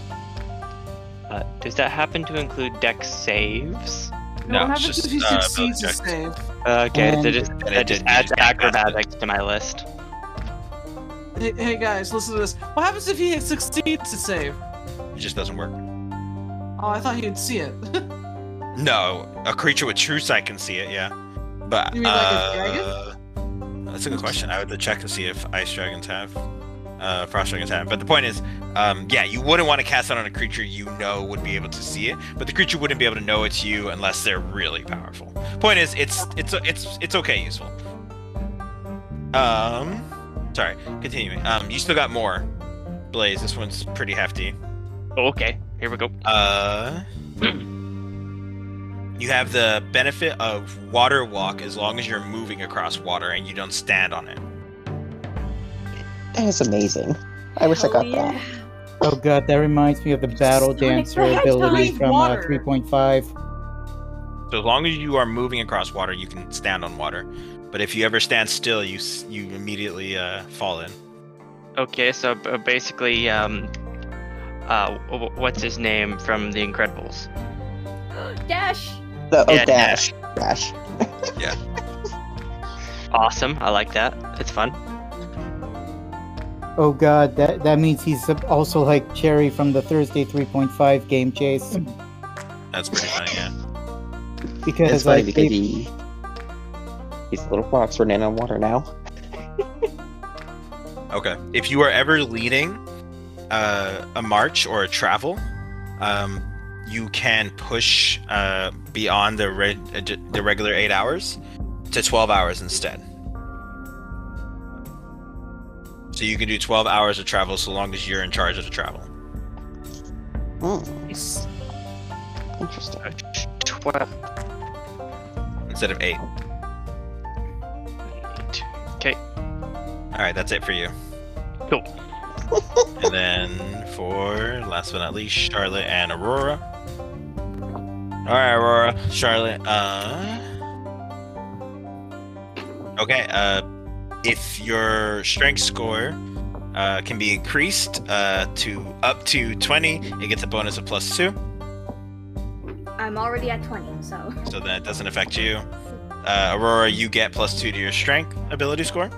Speaker 6: Uh, does that happen to include dex saves? Uh,
Speaker 2: No,
Speaker 3: what
Speaker 2: it's
Speaker 3: happens
Speaker 2: just,
Speaker 3: if he
Speaker 2: uh,
Speaker 3: succeeds a
Speaker 2: object.
Speaker 3: save?
Speaker 6: Okay,
Speaker 4: Um,
Speaker 6: that just
Speaker 2: it
Speaker 6: that just
Speaker 2: didn't
Speaker 6: adds
Speaker 2: use that method.
Speaker 6: acrobatics to my list.
Speaker 3: Hey, hey guys, listen to this. What happens if he succeeds to save?
Speaker 2: It just doesn't work.
Speaker 3: Oh, I thought he'd see it.
Speaker 2: No, a creature with true sight can see it. Yeah, but
Speaker 3: You mean like a dragon?
Speaker 2: uh, That's a good question. I would have to check to see if ice dragons have, uh, frost dragons have. But the point is, um, yeah, you wouldn't want to cast that on a creature you know would be able to see it, but the creature wouldn't be able to know it's you unless they're really powerful. Point is, it's it's it's it's okay, useful. Um, sorry, continuing. Um, you still got more, Blaze. This one's pretty hefty.
Speaker 6: Oh, Okay, here we go.
Speaker 2: Uh, you have the benefit of water walk as long as you're moving across water and you don't stand on it.
Speaker 1: That is amazing. I wish I got that.
Speaker 4: Oh god, that reminds me of the Battle
Speaker 9: Sonic
Speaker 4: Dancer
Speaker 9: the
Speaker 4: ability
Speaker 3: Hedgehog.
Speaker 4: from uh,
Speaker 3: Water.
Speaker 4: 3.5.
Speaker 2: So as long as you are moving across water, you can stand on water. But if you ever stand still, you s- you immediately uh, fall in.
Speaker 6: Okay, so Uh, b- basically, um, uh, wh- wh- what's his name from The Incredibles?
Speaker 9: Dash.
Speaker 1: The, oh,
Speaker 6: Yeah,
Speaker 1: dash. Dash.
Speaker 6: Awesome, I like that. It's fun.
Speaker 4: Oh god, that, that means he's also like Cherry from the Thursday 3.5 game chase.
Speaker 2: That's pretty funny, yeah.
Speaker 4: Because
Speaker 1: it's funny
Speaker 4: like,
Speaker 1: because
Speaker 4: they-
Speaker 1: he, these little rocks running on water now.
Speaker 2: Okay. If you are ever leading uh, a march or a travel, um, you can push uh, beyond the re- uh, d- the regular eight hours to twelve hours instead. So you can do twelve hours of travel so long as you're in charge of the travel.
Speaker 1: Hmm. Interesting.
Speaker 6: Twelve.
Speaker 2: instead of eight.
Speaker 6: Okay.
Speaker 2: All right, that's it for you.
Speaker 6: Cool.
Speaker 2: and then for last but not least, Charlotte and Aurora. All right, Aurora, Charlotte. Uh. Okay. Uh, if your strength score. Uh, can be increased uh, to up to 20. It gets a bonus of plus two.
Speaker 9: I'm already at 20, so.
Speaker 2: so that it doesn't affect you. Uh, Aurora, you get plus two to your strength ability score.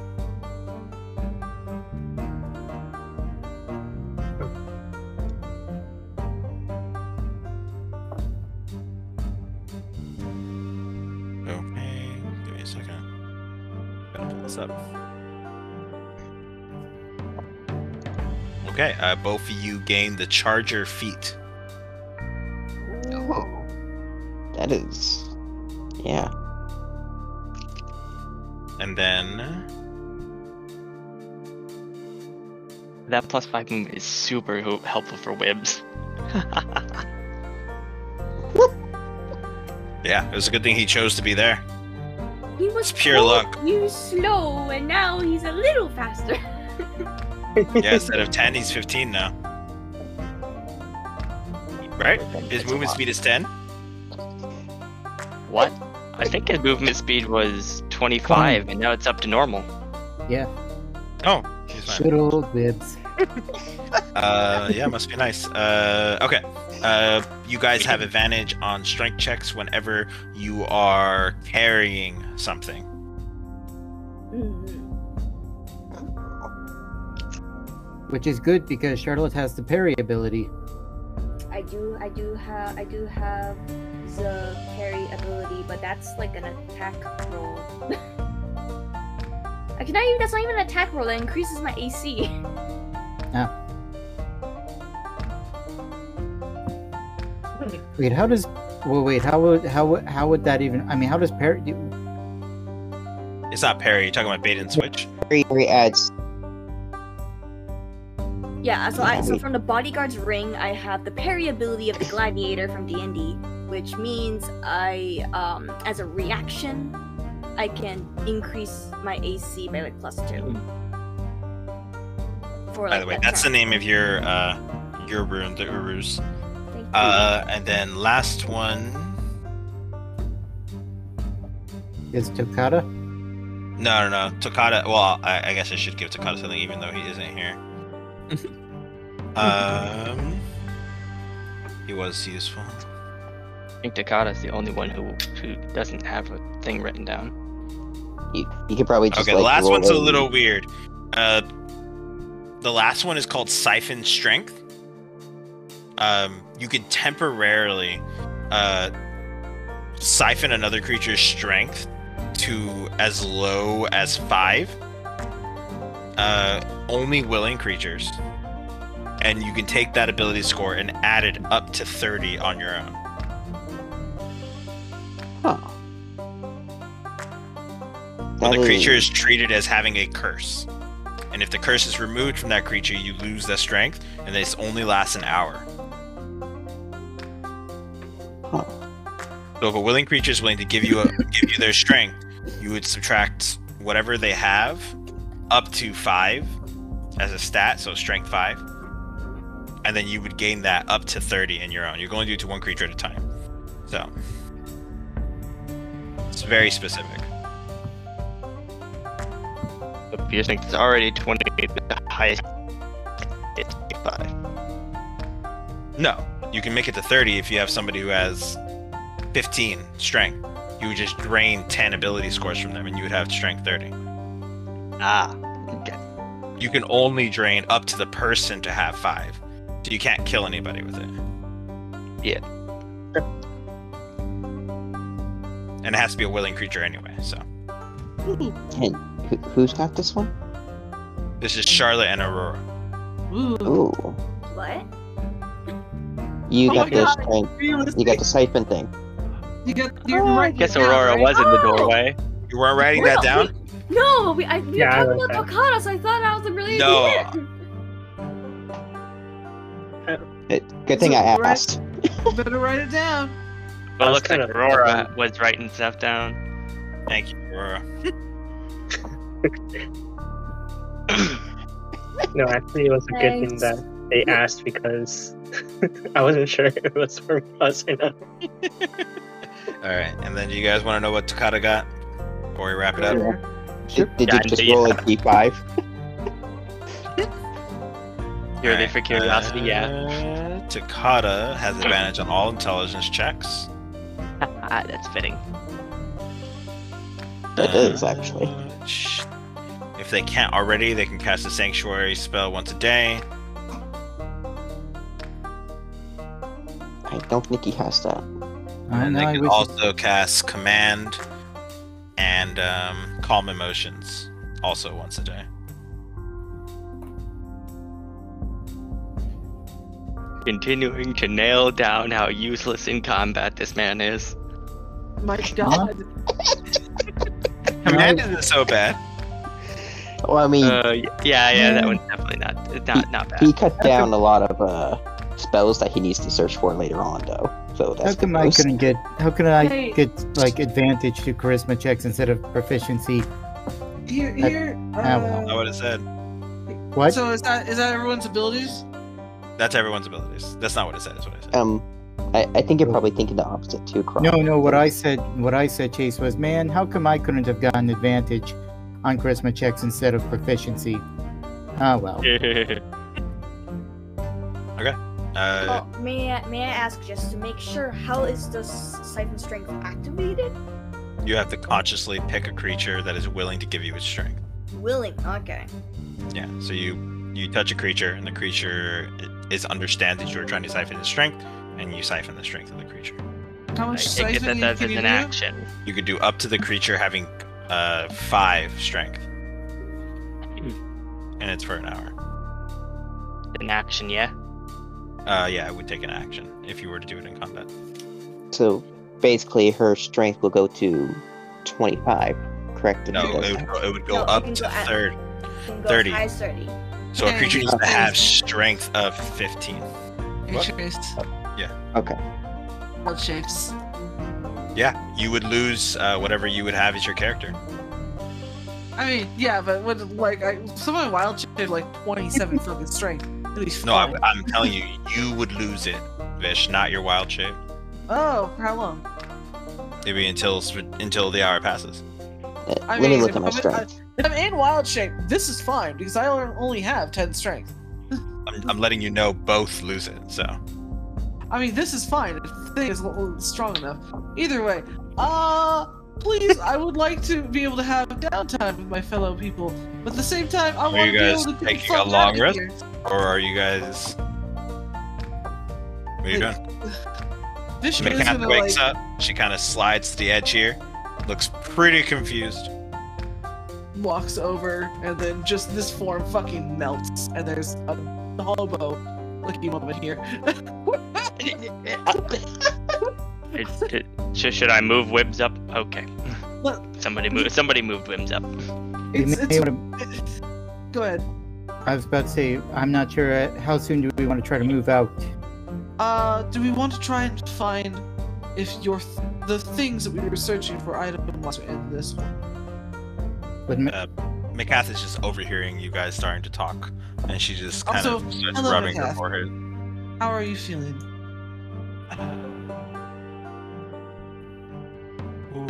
Speaker 2: Okay, give me a second. Gotta pull this up. Okay, uh, both of you gain the charger feat.
Speaker 1: That is. Yeah.
Speaker 2: And then
Speaker 6: That plus five movement is super ho- helpful for wibs.
Speaker 2: Yeah, it was a good thing he chose to be there.
Speaker 9: He was
Speaker 2: It's pure
Speaker 9: so-
Speaker 2: luck.
Speaker 9: He was slow, and now he's a little faster.
Speaker 2: Yeah, instead of 10, he's 15 now. Right? His movement speed is 10.
Speaker 6: What? I think his movement speed was 25, and now it's up to normal.
Speaker 2: Oh, She's fine.
Speaker 4: Good old dibs.
Speaker 2: Uh, yeah, must be nice. Uh, okay. Uh, you guys have advantage on strength checks whenever you are carrying something.
Speaker 4: Which is good because Charlotte has the parry ability.
Speaker 9: I do, I do have, I do have the parry ability, but that's like an attack roll. I cannot even. That's not even an attack roll. That increases my AC.
Speaker 4: Wait, how does? Well, wait, how would how would how would that even? I mean, how does parry?
Speaker 2: It's not parry. You're talking about bait and switch.
Speaker 1: Parry parry adds.
Speaker 9: Yeah. So I, so from the bodyguard's ring, I have the parry ability of the gladiator from D and D, which means I, um, as a reaction, I can increase my AC by like plus two. For,
Speaker 2: By the way,
Speaker 9: that
Speaker 2: that's the
Speaker 9: turn.
Speaker 2: name of your uh your rune, the Urus.
Speaker 9: Thank you.
Speaker 2: Uh, and then last one.
Speaker 4: Is Tokata?
Speaker 2: No, no, no. Takada. Well, I, I guess I should give Takada something, even though he isn't here. um, he was useful.
Speaker 6: I think Takata's the only one who who doesn't have a thing written down.
Speaker 1: You, you could probably just
Speaker 2: Okay, the
Speaker 1: like,
Speaker 2: last
Speaker 1: roll
Speaker 2: one's a little weird. Uh, the last one is called Siphon Strength. Um, you can temporarily uh, siphon another creature's strength to as low as five. Uh, only willing creatures, and you can take that ability score and add it up to thirty on your own.
Speaker 1: Huh.
Speaker 2: Well,
Speaker 1: That
Speaker 2: the
Speaker 1: is-
Speaker 2: creature is treated as having a curse. And if the curse is removed from that creature, you lose that strength, and this only lasts an hour.
Speaker 1: Huh.
Speaker 2: So if a willing creature is willing to give you a, give you their strength, you would subtract whatever they have up to five as a stat, so strength five, and then you would gain that up to thirty in your own. You're going to do it to one creature at a time, so it's very specific.
Speaker 6: The piercing strength is already 20, but the highest is 25.
Speaker 2: No, you can make it to 30 if you have somebody who has 15 strength. You would just drain 10 ability scores from them and you would have strength 30.
Speaker 6: Ah, okay.
Speaker 2: You can only drain up to the person to have 5. So you can't kill anybody with it.
Speaker 6: Yeah.
Speaker 2: And it has to be a willing creature anyway, so.
Speaker 1: Ten. Hmm. Who, who's got this one?
Speaker 2: This is Charlotte and Aurora.
Speaker 3: Ooh.
Speaker 1: Ooh,
Speaker 9: What?
Speaker 1: you
Speaker 3: Oh
Speaker 1: got
Speaker 3: my
Speaker 1: the
Speaker 3: God.
Speaker 1: strength.
Speaker 3: Realistic.
Speaker 1: You got the siphon thing.
Speaker 3: You got. You're
Speaker 9: Oh,
Speaker 3: right.
Speaker 6: Guess
Speaker 3: you're right,
Speaker 6: Aurora
Speaker 3: right?
Speaker 6: was in the doorway.
Speaker 2: You weren't writing that down?
Speaker 9: No, we, I, we
Speaker 5: Yeah, I
Speaker 9: were talking
Speaker 5: like
Speaker 9: about Tokata, so I thought that was a really
Speaker 2: No.
Speaker 1: It, good thing I
Speaker 3: Right.
Speaker 1: asked.
Speaker 3: Better write it down.
Speaker 6: But
Speaker 5: I
Speaker 6: it
Speaker 5: was
Speaker 6: looks like
Speaker 5: kinda-
Speaker 6: Aurora was writing stuff down.
Speaker 2: Thank you, Aurora.
Speaker 5: No, actually, it was a good thing
Speaker 9: Thanks.
Speaker 5: that they asked because I wasn't sure if it was for us or not.
Speaker 2: Alright, and then do you guys want to know what Takata got? Before we wrap it up?
Speaker 1: Did, did
Speaker 6: Yeah,
Speaker 1: you just
Speaker 6: yeah.
Speaker 1: roll a d5?
Speaker 6: Purely for curiosity, yeah.
Speaker 2: Uh, Takata has advantage on all intelligence checks.
Speaker 6: Ah, that's fitting.
Speaker 1: That is, actually.
Speaker 2: sh- If they can't already, they can cast a sanctuary spell once a day.
Speaker 1: I don't think he has that.
Speaker 4: I
Speaker 2: and
Speaker 4: know.
Speaker 2: they
Speaker 4: I
Speaker 2: can
Speaker 4: wish-
Speaker 2: also cast command and um, calm emotions also once a day.
Speaker 6: Continuing to nail down how useless in combat this man is.
Speaker 3: My God.
Speaker 2: Command isn't so bad.
Speaker 1: Well, I mean,
Speaker 6: Uh, y- yeah, yeah, that one's definitely not not not
Speaker 1: he
Speaker 6: bad.
Speaker 1: cut down a lot of uh, spells that he needs to search for later on, though. So
Speaker 4: How
Speaker 1: that's
Speaker 4: come I
Speaker 1: gross.
Speaker 4: couldn't get? How could I
Speaker 9: Hey.
Speaker 4: get like advantage to charisma checks instead of proficiency?
Speaker 3: Here, here.
Speaker 4: Ah,
Speaker 2: I
Speaker 3: Uh,
Speaker 2: would have said.
Speaker 4: What?
Speaker 3: so is that is that everyone's abilities?
Speaker 2: That's everyone's abilities. That's not what it said. That's what I said.
Speaker 1: Um, I, I think you're probably thinking the opposite too, Kron.
Speaker 4: no, no. What I said, what I said, Chase was, man, how come I couldn't have gotten advantage on charisma checks instead of proficiency? Oh well.
Speaker 2: Uh,
Speaker 9: Oh, may I, may I ask just to make sure how is the s- siphon strength activated?
Speaker 2: You have to consciously pick a creature that is willing to give you its strength.
Speaker 9: Willing. Okay.
Speaker 2: Yeah. So you you touch a creature, and the creature i- is understands that you are trying to siphon its strength, and you siphon the strength of the creature.
Speaker 6: I
Speaker 3: How much
Speaker 6: take it that
Speaker 3: siphoning
Speaker 6: that
Speaker 3: can
Speaker 6: is
Speaker 3: you
Speaker 6: an
Speaker 3: do?
Speaker 6: action.
Speaker 2: You could do up to the creature having uh, five strength, and it's for an hour.
Speaker 6: Hmm. An action, yeah.
Speaker 2: Uh, yeah, it would take an action if you were to do it in combat.
Speaker 1: So basically, her strength will go to 25, correct?
Speaker 2: No,
Speaker 1: If she does
Speaker 2: it would
Speaker 1: that.
Speaker 2: go, it would go
Speaker 9: No, it
Speaker 2: up
Speaker 9: can
Speaker 2: to
Speaker 9: go at-
Speaker 2: third.
Speaker 9: Can go
Speaker 2: 30.
Speaker 9: As high as thirty.
Speaker 2: So a
Speaker 3: Yeah,
Speaker 2: creature
Speaker 3: you
Speaker 2: needs to
Speaker 3: can
Speaker 2: have
Speaker 3: choose.
Speaker 2: strength of 15.
Speaker 3: You
Speaker 2: What?
Speaker 3: chased.
Speaker 1: Okay.
Speaker 3: Wild shapes.
Speaker 2: Yeah, you would lose uh, whatever you would have as your character.
Speaker 3: I mean, yeah, but would like I someone wild shape had, like twenty-seven fucking strength. At least
Speaker 2: No, I,
Speaker 3: fine.
Speaker 2: I'm telling you, you would lose it, Vish, not your wild shape.
Speaker 3: Oh, for how long?
Speaker 2: It'd be until s- until the hour passes.
Speaker 1: Uh,
Speaker 3: I
Speaker 1: Let me
Speaker 3: mean,
Speaker 1: look
Speaker 3: if
Speaker 1: at my
Speaker 3: I'm in-
Speaker 1: strength.
Speaker 3: If I'm in wild shape, this is fine because I only have ten strength.
Speaker 2: I'm, I'm letting you know both lose it. So
Speaker 3: I mean, this is fine. If the thing is l- strong enough. Either way, uh, please, I would like to be able to have downtime with my fellow people, but at the same time, I
Speaker 2: Are
Speaker 3: want to
Speaker 2: you
Speaker 3: be
Speaker 2: guys
Speaker 3: able to get the
Speaker 2: taking a
Speaker 3: fuck outta
Speaker 2: long rest?
Speaker 3: here.
Speaker 2: or are you guys? What are you doing?
Speaker 3: This shit is
Speaker 2: McNabb
Speaker 3: gonna
Speaker 2: wakes
Speaker 3: like.
Speaker 2: up. She kind of slides to the edge here. Looks pretty confused.
Speaker 3: walks over, and then just this form fucking melts, and there's a hobo looking moment here.
Speaker 6: It, it, sh- should I move Wims up? Okay.
Speaker 3: Look.
Speaker 6: Somebody moved. Somebody moved Wims up.
Speaker 4: You
Speaker 3: It's-
Speaker 4: may
Speaker 3: it's-
Speaker 4: wanna-
Speaker 3: Go ahead.
Speaker 4: I was about to say, I'm not sure uh, how soon do we want to try to move out.
Speaker 3: Uh, do we want to try and find if your th- the things that we were searching for item was in this one?
Speaker 4: But m-
Speaker 2: McCath Uh, is just overhearing you guys starting to talk, and she just kind
Speaker 3: Also,
Speaker 2: of starts
Speaker 3: hello,
Speaker 2: rubbing her
Speaker 3: Macath.
Speaker 2: forehead.
Speaker 3: How are you feeling?
Speaker 2: Who,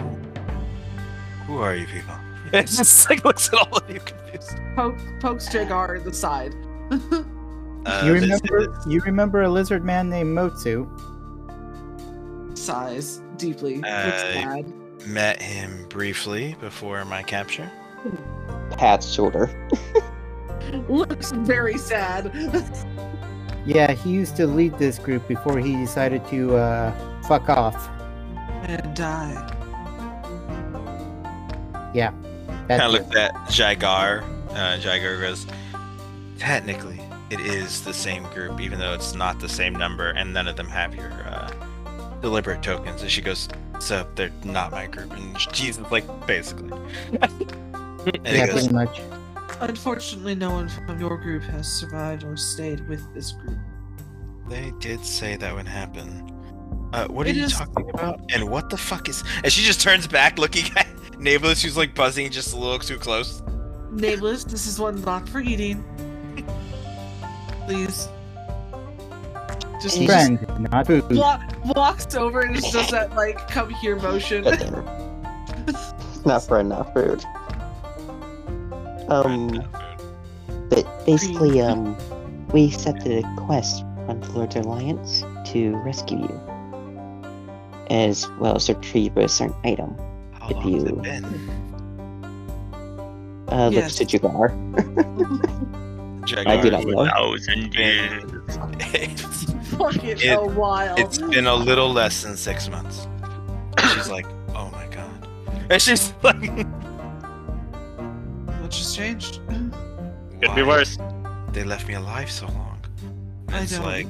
Speaker 2: who are you people? It just like looks at all of you confused.
Speaker 3: Poke, pokes Jagar in the side.
Speaker 2: Uh,
Speaker 4: you
Speaker 2: this
Speaker 4: remember
Speaker 2: is-
Speaker 4: you remember a lizard man named Motsu?
Speaker 3: Sighs deeply. Looks
Speaker 2: Uh,
Speaker 3: sad.
Speaker 2: met him briefly before my capture.
Speaker 1: Pat's shoulder.
Speaker 3: Looks very sad.
Speaker 4: Yeah, he used to lead this group before he decided to uh, fuck off.
Speaker 3: and die.
Speaker 4: That's
Speaker 2: Kind of looked at Jagar. Uh, Jagar goes, technically, it is the same group, even though it's not the same number, and none of them have your uh, deliberate tokens. And she goes, so they're not my group. And she's like, basically. and he
Speaker 4: yeah,
Speaker 2: goes,
Speaker 4: pretty much.
Speaker 3: Unfortunately, no one from your group has survived or stayed with this group.
Speaker 2: they did say that would happen. Uh, what are
Speaker 3: It
Speaker 2: you
Speaker 3: is-
Speaker 2: talking about? And what the fuck is? And she just turns back, looking at Naveless, who's like buzzing just a little too close.
Speaker 3: Nameless, this is one not for eating. Please. Just,
Speaker 1: He's-
Speaker 3: just
Speaker 4: Friend, not food.
Speaker 3: wa- walks over and just does that like come here motion.
Speaker 1: God damn it. Not for enough food. Um. But basically, um, we accepted a quest from the Lord's Alliance to rescue you, as well as retrieve a certain item.
Speaker 2: How
Speaker 1: If
Speaker 2: long has
Speaker 1: you-
Speaker 2: it been?
Speaker 1: Uh,
Speaker 3: Yes.
Speaker 1: looks to Jagar.
Speaker 2: Jagar,
Speaker 1: I do not know.
Speaker 6: Thousand years.
Speaker 3: Fucking
Speaker 2: It-
Speaker 3: a while.
Speaker 2: It's been a little less than six months. She's like, oh my god. And she's like,
Speaker 3: What just changed?
Speaker 6: Could
Speaker 2: "Why
Speaker 6: be worse.
Speaker 2: They left me alive so long.
Speaker 3: I
Speaker 2: it's
Speaker 3: don't.
Speaker 2: like,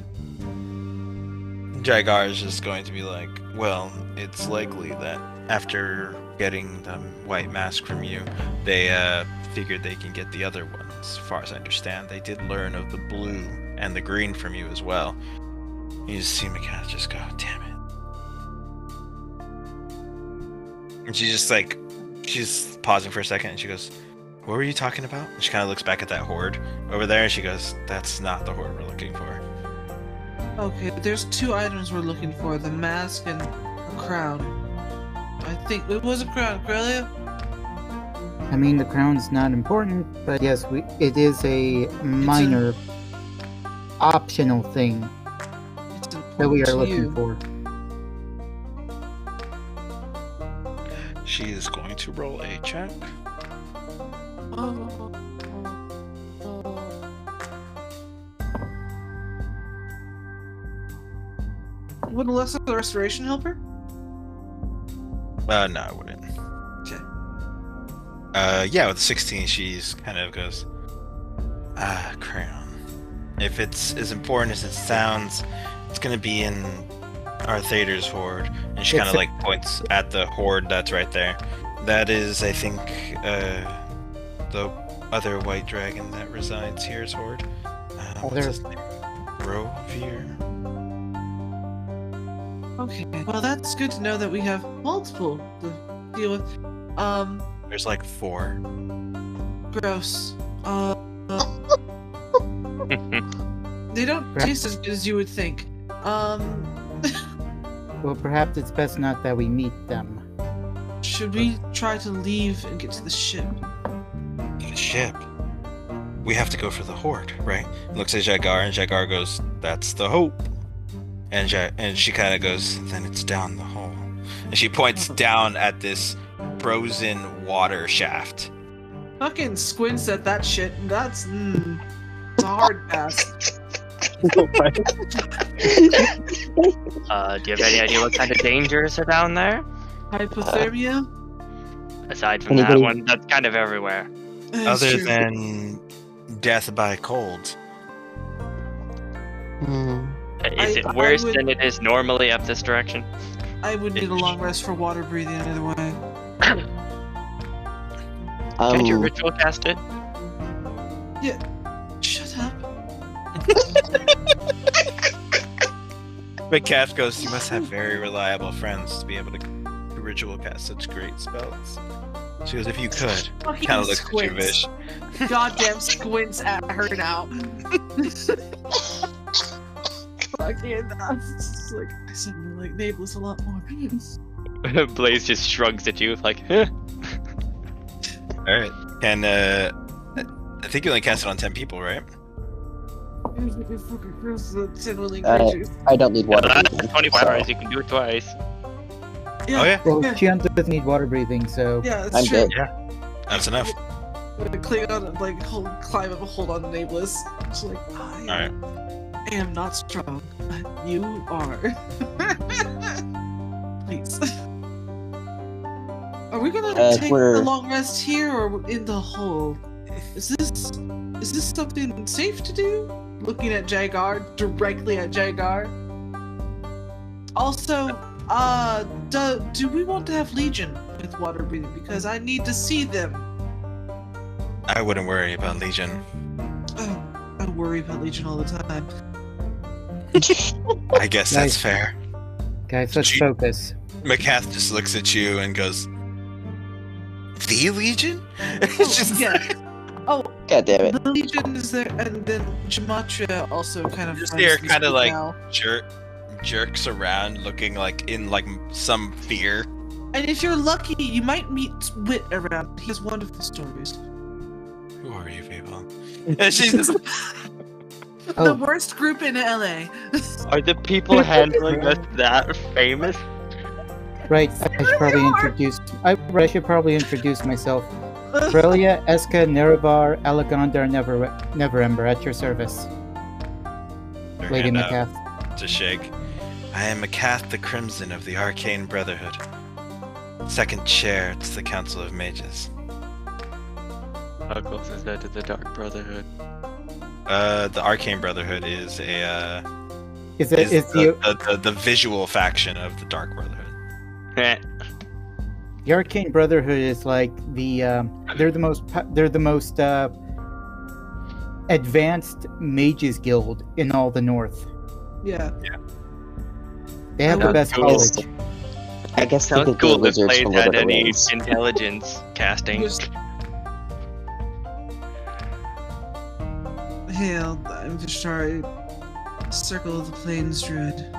Speaker 2: Jagar is just going to be like, well, it's likely that after getting the white mask from you, they uh, figured they can get the other ones. As far as I understand, they did learn of the blue and the green from you as well. You just see Macath just go, damn it. And she's just like, she's pausing for a second and she goes, what were you talking about? And she kind of looks back at that horde over there and she goes, that's not the horde we're looking for.
Speaker 3: Okay, there's two items we're looking for: the mask and the crown. I think it was a crown, Corellia.
Speaker 4: I mean, the crown's not important, but yes, we, it is a minor, optional thing
Speaker 3: It's important
Speaker 4: that we are
Speaker 3: to
Speaker 4: looking
Speaker 3: you.
Speaker 4: for.
Speaker 2: She is going to roll a check.
Speaker 3: Oh. Would Alessa the restoration help her?
Speaker 2: Uh, no, I wouldn't.
Speaker 3: Okay.
Speaker 2: Uh, yeah, with 16, she's kind of goes, ah, crown. If it's as important as it sounds, it's gonna be in our theater's hoard. And she kind of
Speaker 4: It's-
Speaker 2: like points at the hoard that's right there. That is, I think, uh, the other white dragon that resides here's hoard. Uh,
Speaker 4: Oh,
Speaker 2: what's his name? Rovir.
Speaker 3: Okay. Well, that's good to know that we have multiple to deal with. Um,
Speaker 2: There's like four.
Speaker 3: gross. Uh, they don't
Speaker 4: Right.
Speaker 3: taste as good as you would think. Um,
Speaker 4: Well, perhaps it's best not that we meet them.
Speaker 3: should we try to leave and get to the ship?
Speaker 2: The ship. We have to go for the horde, right? Looks at Jagar, and Jagar goes, "That's the hope." And ja- and she kind of goes, "Then it's down the hole." And she points down at this frozen water shaft.
Speaker 3: Fucking squints at that shit. and That's mm, it's a hard pass.
Speaker 6: Uh, do you have any idea what kind of dangers are down there? Uh,
Speaker 3: Hypothermia.
Speaker 6: Aside from that
Speaker 1: Anybody-
Speaker 6: one, that's kind of everywhere.
Speaker 3: That's
Speaker 2: Other
Speaker 3: true.
Speaker 2: than death by cold,
Speaker 1: Hmm.
Speaker 6: Is
Speaker 3: I-
Speaker 6: it
Speaker 3: I
Speaker 6: worse
Speaker 3: would-
Speaker 6: than it is normally up this direction?
Speaker 3: I would need a long rest for water breathing either way. Oh,
Speaker 1: Um,
Speaker 6: Did your ritual cast it?
Speaker 3: Shut up.
Speaker 2: but Cash goes, "You must have very reliable friends to be able to ritual cast such great spells." She goes, "If you could."
Speaker 3: Fucking
Speaker 2: Kind of looks at you,
Speaker 3: squints.
Speaker 2: Vish.
Speaker 3: Goddamn squints at her now. Fucking, I'm just like I sound like Naples a lot more.
Speaker 6: Blaze just shrugs at you, like, huh?
Speaker 2: All right, and uh, I think you only cast it on ten people, right?
Speaker 3: Fucking gross, the tiddling
Speaker 1: Uh,
Speaker 3: creatures.
Speaker 1: I don't need water. breathing,
Speaker 6: 24
Speaker 1: so
Speaker 6: hours, you can do it twice.
Speaker 3: Yeah.
Speaker 2: Oh yeah,
Speaker 4: Well,
Speaker 3: Yeah.
Speaker 4: she does need water breathing, so
Speaker 3: Yeah, that's
Speaker 1: I'm
Speaker 3: true.
Speaker 1: good.
Speaker 2: that's enough.
Speaker 3: The Klingon like hold, climb up, hold on to Nablus. She's like, I am not strong, but you are. Please. Are we gonna
Speaker 1: Uh,
Speaker 3: take
Speaker 1: we're-
Speaker 3: the long rest here or in the hole? Is this is this something safe to do? Looking at Jagar directly at Jagar. Also, uh, do, do we want to have Legion with water breathing? Because I need to see them.
Speaker 2: I wouldn't worry about Legion.
Speaker 3: Oh, I worry about Legion all the time.
Speaker 2: I guess that's
Speaker 4: Nice.
Speaker 2: fair.
Speaker 4: guys, let's
Speaker 2: She-
Speaker 4: focus.
Speaker 2: McCath just looks at you and goes, "The Legion?" It's just
Speaker 3: Oh, yeah, Oh.
Speaker 1: God damn it.
Speaker 3: the Legion is there, and then Gematria also kind of.
Speaker 2: Just
Speaker 3: runs
Speaker 2: there,
Speaker 3: this
Speaker 2: kinda
Speaker 3: route
Speaker 2: like-
Speaker 3: now.
Speaker 2: jerk jerks around, looking like in like some fear.
Speaker 3: And if you're lucky, you might meet Wit around. He has wonderful stories.
Speaker 2: Who are you people? And she's just,
Speaker 3: The
Speaker 4: Oh,
Speaker 3: worst group in LA.
Speaker 6: Are the people handling us that famous?
Speaker 4: right. I should probably introduce. I, I should probably introduce myself. Brelia Eska Nerevar Alagondar Never Neverember at your service,
Speaker 2: Her
Speaker 4: Lady
Speaker 2: hand out
Speaker 4: Macath.
Speaker 2: to shake. I am Macath the Crimson of the Arcane Brotherhood, second chair to the Council of Mages.
Speaker 6: How close is that to the Dark Brotherhood?
Speaker 2: Uh, the Arcane Brotherhood is a uh,
Speaker 4: Is it
Speaker 2: is,
Speaker 4: is
Speaker 2: the,
Speaker 4: the
Speaker 2: the, the, the visual faction of the Dark Brotherhood.
Speaker 4: the Arcane Brotherhood is like the um, they're the most po- they're the most uh, advanced mages guild in all the North.
Speaker 3: Yeah.
Speaker 4: They have the
Speaker 6: Yeah,
Speaker 4: best
Speaker 6: cool.
Speaker 4: college.
Speaker 1: I guess I
Speaker 6: Sounds
Speaker 1: think the
Speaker 6: cool if
Speaker 1: wizards
Speaker 6: Blaze
Speaker 1: from Lord of
Speaker 6: had
Speaker 1: the
Speaker 6: any
Speaker 1: Rings.
Speaker 6: intelligence casting.
Speaker 3: Just- Hail, I'm Vishtari, Circle of the Plains Druid.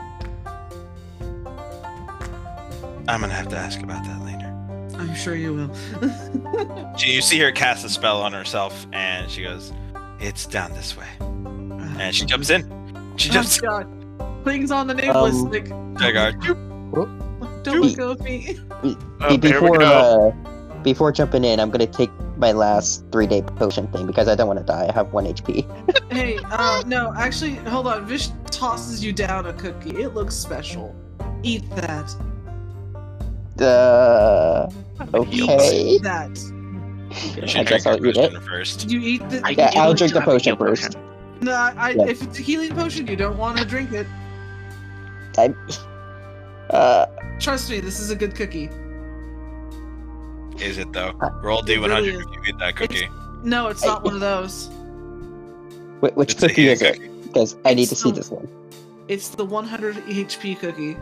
Speaker 2: I'm gonna have to ask about that later.
Speaker 3: I'm sure you will.
Speaker 2: She, you see her cast a spell on herself, and she goes, "It's down this way," and she jumps in. She jumps.
Speaker 3: oh god. Things on the naval list,
Speaker 1: Um,
Speaker 3: Nick.
Speaker 2: Dagar,
Speaker 3: Don't let go of me.
Speaker 6: Oh, here we
Speaker 1: before
Speaker 6: go.
Speaker 1: uh, before jumping in, I'm gonna take my last three day potion thing because I don't want to die. I have one HP.
Speaker 3: Hey, uh, no, actually, hold on. Vish tosses you down a cookie. It looks special. Eat that.
Speaker 1: Uh, okay.
Speaker 3: Eat that.
Speaker 2: you
Speaker 1: I
Speaker 2: should drink
Speaker 1: guess
Speaker 2: her
Speaker 1: I'll eat it.
Speaker 2: potion first.
Speaker 9: Oh.
Speaker 3: You eat the.
Speaker 6: I
Speaker 1: Yeah,
Speaker 6: do
Speaker 1: I'll
Speaker 6: want
Speaker 1: drink the
Speaker 6: to have a
Speaker 1: potion
Speaker 6: heal
Speaker 1: first.
Speaker 3: No, I,
Speaker 1: Yeah.
Speaker 3: if it's a healing potion, you don't want to drink it.
Speaker 1: I, uh,
Speaker 3: Trust me, this is a good cookie.
Speaker 2: Is it though? Roll D100
Speaker 3: really
Speaker 2: if
Speaker 3: is.
Speaker 2: you eat that cookie.
Speaker 3: No, it's not one of those.
Speaker 1: wh- which
Speaker 2: It's a
Speaker 1: cookie is
Speaker 2: hidden
Speaker 1: it? Because I need
Speaker 3: It's
Speaker 1: to see
Speaker 3: some-
Speaker 1: this one.
Speaker 3: It's the 100 HP cookie.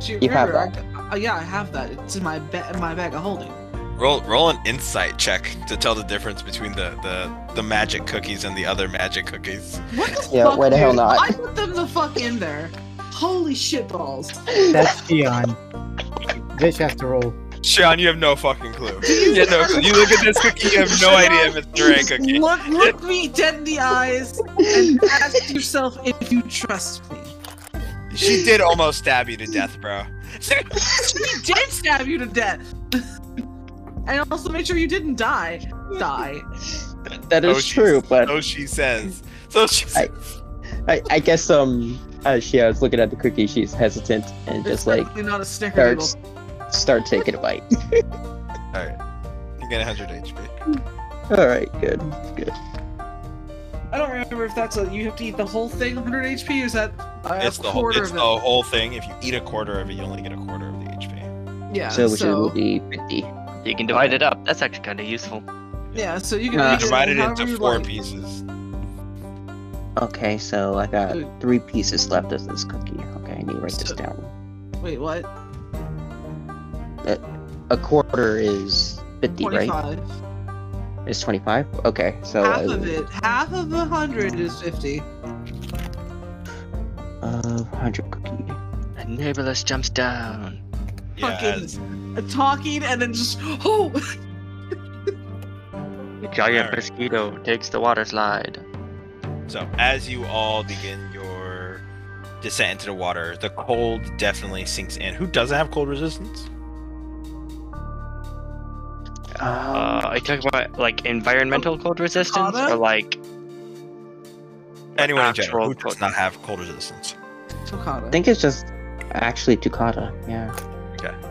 Speaker 3: She,
Speaker 1: You have
Speaker 3: remember, I- I- yeah, I have that. It's in my ba- in my bag of holding.
Speaker 2: Roll roll an insight check to tell the difference between the the, the magic cookies and the other magic cookies.
Speaker 3: What the
Speaker 1: Yeah,
Speaker 3: fuck?
Speaker 1: why the hell
Speaker 3: dude?
Speaker 1: not?
Speaker 3: I put them the fuck in there. Holy shit balls.
Speaker 4: That's beyond. Vish has to roll.
Speaker 2: Sean, you have no fucking clue. You, have no clue. You look at this cookie, you have no idea if it's the right cookie.
Speaker 3: Look, look me dead in the eyes and ask yourself if you trust me.
Speaker 2: She did almost stab you to death, bro.
Speaker 3: She did stab you to death. and also make sure you didn't die. Die.
Speaker 1: That
Speaker 2: is
Speaker 1: is
Speaker 2: Oh, she's-
Speaker 1: true,
Speaker 2: true,
Speaker 1: but
Speaker 2: So she says. So she
Speaker 1: I-
Speaker 2: says.
Speaker 1: I, I guess um, as she was looking at the cookie, she's hesitant and
Speaker 3: It's
Speaker 1: just like
Speaker 3: definitely not a snickerdoodle.
Speaker 1: starts start taking a bite.
Speaker 2: You get 100 HP.
Speaker 1: All right, good, good.
Speaker 3: I don't remember if that's a you have to eat the whole thing 100 HP or is that a
Speaker 2: It's the whole.
Speaker 3: quarter
Speaker 2: It's
Speaker 3: of it?
Speaker 2: the whole thing. If you eat a quarter of it, you only get a quarter of the HP.
Speaker 3: yeah,
Speaker 1: so which will be fifty.
Speaker 6: potion. You can divide it up. That's actually kind of useful.
Speaker 3: yeah, so you can
Speaker 1: Uh,
Speaker 3: eat
Speaker 2: You
Speaker 3: it
Speaker 2: divide it
Speaker 3: however
Speaker 2: into
Speaker 3: you
Speaker 2: four
Speaker 3: like.
Speaker 2: pieces.
Speaker 1: Okay, so I got
Speaker 3: Good.
Speaker 1: three pieces left of this cookie. Okay, I need to write this
Speaker 3: So-
Speaker 1: down. Uh,
Speaker 3: Wait, what?
Speaker 1: A quarter is fifty, right?
Speaker 3: 25.
Speaker 1: It's twenty-five. Okay, so
Speaker 3: half
Speaker 1: uh,
Speaker 3: of it, half of a hundred is fifty.
Speaker 1: Uh, hundred cookie.
Speaker 6: And Neighborless jumps down.
Speaker 2: Yeah.
Speaker 3: Fucking-
Speaker 2: as-
Speaker 3: Talking and then just oh,
Speaker 6: The giant
Speaker 2: Alright.
Speaker 6: mosquito takes the water slide.
Speaker 2: So, as you all begin your descent into the water, the cold definitely sinks in. Who doesn't have cold resistance?
Speaker 6: Uh, are you talking about like environmental cold resistance
Speaker 3: Kata?
Speaker 6: or like
Speaker 2: Anyone in general
Speaker 6: Actual
Speaker 2: who does
Speaker 6: cold-
Speaker 2: not have cold resistance?
Speaker 1: I
Speaker 3: Tokata.
Speaker 1: think it's just actually Tukata. Yeah,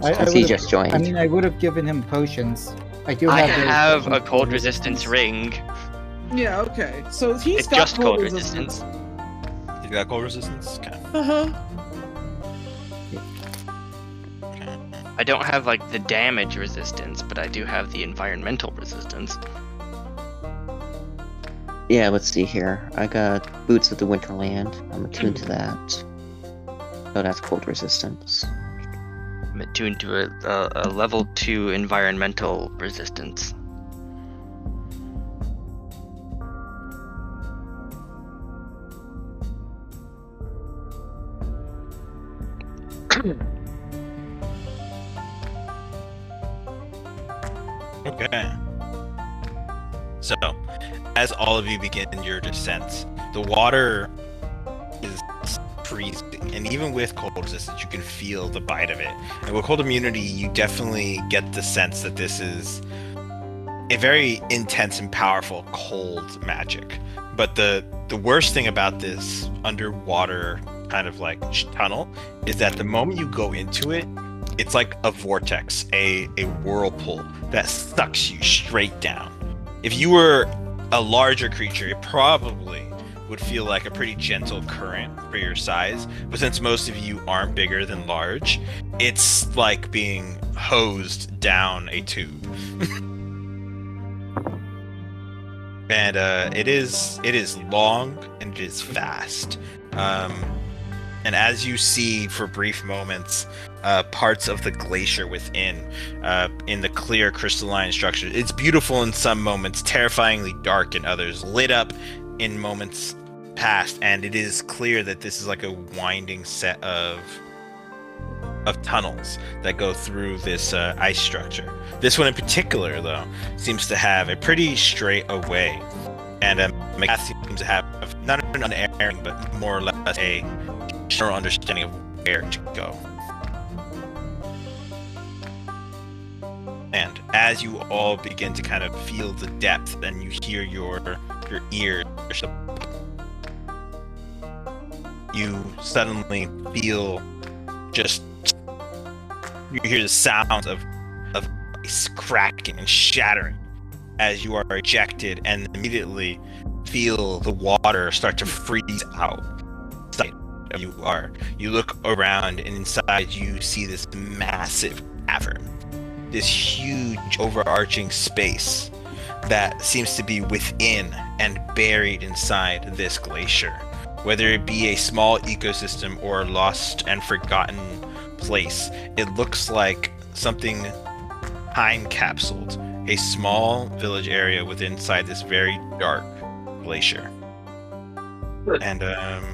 Speaker 4: I, I
Speaker 1: since he
Speaker 4: would've-
Speaker 1: just joined.
Speaker 4: I mean, I would have given him potions. I do
Speaker 6: I
Speaker 4: have.
Speaker 6: have
Speaker 4: those
Speaker 6: a
Speaker 4: potions.
Speaker 6: cold resistance ring.
Speaker 3: yeah, okay. So he's
Speaker 6: It's
Speaker 3: got
Speaker 6: just
Speaker 3: cold
Speaker 6: cold
Speaker 3: resistance.
Speaker 6: resistance.
Speaker 2: You got cold resistance? Okay.
Speaker 3: Uh huh.
Speaker 6: I don't have like the damage resistance, but I do have the environmental resistance.
Speaker 1: Yeah, let's see here. I got Boots of the Winterland. I'm attuned
Speaker 3: Mm.
Speaker 1: to that. Oh, that's cold resistance.
Speaker 6: I'm attuned to a, a, a level two environmental resistance.
Speaker 2: Okay. So, as all of you begin your descent, the water is freezing, and even with cold resistance, you can feel the bite of it. And with cold immunity, you definitely get the sense that this is a very intense and powerful cold magic. But the the worst thing about this underwater kind of like sh- tunnel is that the moment you go into it, it's like a vortex, a a whirlpool that sucks you straight down. If you were a larger creature, it probably would feel like a pretty gentle current for your size. But since most of you aren't bigger than large, it's like being hosed down a tube. and uh, it is it is long and it is fast. Um, and as you see for brief moments, uh, parts of the glacier within uh, in the clear crystalline structure. It's beautiful in some moments, terrifyingly dark in others, lit up in moments past, and it is clear that this is like a winding set of of tunnels that go through this uh, ice structure. This one in particular, though, seems to have a pretty straight away, and um, McGath seems to have not an unerring, but more or less a general understanding of where to go. And as you all begin to kind of feel the depth, and you hear your your ears you suddenly feel just you hear the sound of of ice cracking and shattering as you are ejected and immediately feel the water start to freeze out Inside you are you look around and inside you see this massive cavern this huge overarching space that seems to be within and buried inside this glacier whether it be a small ecosystem or a lost and forgotten place, it looks like something time capsuled. A small village area within inside this very dark glacier. And um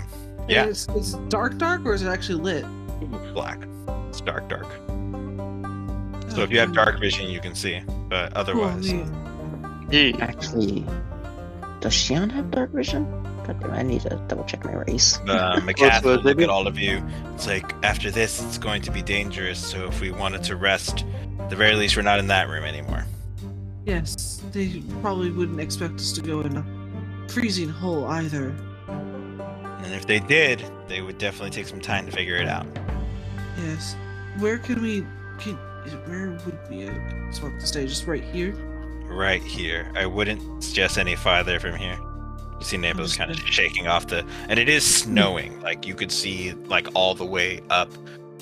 Speaker 2: yeah,
Speaker 3: It's, it's dark, dark, or is it actually lit?
Speaker 2: black. It's dark dark. So if you have dark vision you can see. But otherwise
Speaker 3: Holy-
Speaker 1: Actually, does Shion have dark vision? God damn, I need to double check my race.
Speaker 2: uh, McCath
Speaker 8: so
Speaker 2: will
Speaker 8: they
Speaker 2: look
Speaker 8: can-
Speaker 2: at all of you. It's like after this it's going to be dangerous, so if we wanted to rest, at the very least we're not in that room anymore.
Speaker 3: Yes, they probably wouldn't expect us to go in a freezing hole either.
Speaker 2: And if they did, they would definitely take some time to figure it out.
Speaker 3: Yes. Where can we? Can, where would we? uh, I just want to say, just right here.
Speaker 2: Right here. I wouldn't suggest any farther from here. You see Naples kind of shaking off the and it is snowing. Like you could see like all the way up.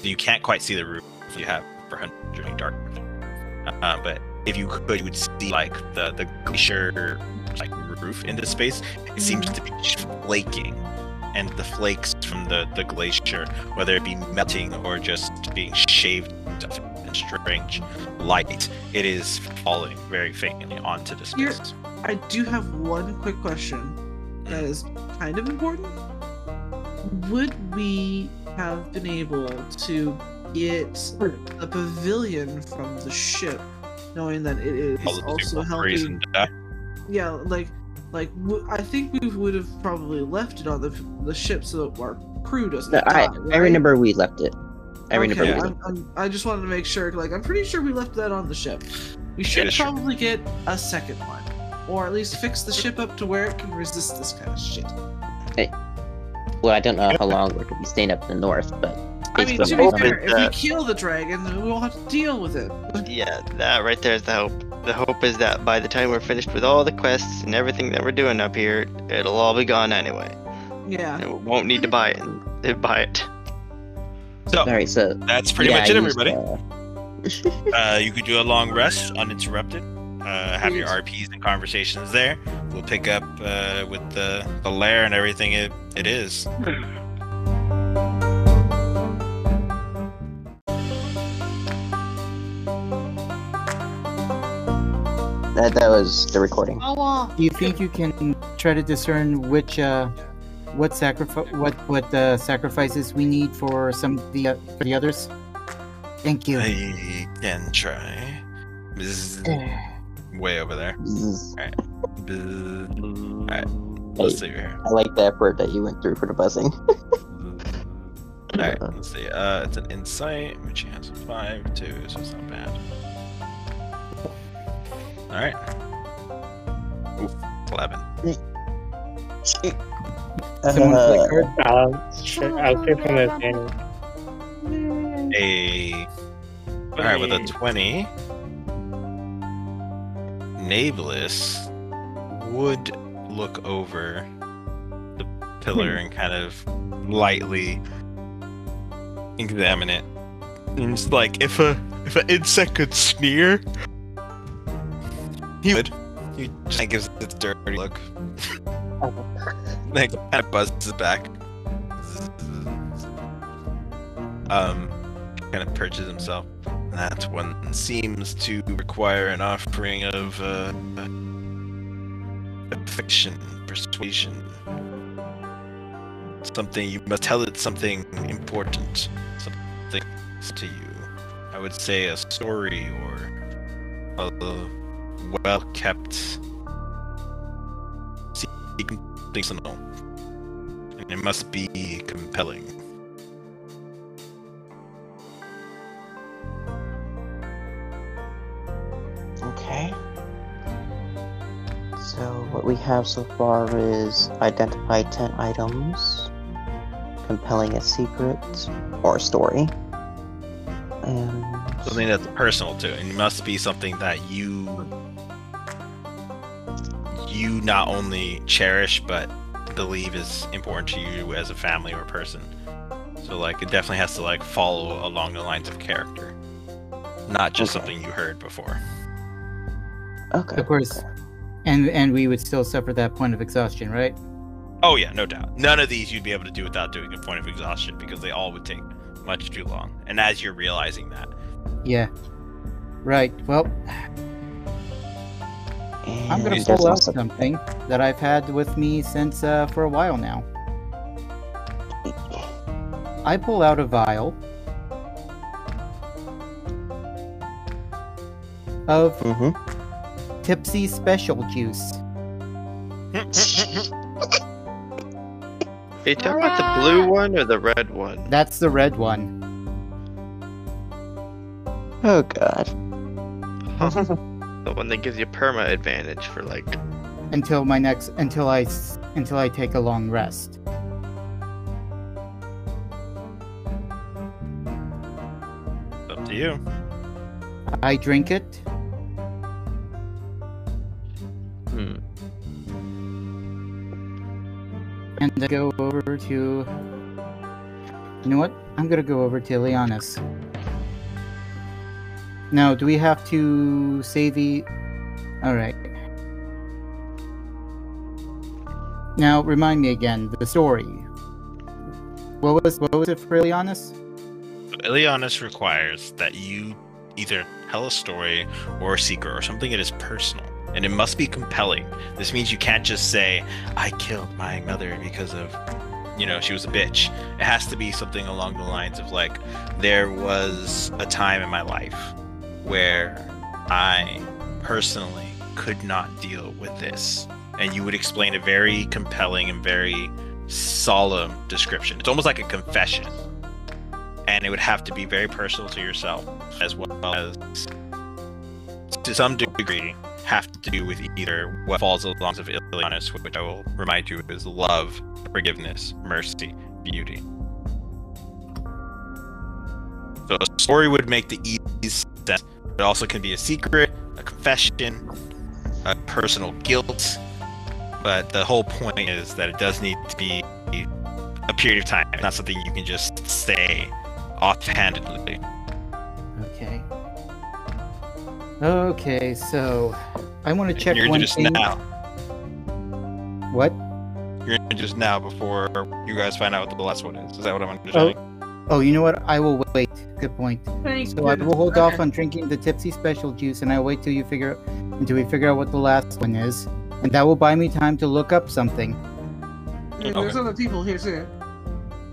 Speaker 2: You can't quite see the roof if you have for hundred and dark. Uh, but if you could you would see like the, the glacier like roof into space. It seems to be just flaking. And the flakes from the, the glacier, whether it be melting or just being shaved off in strange light, it is falling very faintly onto the
Speaker 3: Here-
Speaker 2: space.
Speaker 3: I do have one quick question that is kind of important. Would we have been able to get the pavilion from the ship, knowing that it is
Speaker 2: All the
Speaker 3: also
Speaker 2: people
Speaker 3: helping?
Speaker 2: freezing to death.
Speaker 3: Yeah, like, like w- I think we would have probably left it on the the ship so that our crew doesn't.
Speaker 1: No, I,
Speaker 3: die,
Speaker 1: I
Speaker 3: Oh, right?
Speaker 1: remember we left it. I remember
Speaker 3: Okay,
Speaker 1: we left
Speaker 3: I'm, I'm, I just wanted to make sure. Like, I'm pretty sure we left that on the ship. We should
Speaker 2: is true.
Speaker 3: probably get a second one, or at least fix the ship up to where it can resist this kind of shit.
Speaker 1: Well, I don't know how long we're going to be staying up in the north, but
Speaker 3: I
Speaker 1: it's
Speaker 3: mean,
Speaker 1: been
Speaker 3: to
Speaker 1: a
Speaker 3: be
Speaker 1: long-
Speaker 3: fair, if we
Speaker 6: that-
Speaker 3: kill the dragon, then we won't have to deal with it.
Speaker 6: Yeah, that right there is the hope. The hope is that by the time we're finished with all the quests and everything that we're doing up here, it'll all be gone anyway.
Speaker 3: Yeah.
Speaker 6: And we won't need to buy it. uh, Buy it.
Speaker 2: So
Speaker 1: all right, so
Speaker 2: that's pretty
Speaker 1: yeah,
Speaker 2: much
Speaker 1: I
Speaker 2: it,
Speaker 1: used,
Speaker 2: everybody.
Speaker 1: uh,
Speaker 2: Uh, you could do a long rest uninterrupted. Uh, have your RPs and conversations there. We'll pick up uh, with the, the lair and everything it, it is.
Speaker 1: that, that was the recording.
Speaker 3: Awa.
Speaker 4: Do you think you can try to discern which, uh, what sacrifice, what what uh, sacrifices we need for some of the uh, for the others? Thank you.
Speaker 2: I can try. Bzz, way over there.
Speaker 1: Zzz.
Speaker 2: Bzz.
Speaker 1: Hey,
Speaker 2: Let's see here.
Speaker 1: I like the effort that you went through for the buzzing.
Speaker 2: Alright, let's see. Uh, it's an insight, which has a 5, 2, so it's not bad. Alright. Ooh, 11.
Speaker 4: Someone
Speaker 1: Uh,
Speaker 4: click her.
Speaker 5: I'll, sure, I'll take from the thing.
Speaker 2: A. Alright, with a 20. Nablus would look over the pillar and kind of lightly examine it. And it's like if a if an insect could sneer, he would. He just gives it a dirty look. like kind of buzzes it back.
Speaker 1: Uh-huh.
Speaker 2: Um, kind of perches himself. That one seems to require an offering of uh, affection, persuasion. Something you must tell it something important, something relevance to you. I would say a story or a well kept something signal. And it must be compelling.
Speaker 1: Okay. So what we have so far is identify 10 items, compelling a secret or story, and
Speaker 2: Something that's personal to it. It must be something that you you not only cherish but believe is important to you as a family or person. So like it definitely has to like follow along the lines of character. Not just
Speaker 1: Okay.
Speaker 2: something you heard before.
Speaker 1: okay.
Speaker 4: Of course. And and we would still suffer that point of exhaustion, right?
Speaker 2: Oh yeah, no doubt. None of these you'd be able to do without doing a point of exhaustion because they all would take much too long. And as you're realizing that,
Speaker 4: Yeah. Right. Well, I'm
Speaker 1: And
Speaker 4: gonna
Speaker 1: there's
Speaker 4: pull out
Speaker 1: also-
Speaker 4: something that I've had with me since uh, for a while now. I pull out a vial of
Speaker 1: Mhm.
Speaker 4: Tipsy Special Juice.
Speaker 10: Are you talking about the blue one or the red one?
Speaker 4: That's the red one.
Speaker 1: Oh god.
Speaker 10: The one that gives you perma advantage for like.
Speaker 4: Until my next, until I, s- until I take a long rest.
Speaker 2: it's up to you.
Speaker 4: I drink it.
Speaker 10: Hmm.
Speaker 4: And I go over to. You know what? I'm gonna go over to Leonis. Now, do we have to save the. Alright. Now, remind me again the story. What was what was it for Leonis?
Speaker 2: Ilianis requires that you either tell a story or a secret or something that is personal. And it must be compelling. This means you can't just say, I killed my mother because of, you know, she was a bitch. It has to be something along the lines of, like, there was a time in my life where I personally could not deal with this. And you would explain a very compelling and very solemn description. It's almost like a confession and it would have to be very personal to yourself as well as to some degree have to do with either what falls along the lines of Ilianus, which I will remind you is love, forgiveness, mercy, beauty. So a story would make the ease sense. It also can be a secret, a confession, a personal guilt. But the whole point is that it does need to be a period of time, not something you can just say offhandedly.
Speaker 4: Okay. Okay, so I want to check
Speaker 2: You're
Speaker 4: one
Speaker 2: just
Speaker 4: thing.
Speaker 2: now.
Speaker 4: What?
Speaker 2: You're just now before you guys find out what the last one is. Is that what I'm understanding?
Speaker 4: Oh, you know what? I will wait. Good point.
Speaker 3: Thank
Speaker 4: So I will hold
Speaker 3: goodness.
Speaker 4: off on drinking the tipsy special juice, and I wait till you figure until we figure out what the last one is, and that will buy me time to look up something.
Speaker 3: Okay. And There's other people here too.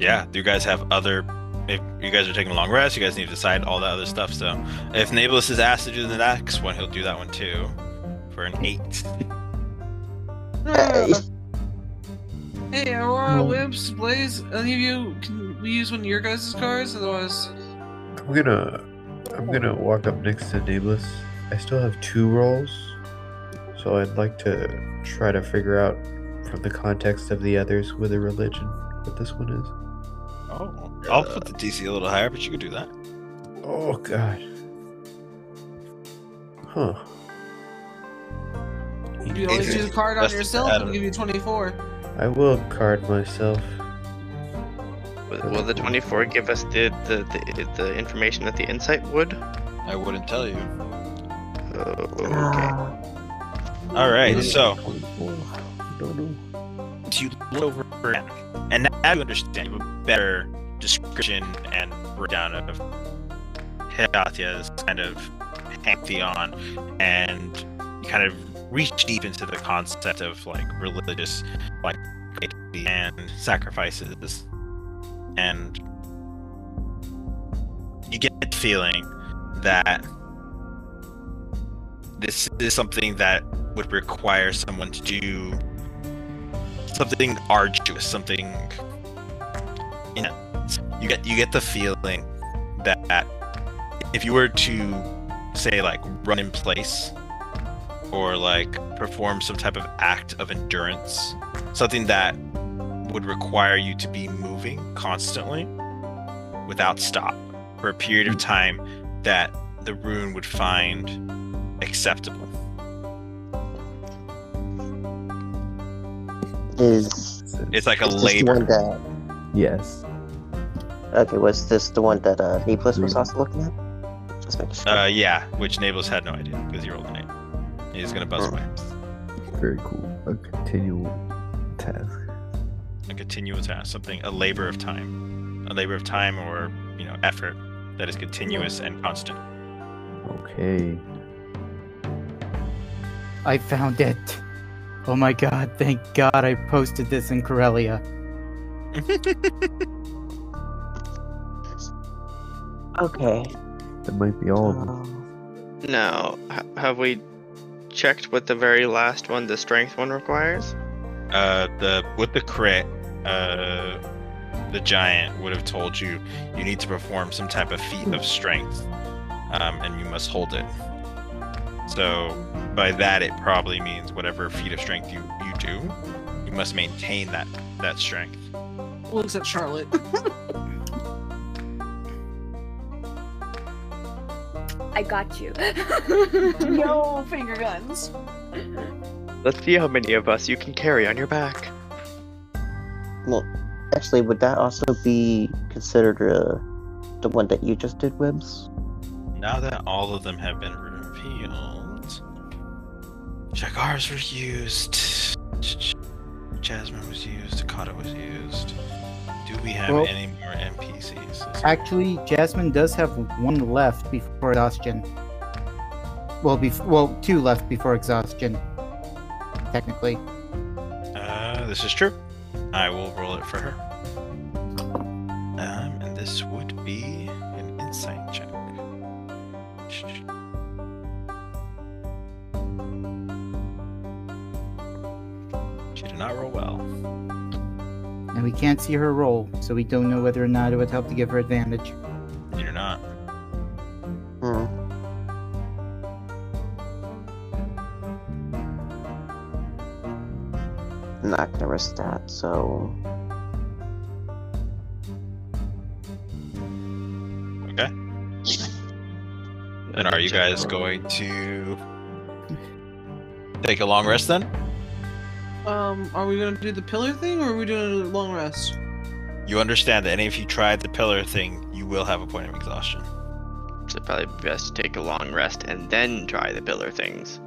Speaker 2: Yeah. You guys have other. If you guys are taking a long rest, you guys need to decide all that other stuff. So, if Nablus is asked to do the next one, he'll do that one too, for an eight.
Speaker 1: Hey.
Speaker 3: Uh, Hey, Aurora, Wimps, Blaze, any of you, can we use one of your guys' cards? Otherwise,
Speaker 7: I'm gonna I'm gonna walk up next to Nablus. I still have two rolls, so I'd like to try to figure out from the context of the others with a religion what this one is.
Speaker 2: Oh. I'll put the DC a little higher, but you could do that.
Speaker 7: Oh god. Huh.
Speaker 3: you always
Speaker 2: Adrian,
Speaker 3: use a card on
Speaker 2: that's-
Speaker 3: yourself,
Speaker 2: I
Speaker 3: it'll
Speaker 2: don't-
Speaker 3: give you 24.
Speaker 7: I will card myself.
Speaker 10: Will, will the 24 give us the, the the the information that the insight would?
Speaker 2: I wouldn't tell you.
Speaker 10: Oh, okay.
Speaker 3: Ah.
Speaker 2: All right. So.
Speaker 7: I don't know.
Speaker 2: So you look over it, and now you understand you have a better description and breakdown of Hidathia's kind of pantheon and you kind of reach deep into the concept of like religious like piety and sacrifices and you get the feeling that this is something that would require someone to do something arduous, something intense. You get you get the feeling that if you were to say like run in place or like perform some type of act of endurance, something that would require you to be moving constantly without stop for a period of time that the rune would find acceptable.
Speaker 1: Is
Speaker 2: It's like a
Speaker 1: is this the
Speaker 2: labor.
Speaker 1: one that?
Speaker 8: Yes.
Speaker 1: Okay, was this the one that uh, Nicholas was also looking at? Just make sure.
Speaker 2: Uh, yeah, which Nables had no idea because he rolled an eight. He's gonna buzz away.
Speaker 8: Very cool. A continual task.
Speaker 2: A continuous task, something, a labor of time, a labor of time or you know effort that is continuous and constant.
Speaker 8: Okay.
Speaker 4: I found it. Oh my god, thank god I posted this in Corellia.
Speaker 1: okay.
Speaker 8: That might be all of them.
Speaker 1: Um,
Speaker 10: Now, h- have we checked what the very last one, the strength one, requires?
Speaker 2: Uh, the with the crit, uh, the giant would have told you you need to perform some type of feat of strength, um, and you must hold it. So by that, it probably means whatever feat of strength you you do, you must maintain that that strength.
Speaker 3: Well, except Charlotte.
Speaker 9: I got you.
Speaker 3: no finger guns.
Speaker 10: Let's see how many of us you can carry on your back.
Speaker 1: actually, would that also be considered uh, the one that you just did, Webs?
Speaker 2: Now that all of them have been revealed, Jagar's were used. Jasmine was used. Takata was used. Do we have
Speaker 4: Well-
Speaker 2: any more NPCs?
Speaker 4: Actually, Jasmine does have one left before exhaustion. Well, bef- well, two left before exhaustion. Technically,
Speaker 2: Uh, this is true. I will roll it for her. Um, and this would be an insight check. She did not roll well.
Speaker 4: and we can't see her roll, so we don't know whether or not it would help to give her advantage.
Speaker 2: You do not.
Speaker 1: Hmm. Not gonna risk that, so
Speaker 2: Okay. And are you guys going to take a long rest then?
Speaker 3: Um, are we gonna do the pillar thing or are we doing a long rest?
Speaker 2: You understand that any if you try the pillar thing, you will have a point of exhaustion.
Speaker 10: So probably best to take a long rest and then try the pillar things.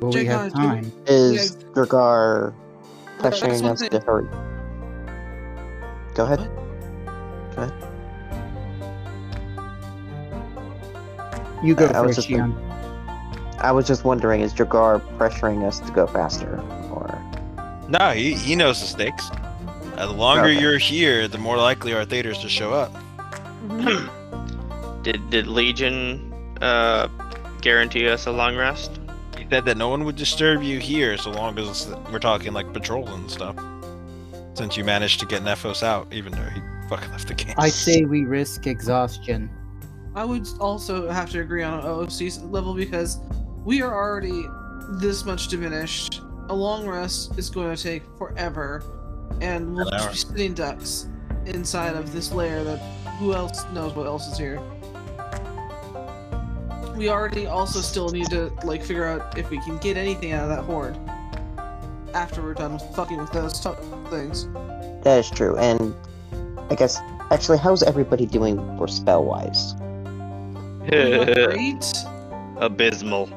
Speaker 4: Will we have
Speaker 3: Jagar, do we-
Speaker 4: time?
Speaker 1: is Dragar
Speaker 3: That's
Speaker 1: pressuring us
Speaker 3: something-
Speaker 1: to hurry? Go ahead.
Speaker 4: You go
Speaker 1: I- I was just
Speaker 4: first,
Speaker 1: thinking-
Speaker 4: Shion.
Speaker 1: I was just wondering, is Dragar pressuring us to go faster, or
Speaker 2: No, he, he knows the stakes. Uh, the longer
Speaker 1: Okay.
Speaker 2: you're here, the more likely our theaters to show up.
Speaker 10: Did did Legion uh, guarantee us a long rest?
Speaker 2: He said that no one would disturb you here so long as we're talking like patrol and stuff. Since you managed to get Nephos out, even though he fucking left the game.
Speaker 4: I say we risk exhaustion.
Speaker 3: I would also have to agree on an OOC level because we are already this much diminished. A long rest is going to take forever, and we'll
Speaker 2: An
Speaker 3: just
Speaker 2: hour.
Speaker 3: be sitting ducks inside of this lair that who else knows what else is here. We already also still need to like figure out if we can get anything out of that horde after we're done fucking with those t- things.
Speaker 1: that is true? And I guess actually, how's everybody doing for spell wise?
Speaker 3: Great.
Speaker 10: Abysmal.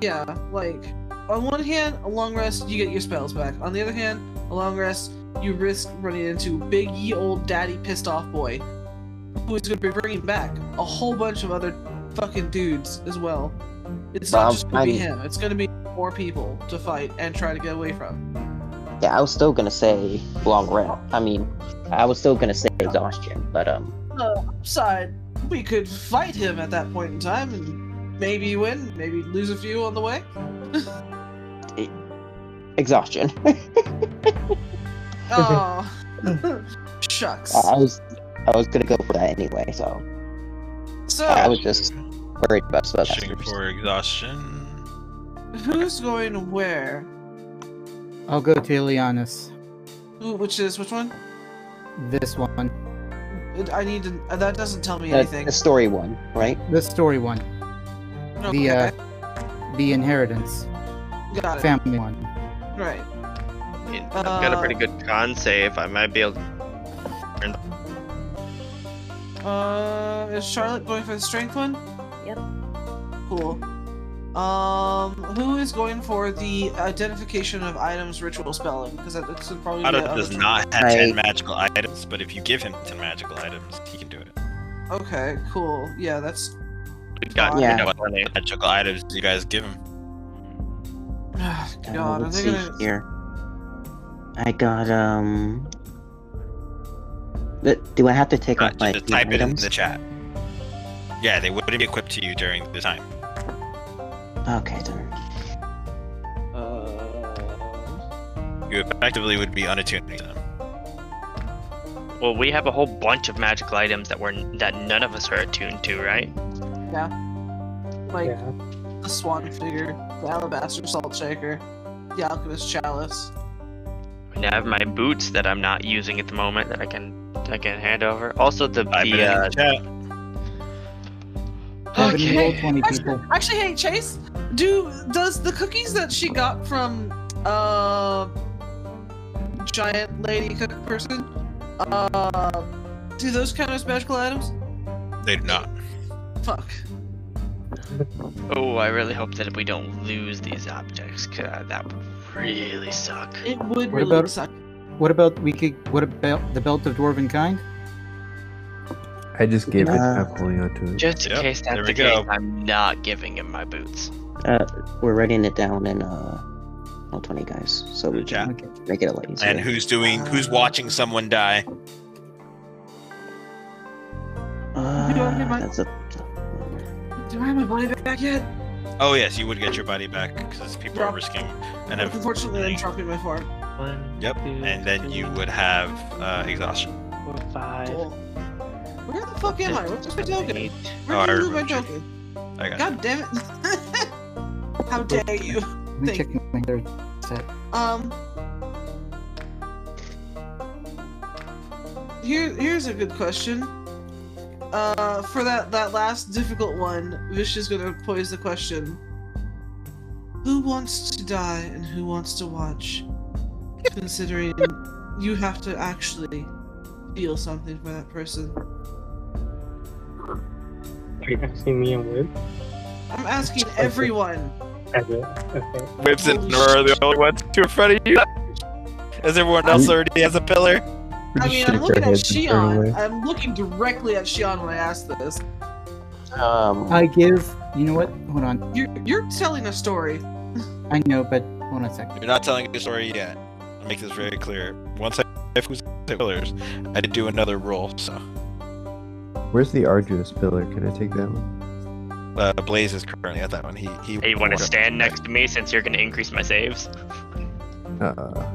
Speaker 3: Yeah, like on one hand, a long rest you get your spells back. On the other hand, a long rest you risk running into big ye old daddy pissed off boy, who is going to be bringing back a whole bunch of other fucking dudes as well. It's not
Speaker 1: Well,
Speaker 3: just going to be
Speaker 1: I'm-
Speaker 3: him. It's going to be more people to fight and try to get away from.
Speaker 1: Yeah, I was still gonna say long round. I mean, I was still gonna say exhaustion, but um,
Speaker 3: Side, we could fight him at that point in time and maybe win, maybe lose a few on the way.
Speaker 1: Exhaustion.
Speaker 3: Oh, shucks.
Speaker 1: I I was I was gonna go for that anyway, so I
Speaker 3: So,
Speaker 1: was just worried about stuff.
Speaker 2: Pushing for exhaustion.
Speaker 3: who's going where?
Speaker 4: I'll go to Ilianis.
Speaker 3: Who, which is which one?
Speaker 4: This one.
Speaker 3: It- I need to. uh, That doesn't tell me anything.
Speaker 1: The story one, right?
Speaker 4: The story one.
Speaker 3: Okay,
Speaker 4: The uh the inheritance.
Speaker 3: got it.
Speaker 4: Family one.
Speaker 3: Right.
Speaker 10: Yeah, I've got a pretty
Speaker 3: Uh,
Speaker 10: good con save. I might be able. To...
Speaker 3: Uh, is Charlotte going for the strength one?
Speaker 9: Yep.
Speaker 3: Cool. Um, who is going for the identification of items ritual spelling? Because that, that's probably
Speaker 2: Adam
Speaker 3: be a-
Speaker 2: does not have ten
Speaker 1: Right.
Speaker 2: magical items, but if you give him ten magical items, he can do it.
Speaker 3: Okay, cool. Yeah, that's.
Speaker 10: We got
Speaker 1: Yeah.
Speaker 10: rid of one.
Speaker 2: Magical items you guys give him.
Speaker 1: Uh,
Speaker 3: Ah, God, are
Speaker 1: let's
Speaker 3: they
Speaker 1: see
Speaker 3: gonna?
Speaker 1: here. I got um. th- Do I have to take off
Speaker 2: Not-
Speaker 1: my
Speaker 2: just
Speaker 1: my
Speaker 2: type it in
Speaker 1: items?
Speaker 2: the chat. Yeah, they wouldn't be equipped to you during the time.
Speaker 1: Okay then.
Speaker 3: Uh,
Speaker 2: You effectively would be unattuned to them.
Speaker 6: Well, we have a whole bunch of magical items that we're that none of us are attuned to, right?
Speaker 3: like the swan figure, the alabaster salt shaker, the alchemist chalice.
Speaker 6: I mean, I have my boots that I'm not using at the moment that I can I can hand over. Also the
Speaker 2: Type
Speaker 6: the
Speaker 2: it in the
Speaker 6: uh,
Speaker 2: chat.
Speaker 4: Everybody roll
Speaker 3: Okay.
Speaker 4: 20 people.
Speaker 3: Actually, hey Chase, do does the cookies that she got from uh giant lady cook person uh do those count as magical items?
Speaker 2: They do not.
Speaker 3: Fuck.
Speaker 6: oh, I really hope that we don't lose these objects. 'cause, uh, that would really suck.
Speaker 3: It
Speaker 4: What
Speaker 3: would really
Speaker 4: about-
Speaker 3: suck.
Speaker 4: What about we could what about the belt of dwarven kind?
Speaker 8: I just gave it.
Speaker 1: Uh,
Speaker 8: I'm holding on to it.
Speaker 6: Just in
Speaker 2: Yep,
Speaker 6: case
Speaker 2: there
Speaker 6: that's
Speaker 2: we
Speaker 6: the
Speaker 2: go.
Speaker 6: case, I'm not giving him my boots.
Speaker 1: Uh, We're writing it down in uh, all twenty guys, so we
Speaker 2: Chat.
Speaker 1: can
Speaker 4: Okay.
Speaker 1: make it a lot easier.
Speaker 2: And who's doing? Who's watching someone die?
Speaker 1: Uh,
Speaker 3: You don't
Speaker 4: uh,
Speaker 3: have my-
Speaker 1: that's a tough one.
Speaker 3: Do I have my money back yet?
Speaker 2: Oh yes, you would get your body back because people
Speaker 3: Yeah.
Speaker 2: are risking. And if-
Speaker 3: Unfortunately I'm dropping my farm.
Speaker 5: One,
Speaker 2: Yep,
Speaker 5: two,
Speaker 2: and then you
Speaker 5: three,
Speaker 2: would have uh, exhaustion.
Speaker 5: four, five,
Speaker 3: Cool. Where the fuck am I? Where's my token?
Speaker 5: eight.
Speaker 2: Oh,
Speaker 3: Where
Speaker 2: I
Speaker 3: did you lose my
Speaker 2: remembered you.
Speaker 3: token?
Speaker 2: I got.
Speaker 3: God damn it. How dare you?
Speaker 4: Let me
Speaker 3: Thank
Speaker 4: check my third set.
Speaker 3: Um. Here, here's a good question. Uh, for that that last difficult one, Vish is gonna pose the question: Who wants to die and who wants to watch? Considering you have to actually feel something for that person.
Speaker 5: Are you asking me and Wood?
Speaker 3: I'm asking everyone.
Speaker 5: Ever. Okay.
Speaker 2: Whips and Nora are the only ones who are in front of you. As everyone else already has a pillar.
Speaker 8: We
Speaker 3: I
Speaker 8: just
Speaker 3: mean,
Speaker 8: shake
Speaker 3: I'm
Speaker 8: our
Speaker 3: looking at
Speaker 8: heads and turn
Speaker 3: Shion.
Speaker 8: away.
Speaker 3: I'm looking directly at Shion when I ask this.
Speaker 1: Um,
Speaker 4: I give you know what? Hold on.
Speaker 3: You're you're telling a story.
Speaker 4: I know, but hold on a second.
Speaker 2: You're not telling your story yet. I'll make this very clear. Once I if who's the pillars, I did do another roll. So
Speaker 8: Where's the arduous pillar? Can I take that one?
Speaker 2: uh, Blaze is currently at that one. He he.
Speaker 6: Hey, you want to stand next to me since you're gonna increase my saves?
Speaker 8: Uh,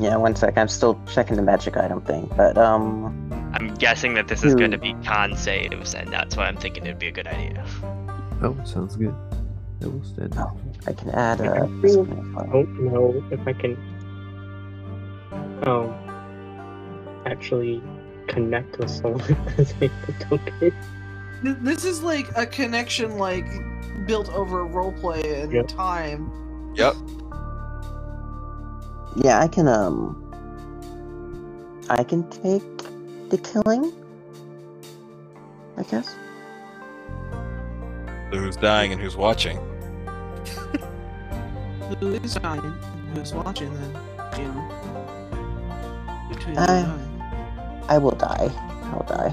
Speaker 1: yeah, one sec. I'm still checking the magic item thing, but um,
Speaker 6: I'm guessing that this is going to
Speaker 1: Hmm.
Speaker 6: be con saves, and that's why I'm thinking it'd be a good idea.
Speaker 8: oh, sounds good. I will stand.
Speaker 1: Oh. I can add uh,
Speaker 5: I don't know if I can um actually connect with someone as a token.
Speaker 3: Th- This is like a connection, like built over roleplay and
Speaker 5: Yep.
Speaker 3: time.
Speaker 1: Yeah, I can um I can take the killing. I guess.
Speaker 2: Who's dying and who's watching?
Speaker 3: Who is dying? and Who's watching then? You know. Between the
Speaker 1: Uh.
Speaker 3: nine.
Speaker 1: I will die. I'll die.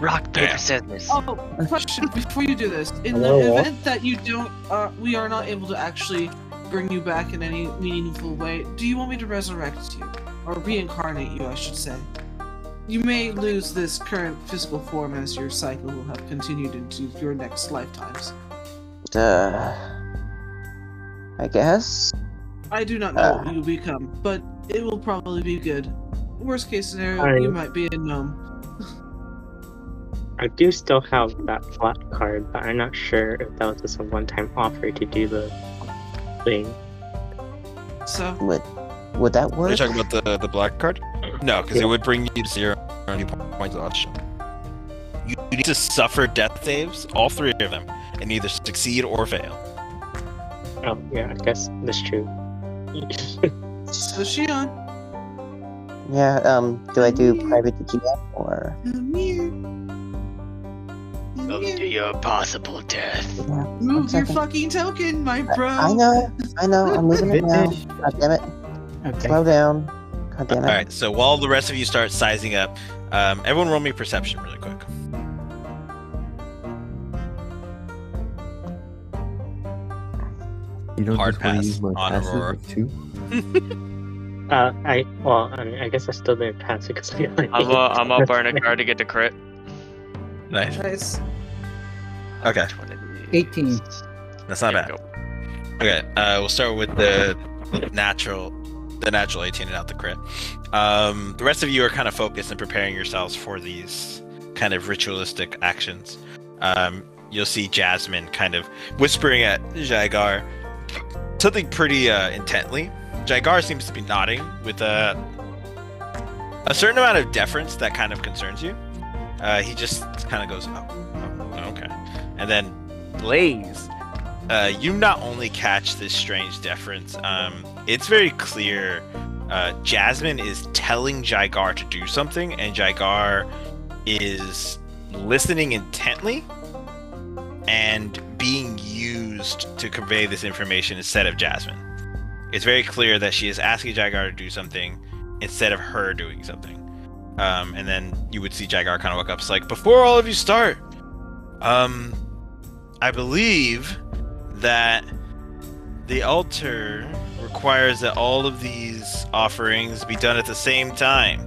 Speaker 6: Rock
Speaker 2: Yeah.
Speaker 6: paper scissors.
Speaker 3: Oh, question before you do this: in the
Speaker 5: Hello?
Speaker 3: event that you don't, uh, we are not able to actually bring you back in any meaningful way, do you want me to resurrect you or reincarnate you? I should say. You may lose this current physical form as your cycle will have continued into your next lifetimes.
Speaker 1: Uh, I guess.
Speaker 3: I do not know
Speaker 1: Uh.
Speaker 3: what you become, but it will probably be good. Worst case scenario,
Speaker 5: Alright.
Speaker 3: you might be a gnome.
Speaker 5: I do still have that flat card, but I'm not sure if that was just a one-time offer to do the thing.
Speaker 3: So
Speaker 1: Would would that
Speaker 2: Are you
Speaker 1: work?
Speaker 2: talking about the, the black card? No, because it would bring you to zero or any points of option. You you need to suffer death saves, all three of them, and either succeed or fail.
Speaker 5: Oh yeah, I guess that's true.
Speaker 3: so Shion,
Speaker 1: yeah. Um. Do I do private GM or?
Speaker 3: come here. Come
Speaker 6: Welcome to
Speaker 3: here.
Speaker 6: your possible death.
Speaker 3: Move your
Speaker 1: second.
Speaker 3: fucking token, my bro.
Speaker 1: I know. I know. I'm moving it now.
Speaker 4: Finish.
Speaker 1: God damn it.
Speaker 4: Okay.
Speaker 1: Slow down. God damn it.
Speaker 2: All right. So while the rest of you start sizing up, um, everyone roll me perception really quick.
Speaker 8: You don't
Speaker 2: Hard
Speaker 8: just want
Speaker 2: pass
Speaker 8: to use my
Speaker 2: on
Speaker 8: passes
Speaker 2: Aurora.
Speaker 8: with two?
Speaker 5: Uh, I well, I, mean, I guess I still didn't pass because I like.
Speaker 6: I'm uh, I'm up burn a card to get to crit.
Speaker 2: Nice.
Speaker 3: Nice.
Speaker 2: Okay.
Speaker 4: 18.
Speaker 2: That's
Speaker 6: There
Speaker 2: not bad.
Speaker 6: we go.
Speaker 2: Okay, uh, we'll start with the natural, the natural 18 and out the crit. Um, the rest of you are kind of focused and preparing yourselves for these kind of ritualistic actions. Um, you'll see Jasmine kind of whispering at Jaigar something pretty uh, intently. Jaigar seems to be nodding with a a certain amount of deference that kind of concerns you. Uh, he just kind of goes, oh, oh, okay, and then Blaze uh, you not only catch this strange deference, um, it's very clear uh, Jasmine is telling Jaigar to do something, and Jaigar is listening intently and being used to convey this information instead of Jasmine. It's very clear that she is asking Jaigar to do something instead of her doing something. Um, and then you would see Jaigar kind of look up, it's like, before all of you start, um, I believe that the altar requires that all of these offerings be done at the same time.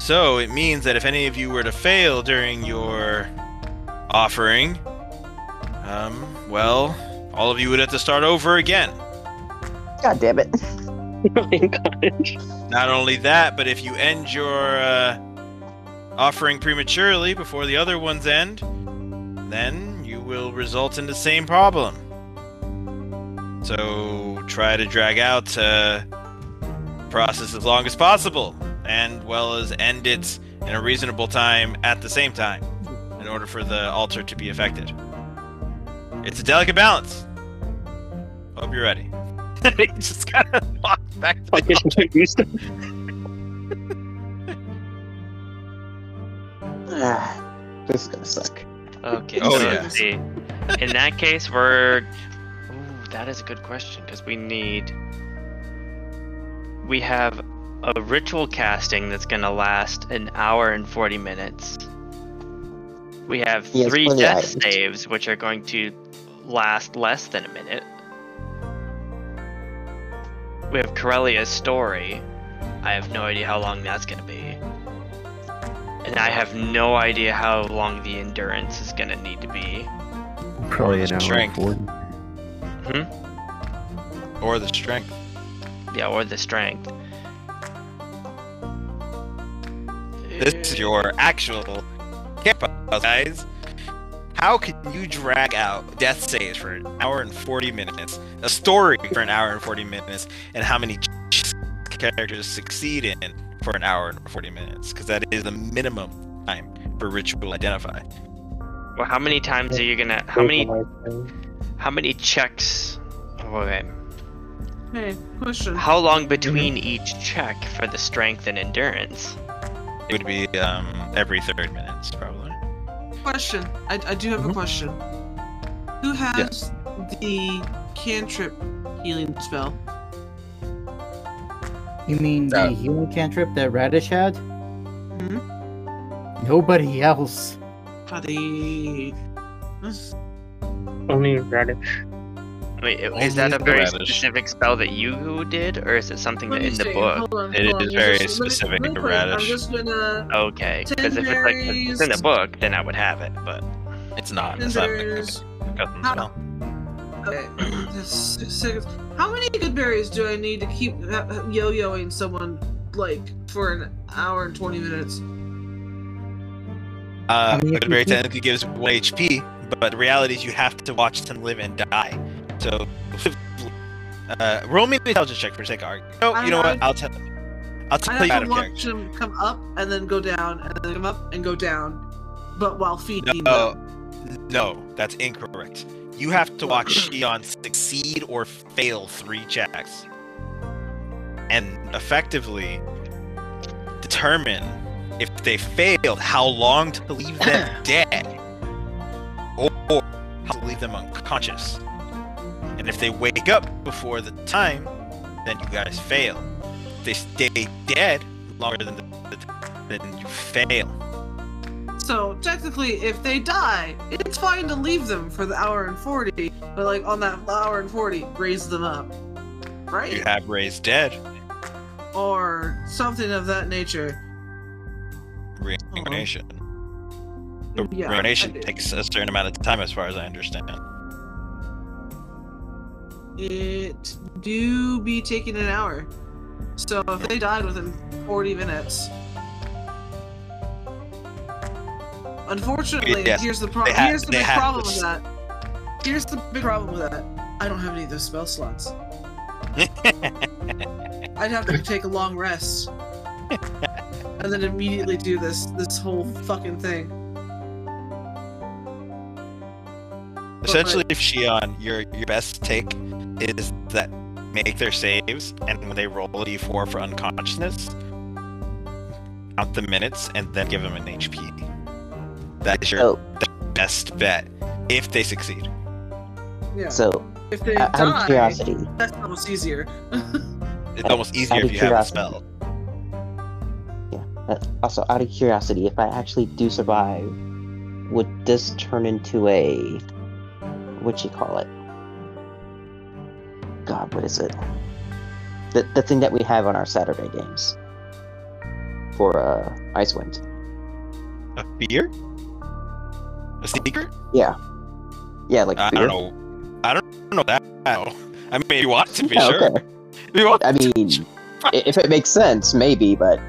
Speaker 2: So it means that if any of you were to fail during your offering, um, well, all of you would have to start over again.
Speaker 1: God damn it.
Speaker 5: oh my god.
Speaker 2: Not only that, but if you end your uh, offering prematurely before the other ones end, then you will result in the same problem. So try to drag out uh, process as long as possible, and well as end it in a reasonable time at the same time, in order for the altar to be affected. It's a delicate balance. Hope you're ready. he just kind of walked back to the
Speaker 5: Fucking used to-
Speaker 1: Ah, this is gonna suck.
Speaker 6: Okay.
Speaker 2: Oh,
Speaker 6: so
Speaker 2: yeah.
Speaker 6: let's see. In that case, we're. Ooh, that is a good question because we need. We have a ritual casting that's going to last an hour and 40 minutes. We have
Speaker 1: Yes,
Speaker 6: three
Speaker 1: plenty of
Speaker 6: death
Speaker 1: items.
Speaker 6: saves, which are going to last less than a minute. We have Corellia's story. I have no idea how long that's going to be. And I have no idea how long the endurance is going to need to be.
Speaker 8: Probably an hour
Speaker 2: Strength.
Speaker 8: and 40.
Speaker 2: or the strength.
Speaker 6: Hmm? Yeah, or the strength.
Speaker 2: This is your actual camp house, guys. How can you drag out death saves for an hour and 40 minutes, a story for an hour and 40 minutes, and how many characters succeed in for an hour and 40 minutes? Because that is the minimum time for ritual identify.
Speaker 6: Well, how many times are you gonna? How many? How many checks? Oh, wait,
Speaker 3: Hey, question.
Speaker 6: How long
Speaker 8: Mm-hmm.
Speaker 6: between each check for the strength and endurance?
Speaker 2: It would be um, every third minutes, probably.
Speaker 3: Question. I, I do have
Speaker 2: Mm-hmm.
Speaker 3: a question. Who has the cantrip healing spell?
Speaker 4: You mean the
Speaker 2: That-
Speaker 4: healing cantrip that Radish had?
Speaker 3: Mhm.
Speaker 2: Mm-hmm.
Speaker 4: Nobody else.
Speaker 3: Buddy.
Speaker 5: Only radish.
Speaker 6: Wait, i- is that
Speaker 2: Only
Speaker 6: a very
Speaker 2: Radish.
Speaker 6: specific spell that you did, or is it something that
Speaker 3: Let me
Speaker 6: in the
Speaker 3: see,
Speaker 6: book?
Speaker 3: Hold on,
Speaker 2: It
Speaker 3: hold on,
Speaker 2: is
Speaker 3: just-
Speaker 2: very
Speaker 3: let me-
Speaker 2: specific
Speaker 3: real
Speaker 2: to
Speaker 3: quick, I'm
Speaker 2: Radish. Oh,
Speaker 3: just gonna.
Speaker 6: Okay, because if it's like if it's in the
Speaker 3: Tenders.
Speaker 6: book, then I would have it. But
Speaker 2: It's not. It's not a
Speaker 3: Tenders.
Speaker 2: custom
Speaker 3: Ah.
Speaker 2: spell.
Speaker 3: Okay. just six seconds. How many good berries do I need to keep uh, yo-yoing someone like for an hour and twenty minutes?
Speaker 2: Uh,
Speaker 4: I mean, if
Speaker 2: Goodberry
Speaker 4: you keep-
Speaker 2: technically gives one HP, but the reality is you have to watch them live and die. So, uh, roll me an intelligence check for sake of argument. No,
Speaker 3: I
Speaker 2: you know what?
Speaker 3: don't know.
Speaker 2: I'll tell. I'll
Speaker 3: I
Speaker 2: tell you
Speaker 3: have
Speaker 2: out
Speaker 3: to
Speaker 2: of
Speaker 3: watch
Speaker 2: character.
Speaker 3: them come up and then go down and then come up and go down, but while feeding.
Speaker 2: No,
Speaker 3: them.
Speaker 2: no, that's incorrect. You have to watch Shion succeed or fail three checks, and effectively determine if they failed how long to leave them dead, or how to leave them unconscious. And if they wake up before the time, then you guys fail. If they stay dead longer than the, then you fail.
Speaker 3: So technically, if they die, it's fine to leave them for the hour and forty, but like on that hour and forty, raise them up, right?
Speaker 2: You have raised dead.
Speaker 3: Or something of that nature.
Speaker 2: reincarnation. The
Speaker 3: Oh, Yeah, I
Speaker 2: reincarnation
Speaker 3: do.
Speaker 2: takes a certain amount of time, as far as I understand.
Speaker 3: It do be taking an hour. So if they died within 40 minutes. Unfortunately,
Speaker 2: Yeah,
Speaker 3: here's the problem.
Speaker 2: they have-
Speaker 3: Here's the
Speaker 2: they
Speaker 3: big
Speaker 2: have
Speaker 3: problem
Speaker 2: to
Speaker 3: with
Speaker 2: s-
Speaker 3: that. Here's the big problem with that. I don't have any of those spell slots. I'd have to take a long rest. and then immediately do this this whole fucking thing.
Speaker 2: Essentially, if Shion, your your best take is that make their saves, and when they roll a d4 for unconsciousness, count the minutes, and then give them an HP. That is your
Speaker 1: So,
Speaker 2: best bet if they succeed.
Speaker 3: Yeah.
Speaker 1: so
Speaker 3: if they
Speaker 1: out of
Speaker 3: die,
Speaker 1: curiosity,
Speaker 3: that's almost easier.
Speaker 2: It's almost easier
Speaker 1: out
Speaker 2: if
Speaker 1: of
Speaker 2: you have a
Speaker 1: curiosity.
Speaker 2: spell.
Speaker 1: uh, also out of curiosity, if I actually do survive, would this turn into a what you call it? God, what is it? The the thing that we have on our Saturday games for uh, Icewind.
Speaker 2: A fear? A secret?
Speaker 1: Yeah, yeah, like
Speaker 2: I
Speaker 1: fear?
Speaker 2: don't know. I don't know that. I mean, you want it to be
Speaker 1: Yeah,
Speaker 2: sure.
Speaker 1: okay.
Speaker 2: You want
Speaker 1: I mean, i- if it makes sense, maybe, but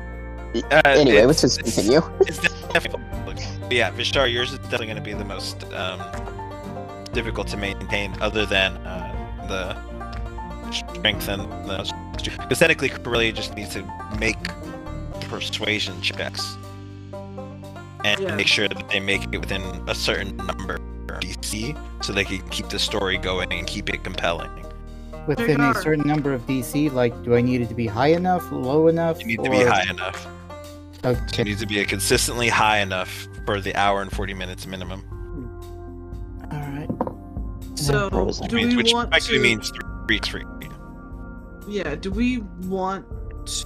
Speaker 2: Uh,
Speaker 1: anyway,
Speaker 2: it's-
Speaker 1: let's just
Speaker 2: it's-
Speaker 1: continue.
Speaker 2: It's definitely, but yeah, Vishar, yours is definitely going to be the most um, difficult to maintain, other than uh, the strength and the. Because technically, Corellia just needs to make persuasion checks and
Speaker 3: Yeah.
Speaker 2: make sure that they make it within a certain number of DC, so they can keep the story going and keep it compelling.
Speaker 4: Within a
Speaker 3: Sure.
Speaker 4: certain number of DC, like, do I need it to be high enough, low enough?
Speaker 2: You need to be
Speaker 4: or-
Speaker 2: high enough. You
Speaker 4: Okay.
Speaker 2: need to be consistently high enough for the hour and forty minutes minimum.
Speaker 4: All right.
Speaker 3: So
Speaker 1: frozen.
Speaker 3: do
Speaker 2: means,
Speaker 3: we
Speaker 2: which
Speaker 3: want
Speaker 2: actually
Speaker 3: to?
Speaker 2: means three weeks for you.
Speaker 3: yeah, do we want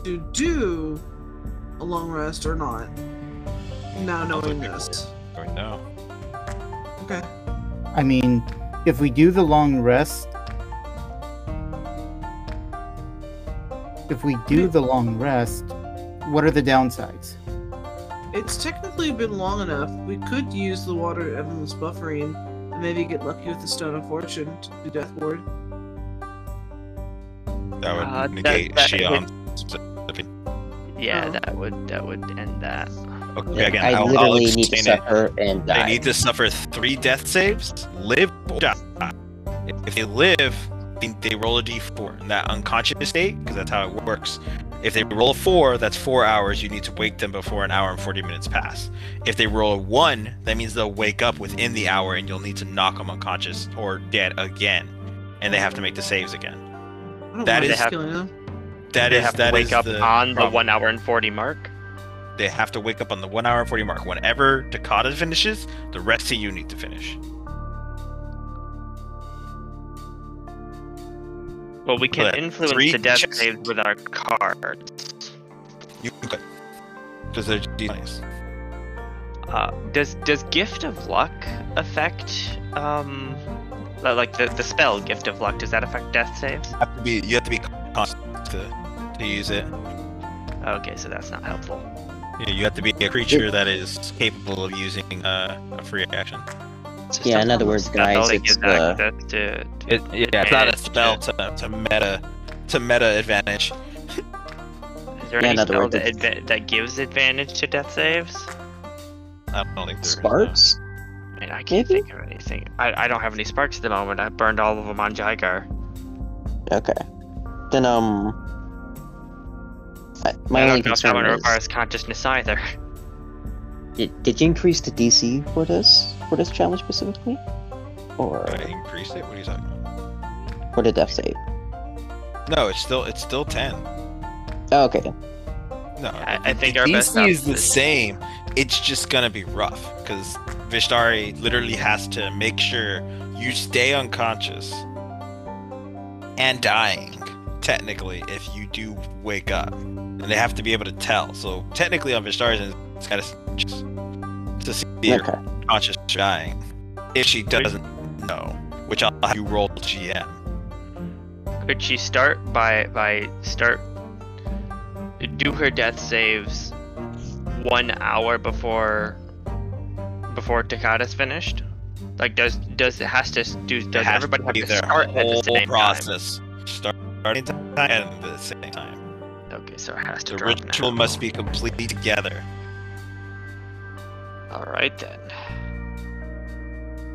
Speaker 3: to do a long rest or not? Now knowing this,
Speaker 2: Or no.
Speaker 3: okay.
Speaker 4: I mean, if we do the long rest, if we do the long rest, what are the downsides?
Speaker 3: It's technically been long enough. We could use the water Evelyn's buffering and maybe get lucky with the stone of fortune to the death ward.
Speaker 2: That would
Speaker 6: Uh, that-
Speaker 2: negate
Speaker 6: that-
Speaker 2: Shion's.
Speaker 6: yeah,
Speaker 3: Oh.
Speaker 6: that would that would end that.
Speaker 2: Okay, again,
Speaker 1: I
Speaker 2: I'll,
Speaker 1: literally
Speaker 2: I'll
Speaker 1: need to
Speaker 2: explain it.
Speaker 1: suffer and
Speaker 2: They
Speaker 1: die.
Speaker 2: need to suffer three death saves, live or die. If they live, they, they roll a d4 in that unconscious state, because that's how it works. If they roll a four, that's four hours. You need to wake them before an hour and 40 minutes pass. If they roll a one, that means they'll wake up within the hour and you'll need to knock them unconscious or dead again. And they have to make the saves again.
Speaker 3: I don't
Speaker 2: That
Speaker 3: mind
Speaker 2: is-
Speaker 3: us killing them.
Speaker 2: That
Speaker 6: they
Speaker 2: is-
Speaker 6: have to
Speaker 2: that
Speaker 6: wake
Speaker 2: is
Speaker 6: up
Speaker 2: the
Speaker 6: on the
Speaker 2: problem.
Speaker 6: one hour and forty mark.
Speaker 2: They have to wake up on the one hour and forty mark. Whenever Dakota finishes, the rest of you need to finish.
Speaker 6: Well, we can
Speaker 2: But
Speaker 6: influence
Speaker 2: three
Speaker 6: the death
Speaker 2: checks-
Speaker 6: saves with our cards.
Speaker 2: You could, because they're d20s.
Speaker 6: Uh, does does gift of luck affect um Li- Like the, the spell gift of luck, does that affect death saves?
Speaker 2: have to be you have to be constant to, to use it.
Speaker 6: Okay, so that's not helpful.
Speaker 2: You, you have to be a creature that is capable of using uh, a free action.
Speaker 6: So
Speaker 1: Yeah, in
Speaker 6: something
Speaker 1: other words,
Speaker 6: like that
Speaker 1: guys,
Speaker 6: only
Speaker 1: it's
Speaker 6: gives
Speaker 1: uh,
Speaker 6: access to, to
Speaker 2: It, yeah, it's not a
Speaker 6: advantage
Speaker 2: spell.
Speaker 6: to-
Speaker 2: It's a, it's a meta, it's a meta advantage.
Speaker 6: Is there
Speaker 1: Yeah,
Speaker 6: any
Speaker 1: in other
Speaker 6: spell
Speaker 1: words,
Speaker 6: that,
Speaker 1: it's-
Speaker 6: adva- that gives advantage to death saves?
Speaker 2: I don't think there is, no.
Speaker 1: Sparks?
Speaker 6: I, mean, I can't
Speaker 1: Maybe?
Speaker 6: think of anything. I, I don't have any sparks at the moment. I burned all of them on Jigar.
Speaker 1: Okay. Then um, I- my
Speaker 6: I
Speaker 1: only
Speaker 6: don't know if that
Speaker 1: concern
Speaker 6: one
Speaker 1: is,
Speaker 6: requires consciousness either.
Speaker 1: did, did you increase the DC for this for this challenge specifically, or
Speaker 2: Did I increase it? What are you talking about?
Speaker 1: for the death save?
Speaker 2: No, it's still it's still ten.
Speaker 1: Oh, okay.
Speaker 2: No,
Speaker 6: I-
Speaker 2: the-
Speaker 6: I think
Speaker 2: the
Speaker 6: our
Speaker 2: DC
Speaker 6: best
Speaker 2: is the
Speaker 6: option is-
Speaker 2: same. It's just gonna be rough because Vishtari literally has to make sure you stay unconscious and dying. Technically, if you do wake up, and they have to be able to tell. So technically, on Vishtari's end, it's gotta s- just to see if
Speaker 1: Okay.
Speaker 2: you're conscious or dying. If she doesn't know, which I'll have you roll GM.
Speaker 6: Could she start by by start do her death saves one hour before before Takada's finished? Like does does it has to do does
Speaker 2: It has
Speaker 6: everybody have
Speaker 2: be
Speaker 6: to
Speaker 2: their
Speaker 6: start at the
Speaker 2: whole
Speaker 6: same time?
Speaker 2: process? Start Starting time and at the same time.
Speaker 6: Okay, so it has to
Speaker 2: The
Speaker 6: drop an
Speaker 2: ritual
Speaker 6: hour.
Speaker 2: must be completed together.
Speaker 6: All right then.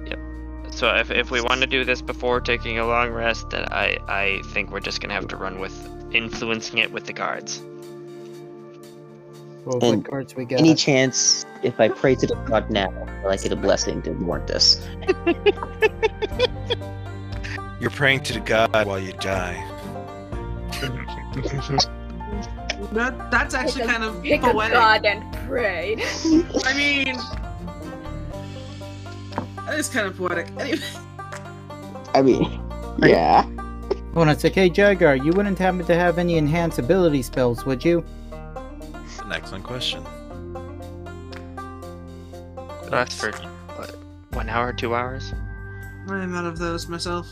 Speaker 6: Yep. So if, if we want to do this before taking a long rest, then I I think we're just gonna have to run with influencing it with the guards.
Speaker 4: Well,
Speaker 1: And
Speaker 4: what cards we got?
Speaker 1: Any chance if I pray to the god now, will I get a blessing to warrant this?
Speaker 2: You're praying to the god while you die.
Speaker 3: That, that's actually
Speaker 9: Pick a-
Speaker 3: kind of
Speaker 9: Pick a
Speaker 3: poetic.
Speaker 9: god and pray.
Speaker 3: I mean, that is kind of poetic. Anyway,
Speaker 1: I mean, yeah.
Speaker 4: When it's like, hey, Jagar, you wouldn't happen to have any enhance ability spells, would you?
Speaker 2: That's an excellent question.
Speaker 6: That's for what, one hour, two hours.
Speaker 3: I'm out of those myself.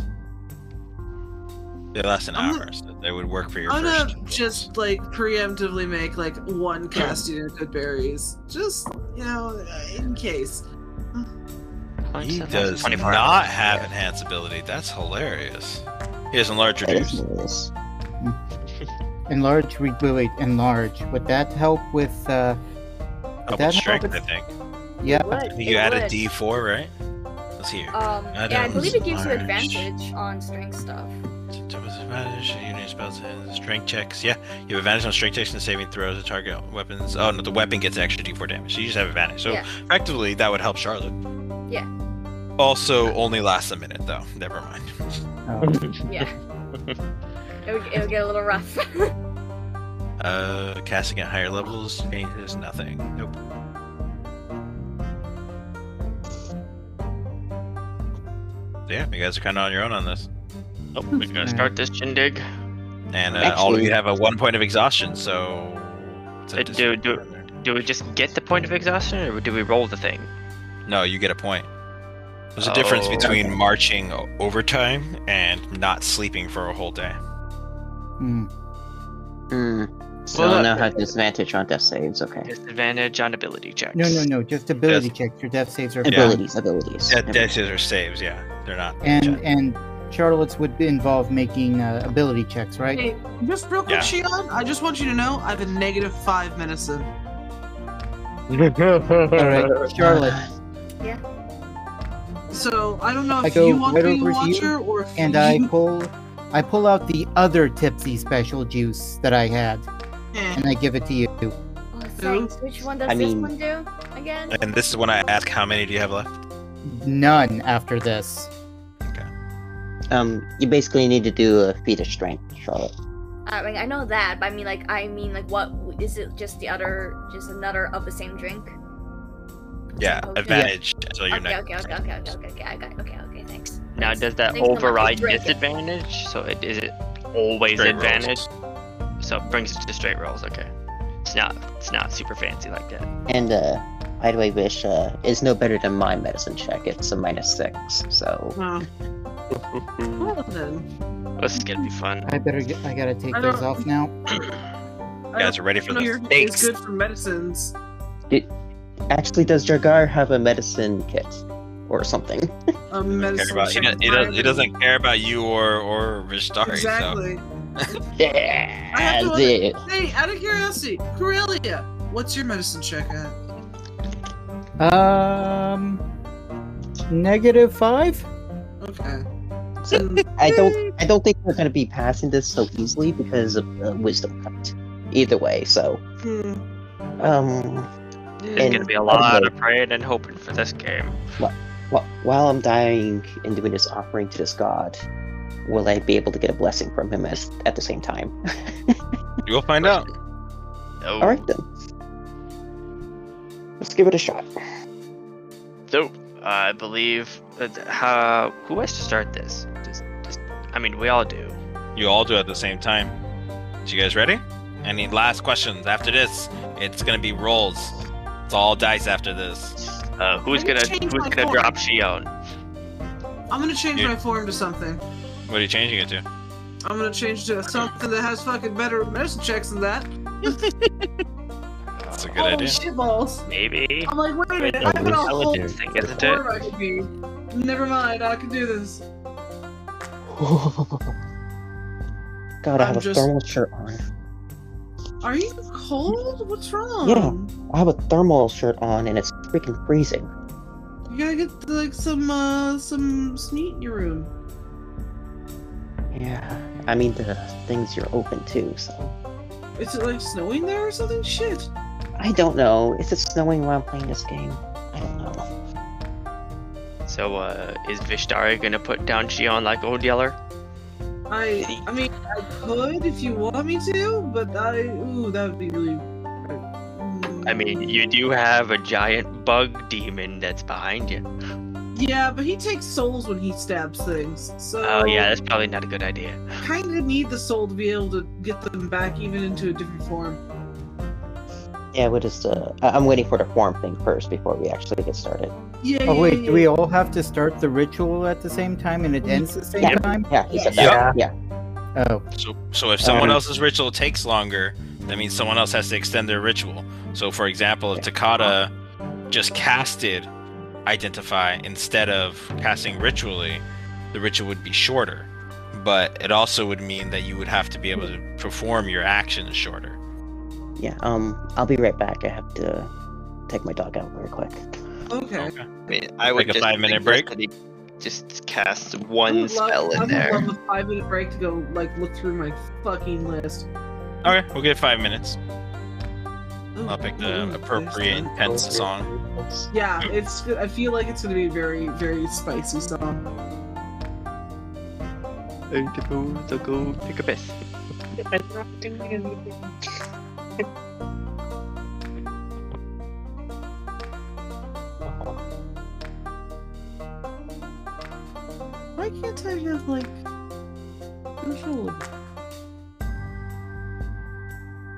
Speaker 2: They last an
Speaker 3: I'm-
Speaker 2: hour, so they would work for your
Speaker 3: I'm
Speaker 2: first.
Speaker 3: gonna just like preemptively make like one casting of good berries, just you know, in case.
Speaker 2: He does not have enhance ability. That's hilarious. He doesn't large
Speaker 1: That is
Speaker 2: reduce.
Speaker 1: hilarious.
Speaker 4: Enlarge, re- wait, wait, enlarge. Would that help with, uh,
Speaker 2: Up
Speaker 4: that
Speaker 2: with strength, I
Speaker 4: helps.
Speaker 2: think.
Speaker 4: yeah,
Speaker 9: Would,
Speaker 2: I think you
Speaker 9: it
Speaker 2: add a
Speaker 9: would.
Speaker 2: D4, right? Let's hear.
Speaker 9: Um,
Speaker 2: That
Speaker 9: yeah, I
Speaker 2: is
Speaker 9: believe it gives you
Speaker 2: large.
Speaker 9: advantage on strength stuff.
Speaker 2: Unit spells and strength checks. Yeah, you have advantage on strength checks and saving throws. The target weapons. Oh no, the weapon gets extra D4 damage. So you just have advantage. So
Speaker 9: Yeah.
Speaker 2: effectively, that would help Charlotte.
Speaker 9: Yeah.
Speaker 2: Also, only lasts a minute though. Never mind.
Speaker 4: oh,
Speaker 9: Yeah. it'll, it'll get a little rough.
Speaker 2: Uh, casting at higher levels changes nothing. Nope. Yeah, you guys are kind of on your own on this,
Speaker 6: Oh, we're gonna start this shindig.
Speaker 2: and uh, all of
Speaker 1: Actually-
Speaker 2: you have a one point of exhaustion. So, it's a
Speaker 6: Uh, do- do-
Speaker 2: disadvantage.
Speaker 6: Do we just get the point of exhaustion, or do we roll the thing?
Speaker 2: No, you get a point. There's a difference
Speaker 6: Oh.
Speaker 2: between marching o- overtime and not sleeping for a whole day.
Speaker 4: hmm.
Speaker 1: Mm. So
Speaker 6: Well,
Speaker 1: I
Speaker 6: that-
Speaker 1: now have disadvantage on death saves. Okay.
Speaker 6: Disadvantage on ability checks.
Speaker 4: No, no, no, just ability
Speaker 2: Yes.
Speaker 4: checks. Your death saves are
Speaker 2: Yeah.
Speaker 4: fine.
Speaker 1: Abilities, abilities.
Speaker 2: That death is or saves, yeah. They're not.
Speaker 4: And, and Charlotte's would involve making uh, ability checks, right?
Speaker 3: Hey, just real quick,
Speaker 2: Yeah.
Speaker 3: Shion, I just want you to know I have a negative five medicine.
Speaker 4: All right,
Speaker 3: Uh,
Speaker 4: Charlotte,
Speaker 3: So I don't know
Speaker 4: I
Speaker 3: if
Speaker 4: go
Speaker 3: you want
Speaker 4: right
Speaker 3: to be the
Speaker 4: over to you,
Speaker 3: watcher or if
Speaker 4: and
Speaker 3: you
Speaker 4: I pull, I pull out the other tipsy special juice that I had,
Speaker 3: can.
Speaker 4: and I give it to you.
Speaker 9: oh, thanks. Which one does
Speaker 1: I
Speaker 9: this
Speaker 1: mean-
Speaker 9: one do again?
Speaker 2: And this is when I ask how many do you have left?
Speaker 4: None after this.
Speaker 1: Um, you basically need to do a feat of strength, Charlotte.
Speaker 9: I mean, I know that, but I mean, like, I mean, like, what is it? Just the other, just another of the same drink?
Speaker 2: Yeah,
Speaker 9: Okay.
Speaker 2: advantage. So you're
Speaker 9: okay,
Speaker 2: not.
Speaker 9: okay, okay, okay, okay, okay, okay, I got it. Okay, okay, thanks.
Speaker 6: Now,
Speaker 9: Thanks.
Speaker 6: does that
Speaker 9: Thanks so much.
Speaker 6: override
Speaker 9: Drink it.
Speaker 6: disadvantage? So it is it always
Speaker 2: Straight rolls.
Speaker 6: advantage? So it brings it to straight rolls. Okay. It's not. It's not super fancy like that.
Speaker 1: And uh, by the way, wish uh, is no better than my medicine check. It's a minus six. So
Speaker 3: Oh. Well, then.
Speaker 6: This is gonna be fun.
Speaker 4: I better get. I gotta take
Speaker 3: I
Speaker 4: these
Speaker 3: don't-
Speaker 4: off now.
Speaker 3: I
Speaker 2: guys
Speaker 3: don't
Speaker 2: are ready for
Speaker 3: know
Speaker 2: the
Speaker 3: your- It's
Speaker 2: stakes.
Speaker 3: good for medicines.
Speaker 1: Actually, does Jargar have a medicine kit or something?
Speaker 3: A
Speaker 2: Care
Speaker 3: um, medicine.
Speaker 2: about- It, it,
Speaker 3: check
Speaker 2: does- it
Speaker 3: vitamin.
Speaker 2: doesn't care about you or or Vistari. So.
Speaker 3: Exactly.
Speaker 1: Yeah,
Speaker 3: I have to
Speaker 1: that's
Speaker 3: look-
Speaker 1: it.
Speaker 3: Hey, out of curiosity, Corellia, what's your medicine check at?
Speaker 4: Um, negative five.
Speaker 3: Okay.
Speaker 1: So,
Speaker 3: Then-
Speaker 1: I don't. I don't think we're gonna be passing this so easily because of the wisdom cut. Either way, so
Speaker 3: hmm,
Speaker 1: um,
Speaker 6: There's
Speaker 1: And-
Speaker 6: gonna be a lot
Speaker 1: okay.
Speaker 6: of praying and hoping for this game.
Speaker 1: wh- while I'm dying and doing this offering to this god, will I be able to get a blessing from him as at the same time?
Speaker 6: Hmm.
Speaker 2: You'll find out.
Speaker 6: No.
Speaker 1: All right then. Let's give it a shot.
Speaker 6: So, I believe. that- Uh, who wants to start this? Just, just, I mean, we all do.
Speaker 2: You all do it at the same time. So you guys ready? Any last questions after this? It's gonna be rolls. It's all dice after this.
Speaker 6: Uh, who's
Speaker 3: Let me
Speaker 6: gonna
Speaker 3: change
Speaker 6: who's
Speaker 3: my
Speaker 6: gonna
Speaker 3: form.
Speaker 6: drop Shion?
Speaker 3: I'm gonna change
Speaker 2: You-
Speaker 3: my form to something.
Speaker 2: What are you changing it to?
Speaker 3: I'm gonna change to something that has fucking better medicine checks than that.
Speaker 2: That's a good
Speaker 3: Holy
Speaker 2: idea.
Speaker 3: shitballs.
Speaker 6: Maybe.
Speaker 3: I'm like, wait a minute,
Speaker 8: I
Speaker 3: I've got a
Speaker 8: would-
Speaker 6: I would
Speaker 3: whole
Speaker 6: do think, isn't it?
Speaker 3: form I could be. Never mind, I can do this.
Speaker 1: God, I
Speaker 3: I'm
Speaker 1: have a
Speaker 3: just-
Speaker 1: thermal shirt on.
Speaker 3: Are you cold? What's wrong?
Speaker 1: I have a thermal shirt on and it's freaking freezing.
Speaker 3: You gotta get like some uh some sneet in your room.
Speaker 1: Yeah, I mean the things you're open to. So
Speaker 3: Is it like snowing there or something? Shit.
Speaker 1: I don't know. Is it snowing while I'm playing this game? I don't know.
Speaker 6: So, uh, is Vishtari gonna put down Shion like old Yeller?
Speaker 3: I I mean I could if you want me to, but I ooh that would be really.
Speaker 6: I mean, you do have a giant bug demon that's behind you.
Speaker 3: Yeah, but he takes souls when he stabs things, so.
Speaker 6: Oh yeah, that's probably not a good idea.
Speaker 3: kind of need the soul to be able to get them back even into a different form.
Speaker 1: Yeah, we're just. Uh, I- I'm waiting for the form thing first before we actually get started.
Speaker 3: Yeah.
Speaker 4: Oh
Speaker 3: yeah,
Speaker 4: wait,
Speaker 3: yeah,
Speaker 4: do we all have to start the ritual at the same time and it ends the same
Speaker 1: Yeah.
Speaker 4: time?
Speaker 1: Yeah, he said
Speaker 2: Yeah.
Speaker 1: that. Yeah.
Speaker 4: Oh,
Speaker 2: So, so if someone
Speaker 1: Um,
Speaker 2: else's ritual takes longer, that means someone else has to extend their ritual. So, for example, if
Speaker 1: Okay.
Speaker 2: Takata just casted Identify instead of casting Ritually, the ritual would be shorter. But it also would mean that you would have to be able to perform your actions shorter.
Speaker 1: Yeah. Um, I'll be right back. I have to take my dog out real quick.
Speaker 3: Okay.
Speaker 10: I mean, I would
Speaker 2: Like a
Speaker 10: just
Speaker 2: five-minute
Speaker 10: suggest
Speaker 2: break?
Speaker 10: that he Just cast
Speaker 3: I
Speaker 10: one
Speaker 3: would love-
Speaker 10: spell
Speaker 3: I
Speaker 10: in
Speaker 3: would
Speaker 10: there.
Speaker 3: love a five minute break to go like look through my fucking list.
Speaker 2: Okay, we'll give it five minutes.
Speaker 3: Ooh,
Speaker 2: I'll pick the
Speaker 3: ooh, there's
Speaker 2: appropriate
Speaker 3: one.
Speaker 2: intense song.
Speaker 3: Yeah, it's. I feel like it's gonna be a very, very spicy song.
Speaker 10: Time to go, to go take a piss.
Speaker 3: Why can't I have like control? of-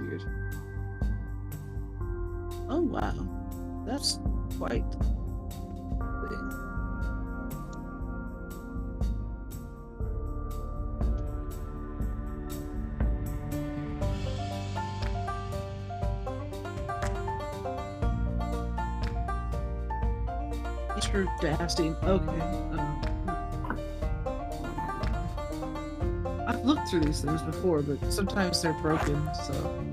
Speaker 3: Weird. Oh wow, that's quite. the thing. Mr. Dasting. Okay. uh, um, I've looked through these things before, but sometimes they're broken, so.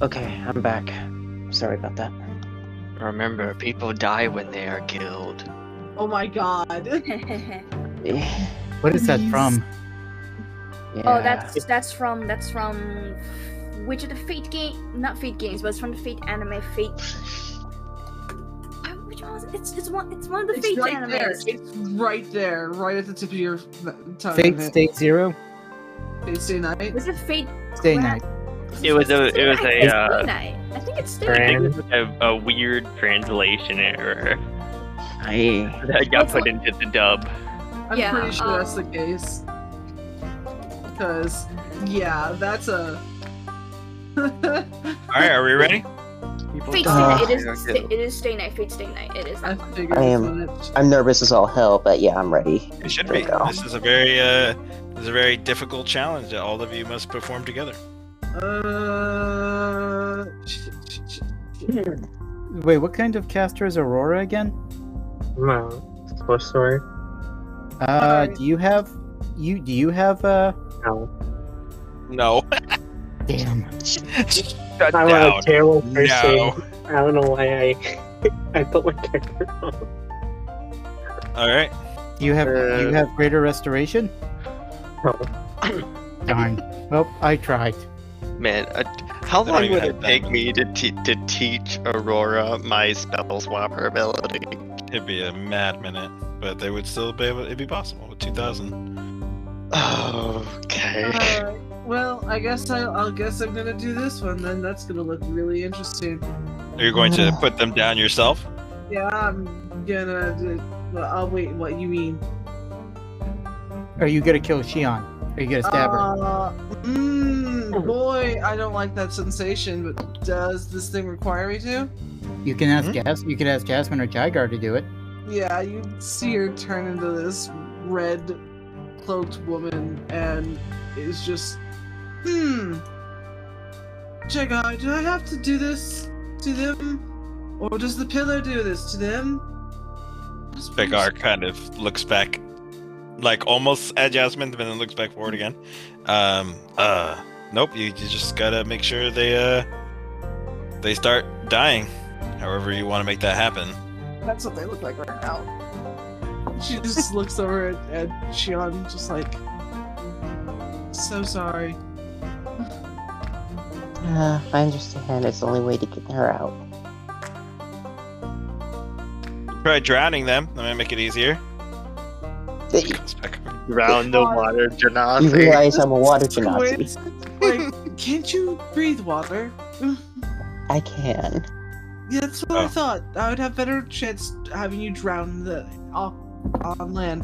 Speaker 1: Okay, I'm back. Sorry about that.
Speaker 10: Remember, people die when they are killed.
Speaker 3: Oh my god.
Speaker 1: Yeah.
Speaker 4: What is that
Speaker 3: Please.
Speaker 4: from?
Speaker 9: Oh, that's that's from that's from which of the Fate game? Not Fate games, but it's from the Fate anime Fate. I- Which one? Was it? It's it's one it's one of the
Speaker 3: It's
Speaker 9: Fate
Speaker 3: right
Speaker 9: animes.
Speaker 3: there. It's right there, right at the tip of your f- tongue.
Speaker 4: Fate State Zero?
Speaker 3: Fate Stay Night.
Speaker 9: Was it Fate?
Speaker 4: Stay
Speaker 9: Grand-
Speaker 4: night.
Speaker 6: It was a- it was
Speaker 9: I think
Speaker 6: a,
Speaker 9: it's
Speaker 6: uh,
Speaker 9: Stay Night. I think it's Stay
Speaker 6: I
Speaker 9: Night.
Speaker 6: think it was a, a weird translation error
Speaker 1: I
Speaker 6: that got put into the dub.
Speaker 3: I'm
Speaker 9: Yeah,
Speaker 3: pretty sure
Speaker 9: um,
Speaker 3: that's the case. Because, yeah, that's a.
Speaker 2: All right, are we ready?
Speaker 9: Fate Stay
Speaker 1: Ah.
Speaker 9: Night. It is Stay- it is Stay Night. Fate Stay Night. It is
Speaker 3: I
Speaker 9: that one.
Speaker 3: figured
Speaker 1: I
Speaker 3: as
Speaker 1: am-
Speaker 3: much.
Speaker 1: I'm nervous as all hell, but yeah, I'm ready.
Speaker 2: It should
Speaker 1: There
Speaker 2: be.
Speaker 1: we go.
Speaker 2: This is a very uh, this is a very difficult challenge that all of you must perform together.
Speaker 3: Uh,
Speaker 4: Mm-hmm. Wait, what kind of caster is Aurora again?
Speaker 5: Wow. Sorcerer?
Speaker 4: Uh, do you have you do you have uh
Speaker 5: No.
Speaker 2: No.
Speaker 4: damn
Speaker 2: Shut
Speaker 5: I'm a
Speaker 2: down.
Speaker 5: terrible person.
Speaker 2: No.
Speaker 5: I don't know why I I put my character on.
Speaker 2: All right.
Speaker 4: do you have do you
Speaker 5: Uh.
Speaker 4: have greater restoration?
Speaker 5: No.
Speaker 4: Darn. Well, I tried.
Speaker 10: Man, uh, how
Speaker 2: They don't
Speaker 10: long
Speaker 2: even
Speaker 10: would
Speaker 2: have
Speaker 10: it
Speaker 2: that
Speaker 10: take
Speaker 2: many.
Speaker 10: me to, te- to teach Aurora my spell swapper ability?
Speaker 2: It'd be a mad minute, but they would still be able. It'd be possible with two thousand.
Speaker 4: Eh.
Speaker 10: Okay.
Speaker 3: uh, well, I guess I, I'll guess I'm gonna do this one then. That's gonna look really interesting. Uh,
Speaker 2: Are you going
Speaker 4: Uh,
Speaker 2: to put them down yourself?
Speaker 3: Yeah, I'm gonna. Do, well, I'll wait. What you mean?
Speaker 4: Are you gonna kill Shion? Are you gonna stab her?
Speaker 3: Uh, mm, boy, I don't like that sensation. But does this thing require me to?
Speaker 4: You can ask Gas you could ask Jasmine or Jigar to do it.
Speaker 3: Yeah, you see her turn into this red cloaked woman and is just hmm Jagai, do I have to do this to them? Or does the pillar do this to them?
Speaker 2: Begar kind of looks back, like almost at Jasmine, but then looks back forward again. Um, uh, nope. You, you just gotta make sure they uh they start dying. However, you want to make that happen.
Speaker 3: That's what they look like right now. She just looks over at, at Shion, just like so sorry.
Speaker 1: Uh, I understand. It's the only way to get her out.
Speaker 2: Try drowning them. That might make it easier.
Speaker 1: They-
Speaker 2: Comes back over.
Speaker 10: Round the water,
Speaker 1: You
Speaker 10: Janasi.
Speaker 1: realize I'm a water genasi.
Speaker 3: Squint. Like, can't you breathe water?
Speaker 1: I can.
Speaker 3: Yeah, that's what I
Speaker 2: Oh.
Speaker 3: thought. I would have better chance having you drown the off on land.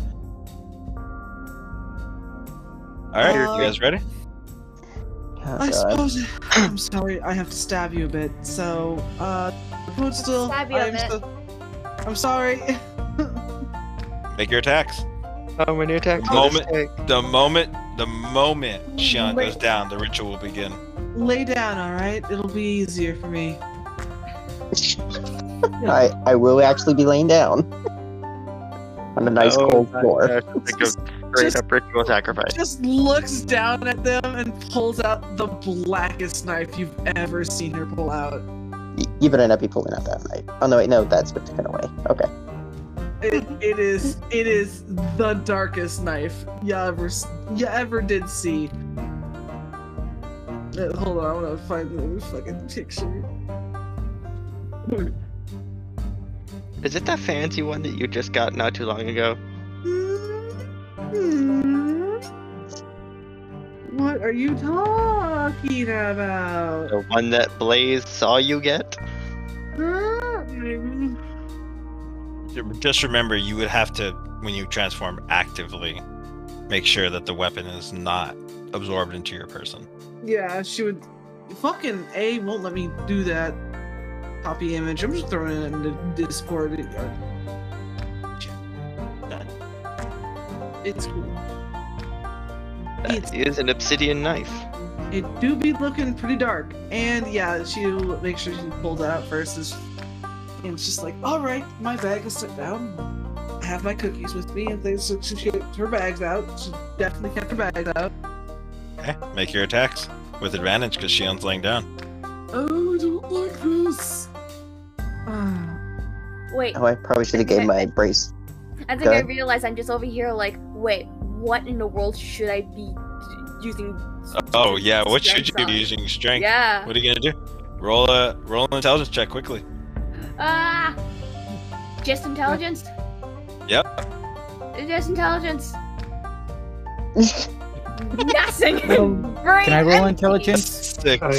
Speaker 2: All right,
Speaker 3: Uh,
Speaker 2: you guys ready?
Speaker 1: Oh,
Speaker 3: I
Speaker 1: God.
Speaker 3: suppose. I'm sorry, I have to stab you a bit. So, uh, Poodle,
Speaker 9: Stab you a
Speaker 3: I'm,
Speaker 9: bit.
Speaker 3: so, I'm sorry.
Speaker 2: Make your attacks.
Speaker 10: How many attacks
Speaker 2: does this Moment. The moment, the moment Shion goes
Speaker 3: Wait.
Speaker 2: down, the ritual will begin.
Speaker 3: Lay down, all right? It'll be easier for me.
Speaker 1: I, I will actually be laying down on a nice
Speaker 10: Oh,
Speaker 1: cold floor.
Speaker 10: Like a straight
Speaker 3: Just-
Speaker 10: up ritual sacrifice.
Speaker 3: Just looks down at them and pulls out the blackest knife you've ever seen her pull out.
Speaker 1: Y- You better not be pulling out that knife. Oh no, wait, no, that's been taken away. Okay.
Speaker 3: It, it is it is the darkest knife you ever s- you ever did see. Uh, hold on, I want to find the fucking picture.
Speaker 10: Is it that fancy one that you just got not too long ago?
Speaker 3: Hmm. What are you talking about?
Speaker 10: The one that Blaze saw you get?
Speaker 3: Huh? Maybe.
Speaker 2: Just remember, you would have to, when you transform actively, make sure that the weapon is not absorbed into your person.
Speaker 3: Yeah, she would. Fucking A won't let me do that. Copy image. I'm just throwing it in the Discord. Done. It's cool. It's-
Speaker 10: That is an obsidian knife.
Speaker 3: It do be looking pretty dark. And yeah, she'll make sure she pulls it out first as And it's just like, all right, my bag is set down. I have my cookies with me, and things. So she gets her bags out. She definitely kept her bags out.
Speaker 2: Okay, make your attacks with advantage because Shion's laying down.
Speaker 3: Oh, I don't like this. Ah,
Speaker 9: Wait,
Speaker 1: Oh, I probably should have gave my brace.
Speaker 9: I think
Speaker 1: go
Speaker 9: I
Speaker 1: ahead.
Speaker 9: realized I'm just over here like, wait, what in the world should I be using?
Speaker 2: Oh yeah, what should you
Speaker 9: strength
Speaker 2: do
Speaker 9: on?
Speaker 2: using strength?
Speaker 9: Yeah.
Speaker 2: What are you gonna do? Roll a roll an intelligence check quickly.
Speaker 9: Ah. Just intelligence.
Speaker 2: Yep.
Speaker 9: Just intelligence. Nothing.
Speaker 1: Oh.
Speaker 9: Brain
Speaker 4: Can I roll
Speaker 9: empty.
Speaker 4: intelligence?
Speaker 2: Six.
Speaker 5: I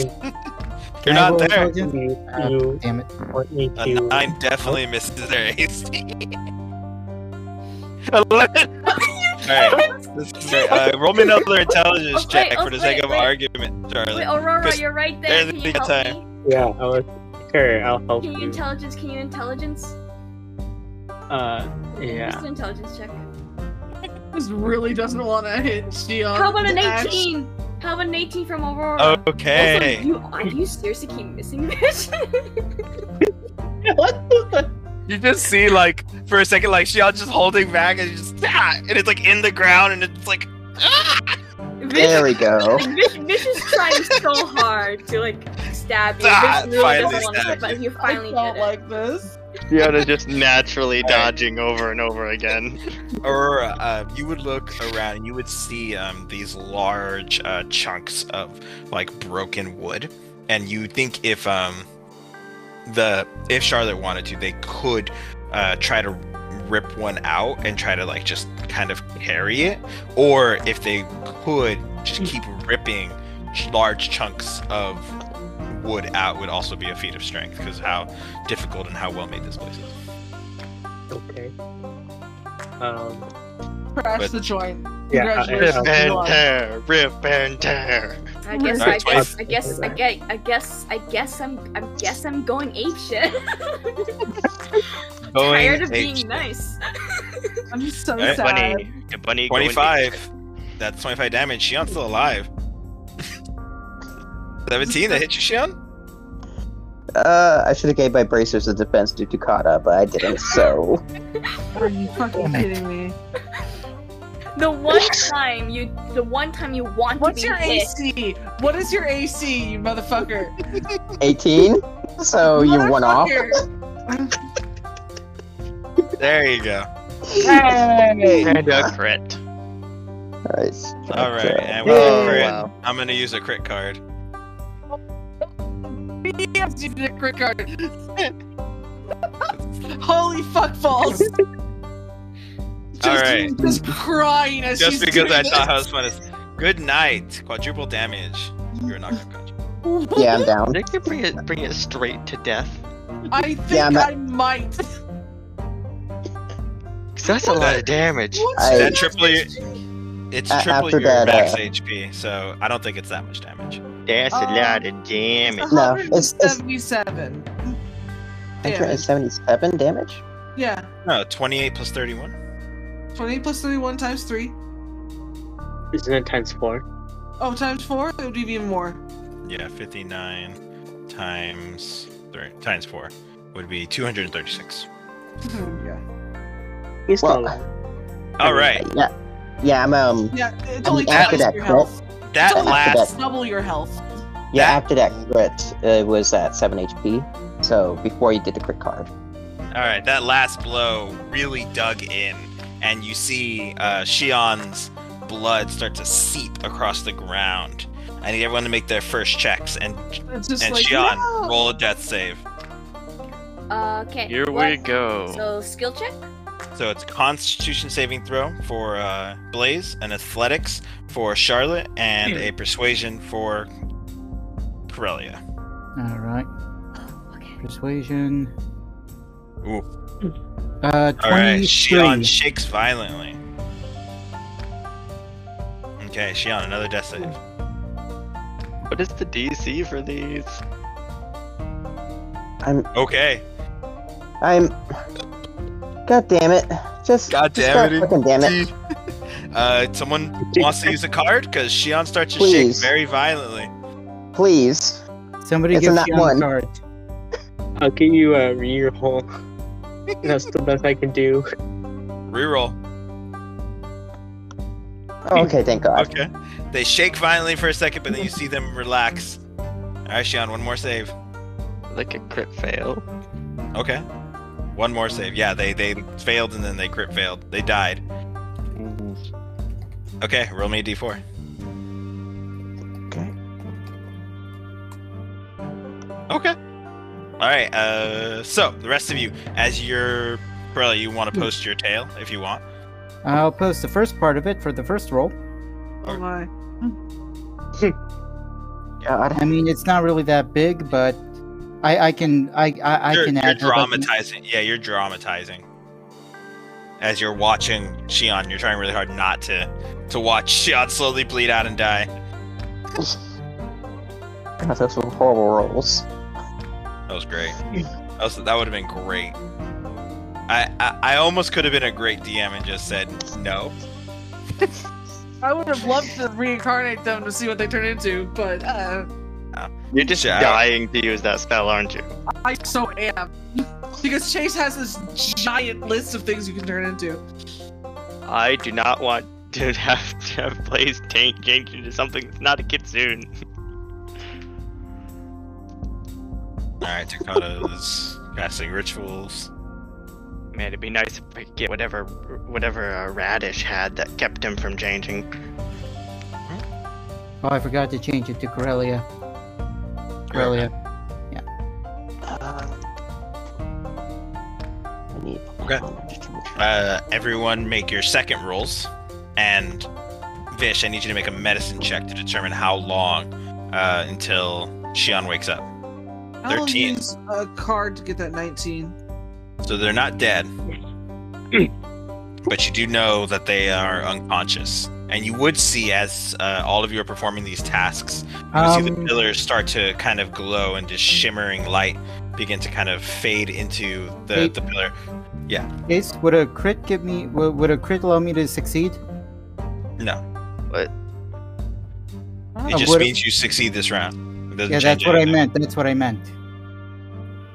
Speaker 2: You're
Speaker 4: I
Speaker 2: not
Speaker 4: roll
Speaker 2: there.
Speaker 4: intelligence?
Speaker 5: you,
Speaker 4: Ah,
Speaker 5: you
Speaker 4: damn it.
Speaker 5: want me
Speaker 2: A
Speaker 5: to
Speaker 2: nine definitely misses their AC. Eleven. All right. This is great. Uh, roll me another intelligence
Speaker 9: Oh,
Speaker 2: check
Speaker 9: wait,
Speaker 2: for the
Speaker 9: oh,
Speaker 2: sake
Speaker 9: wait,
Speaker 2: of
Speaker 9: wait.
Speaker 2: argument, Charlie.
Speaker 9: Wait, Aurora,
Speaker 2: Chris,
Speaker 9: you're right
Speaker 2: there's
Speaker 9: there. Can
Speaker 2: the
Speaker 9: you help
Speaker 2: time.
Speaker 9: me?
Speaker 5: Yeah, I'll sure I'll help
Speaker 9: Can you
Speaker 5: you.
Speaker 9: intelligence? Can you intelligence?
Speaker 5: Uh, yeah.
Speaker 9: Just an intelligence check.
Speaker 3: this really doesn't want to hit Shion.
Speaker 9: How about an
Speaker 3: The axe-
Speaker 9: 18? How about an 18 from Aurora?
Speaker 2: Okay.
Speaker 9: Also, you, are you seriously keep missing this?
Speaker 10: You just see like for a second, like Xiao just holding back and just ah! and it's like in the ground and it's like
Speaker 1: There we go.
Speaker 2: Oh.
Speaker 9: Vish, Vish is trying so hard to like stab you.
Speaker 2: Ah,
Speaker 9: Vish really
Speaker 2: finally
Speaker 9: doesn't want to,
Speaker 2: stabbed
Speaker 9: but you
Speaker 3: I
Speaker 9: finally
Speaker 3: don't
Speaker 9: did it.
Speaker 3: like this.
Speaker 10: Yoda just naturally dodging over and over again.
Speaker 2: Aurora, uh, you would look around and you would see um, these large uh, chunks of like broken wood, and you think if um, the if Charlotte wanted to, they could uh, try to rip one out and try to like just kind of carry it, or if they could just keep ripping ch- large chunks of wood out would also be a feat of strength because how difficult and how well made this place is.
Speaker 5: Okay. Um.
Speaker 3: Crash
Speaker 2: But-
Speaker 3: the joint.
Speaker 5: Yeah. I-
Speaker 3: Congratulations.
Speaker 5: I-
Speaker 3: and
Speaker 10: tear, rip and tear.
Speaker 9: I
Speaker 2: Alright,
Speaker 9: guess I guess I
Speaker 5: twice.
Speaker 9: guess I get I guess I guess I'm I guess I'm going ape shit. Tired of being
Speaker 2: apeshit.
Speaker 9: nice.
Speaker 3: I'm so
Speaker 2: Alright,
Speaker 3: sad.
Speaker 6: Bunny, the bunny. going to-
Speaker 2: 25. That's 25 damage. Shion's still alive. 17, that hit you, Shion?
Speaker 1: Uh, I should have gave my brace as a defense due to kata, but I didn't. So
Speaker 3: Are you fucking
Speaker 4: Damn it.
Speaker 3: kidding me?
Speaker 9: The one time you the one time you want
Speaker 3: What's
Speaker 9: to be
Speaker 3: your
Speaker 9: hit.
Speaker 3: AC? What is your AC, you motherfucker?
Speaker 1: 18. So you one off.
Speaker 3: Motherfucker.
Speaker 2: There you go.
Speaker 10: And a crit.
Speaker 1: Nice.
Speaker 2: All right, and with
Speaker 1: Yay.
Speaker 2: a crit, I'm gonna use a crit card.
Speaker 3: Yes, you did a crit card. Holy fuck balls. Just,
Speaker 2: Alright.
Speaker 3: just crying as
Speaker 2: Just
Speaker 3: she's
Speaker 2: because
Speaker 3: doing
Speaker 2: I
Speaker 3: this.
Speaker 2: thought how was fun is. Good night. Quadruple damage. You're not gonna catch.
Speaker 1: Yeah, I'm down.
Speaker 10: They could bring it, bring it straight to death.
Speaker 3: I think
Speaker 1: Yeah, I'm-
Speaker 3: I might.
Speaker 10: 'Cause that's a lot of damage.
Speaker 3: What's
Speaker 1: I-
Speaker 3: your
Speaker 2: That triple you. It's
Speaker 1: A-
Speaker 2: triple
Speaker 1: after
Speaker 2: your
Speaker 1: that,
Speaker 2: max
Speaker 1: uh,
Speaker 2: HP, so I don't think it's that much damage.
Speaker 10: That's a
Speaker 3: Um,
Speaker 10: lot of damage.
Speaker 1: No, it's- it's-
Speaker 3: 77.
Speaker 1: I
Speaker 3: Yeah.
Speaker 1: turned 77 damage.
Speaker 3: Yeah.
Speaker 2: No, 28 plus 31.
Speaker 3: 20 plus 31 times 3.
Speaker 5: Isn't it times four?
Speaker 3: Oh, times 4? It would be even more.
Speaker 2: Yeah, 59 times three times four would be 236.
Speaker 3: yeah.
Speaker 5: He's
Speaker 1: Well,
Speaker 5: still alive.
Speaker 2: All right,
Speaker 1: Yeah, yeah, I'm um,
Speaker 3: Yeah, it's only
Speaker 1: after
Speaker 3: twice
Speaker 1: that
Speaker 3: your
Speaker 1: crit-
Speaker 3: health.
Speaker 2: that
Speaker 1: After
Speaker 2: last
Speaker 3: It's double your health.
Speaker 1: yeah.
Speaker 2: That-
Speaker 1: After that crit, uh, it was at seven HP. So before you did the crit card.
Speaker 2: All right, that last blow really dug in, and you see uh, Shion's blood start to seep across the ground. I need everyone to make their first checks, and
Speaker 3: It's just
Speaker 2: and
Speaker 3: like,
Speaker 2: Shion,
Speaker 3: no!
Speaker 2: roll a death save.
Speaker 9: Uh, okay.
Speaker 10: Here we
Speaker 9: what-
Speaker 10: go.
Speaker 9: So skill check?
Speaker 2: So it's Constitution saving throw for uh, Blaze, and Athletics for Charlotte, and a Persuasion for Corellia.
Speaker 4: All right.
Speaker 9: Okay.
Speaker 4: Persuasion.
Speaker 2: Ooh.
Speaker 4: Uh, 23.
Speaker 2: All right, Shion shakes violently. Okay, Shion, another death save.
Speaker 10: What is the DC for these?
Speaker 1: I'm,
Speaker 2: Okay,
Speaker 1: I'm. God damn it! Just,
Speaker 2: God
Speaker 1: just
Speaker 2: damn it,
Speaker 1: Fucking damn it!
Speaker 2: Indeed. Uh, someone wants to use a card because Shion starts to shake
Speaker 1: Please.
Speaker 2: very violently.
Speaker 1: Please.
Speaker 4: Somebody
Speaker 1: It's
Speaker 4: give
Speaker 1: not
Speaker 4: Shion
Speaker 1: one.
Speaker 4: a card.
Speaker 5: I'll give you a reroll. That's the best I can do.
Speaker 2: Reroll.
Speaker 1: Oh, okay, thank God.
Speaker 2: Okay. They shake violently for a second, but then you see them relax. All right, Sean, one more save.
Speaker 6: Like a crit fail.
Speaker 2: Okay. One more save. Yeah, they they failed and then they crit failed. They died.
Speaker 4: Mm-hmm.
Speaker 2: Okay, roll me a d4.
Speaker 1: Okay.
Speaker 2: Okay. All right. Uh, so the rest of you, as your Corelli, you want to post your tail if you want.
Speaker 4: I'll post the first part of it for the first roll.
Speaker 3: Oh my.
Speaker 1: God.
Speaker 4: I mean, it's not really that big, but I, I can I I, I
Speaker 2: you're,
Speaker 4: can
Speaker 2: you're
Speaker 4: add. like, I can-
Speaker 2: dramatizing. Yeah, you're dramatizing. As you're watching Shion, you're trying really hard not to to watch Shion slowly bleed out and die.
Speaker 1: God, those were horrible rolls.
Speaker 2: That was great. That, was- that would have been great. I, I I almost could have been a great DM and just said no.
Speaker 3: I would have loved to reincarnate them to see what they turn into, but uh,
Speaker 6: You're just
Speaker 2: Yeah.
Speaker 6: dying to use that spell, aren't you?
Speaker 3: I so am. because Chase has this giant list of things you can turn into.
Speaker 6: I do not want to have to have plays tank changed into something that's not a kitsune.
Speaker 2: All right, Takata's casting rituals.
Speaker 6: Man, it'd be nice if we could get whatever whatever uh, radish had that kept him from changing.
Speaker 4: Oh, I forgot to change it to Corellia. Corellia.
Speaker 1: Uh, I need.
Speaker 2: Okay.
Speaker 1: hold on, just to make sure.
Speaker 2: Uh, everyone, make your second rolls, and Vish, I need you to make a medicine check to determine how long uh, until Shion wakes up.
Speaker 3: I will
Speaker 2: 13.
Speaker 3: use a card to get that 19.
Speaker 2: So they're not dead. but you do know that they are unconscious. And you would see as uh, all of you are performing these tasks, you see the
Speaker 4: Um,
Speaker 2: pillars start to kind of glow and just shimmering light begin to kind of fade into the,
Speaker 4: Hey.
Speaker 2: the pillar.
Speaker 4: Ace, would a crit give me? Would, would a crit allow me to succeed?
Speaker 2: No,
Speaker 4: Uh,
Speaker 2: it just
Speaker 4: would-
Speaker 2: means you succeed this round. It doesn't
Speaker 4: Yeah,
Speaker 2: change
Speaker 4: that's what I
Speaker 2: anything.
Speaker 4: meant. That's what I meant.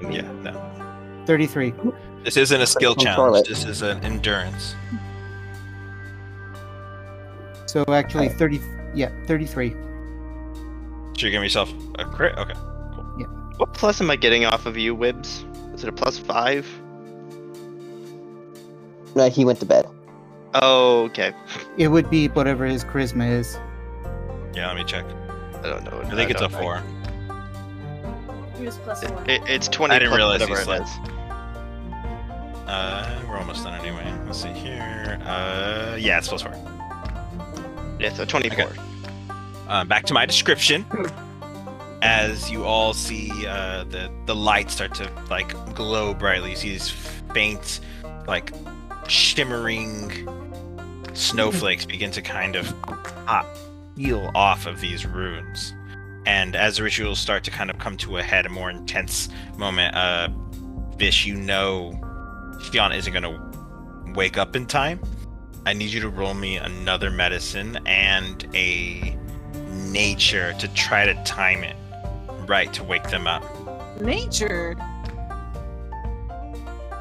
Speaker 2: Yeah, no.
Speaker 4: Thirty-three.
Speaker 2: This isn't a skill
Speaker 1: Control
Speaker 2: challenge.
Speaker 1: it.
Speaker 2: This is an endurance.
Speaker 4: So actually, thirty. Yeah, thirty-three.
Speaker 2: So you're giving yourself a crit? Okay.
Speaker 6: What plus am I getting off of you, Wibbs? Is it a plus five?
Speaker 1: No, he went to bed.
Speaker 6: Oh, okay.
Speaker 4: It would be whatever his charisma is.
Speaker 2: Yeah, let me check.
Speaker 6: I don't know.
Speaker 2: I think it's a
Speaker 6: don't know.
Speaker 2: four.
Speaker 9: It was plus four.
Speaker 6: It, it's twenty.
Speaker 2: I didn't
Speaker 6: plus
Speaker 2: realize you
Speaker 6: whatever it
Speaker 2: slept.
Speaker 6: is.
Speaker 2: Uh, we're almost done anyway. Let's see here. Uh, yeah, it's plus four.
Speaker 6: Yeah, so twenty-four.
Speaker 2: Uh, back to my description. As you all see uh, the the lights start to like glow brightly, you see these faint, like shimmering snowflakes begin to kind of pop, peel off of these runes. And as the rituals start to kind of come to a head, a more intense moment, uh, Vish, you know, Fionn isn't gonna wake up in time. I need you to roll me another medicine and a nature to try to time it right to wake them up.
Speaker 3: Nature.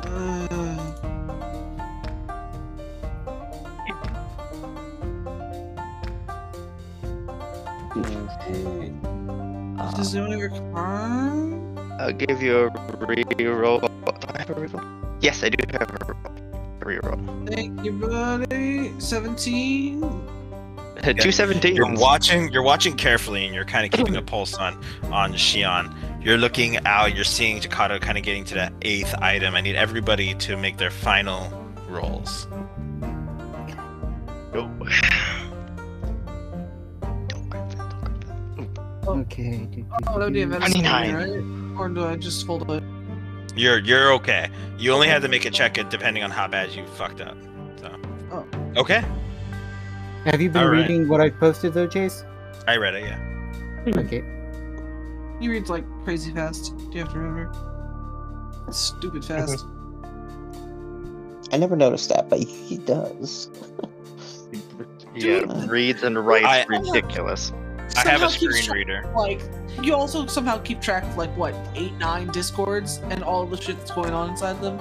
Speaker 3: Uh, does it only require?
Speaker 6: I'll give you a reroll. Do I have a reroll? Yes, I do have a reroll. A reroll.
Speaker 3: Thank you, buddy. 17.
Speaker 6: Two seventeen.
Speaker 2: You're watching. You're watching carefully, and you're kind of keeping a pulse on on Shion. You're looking out. You're seeing Takato kind of getting to that eighth item. I need everybody to make their final rolls.
Speaker 4: Okay. do, do,
Speaker 3: Oh, that would be a
Speaker 4: do.
Speaker 3: medicine,
Speaker 6: 29.
Speaker 3: right? Or do I just hold it?
Speaker 2: You're you're okay. You only had to make a check uh, depending on how bad you fucked up. So.
Speaker 3: Oh.
Speaker 2: Okay.
Speaker 4: Have you been
Speaker 2: Alright.
Speaker 4: reading what I've posted though, Chase?
Speaker 2: I read it. Yeah.
Speaker 4: Okay.
Speaker 3: He reads like crazy fast. Do you have to remember? Stupid fast.
Speaker 1: I never noticed that, but he does.
Speaker 6: Yeah, reads and writes
Speaker 2: I-
Speaker 6: ridiculous.
Speaker 2: I have
Speaker 3: somehow
Speaker 2: a
Speaker 3: keeps
Speaker 2: screen
Speaker 3: track-
Speaker 2: reader.
Speaker 3: Like, you also somehow keep track of like what eight, nine discords and all the shit that's going on inside them.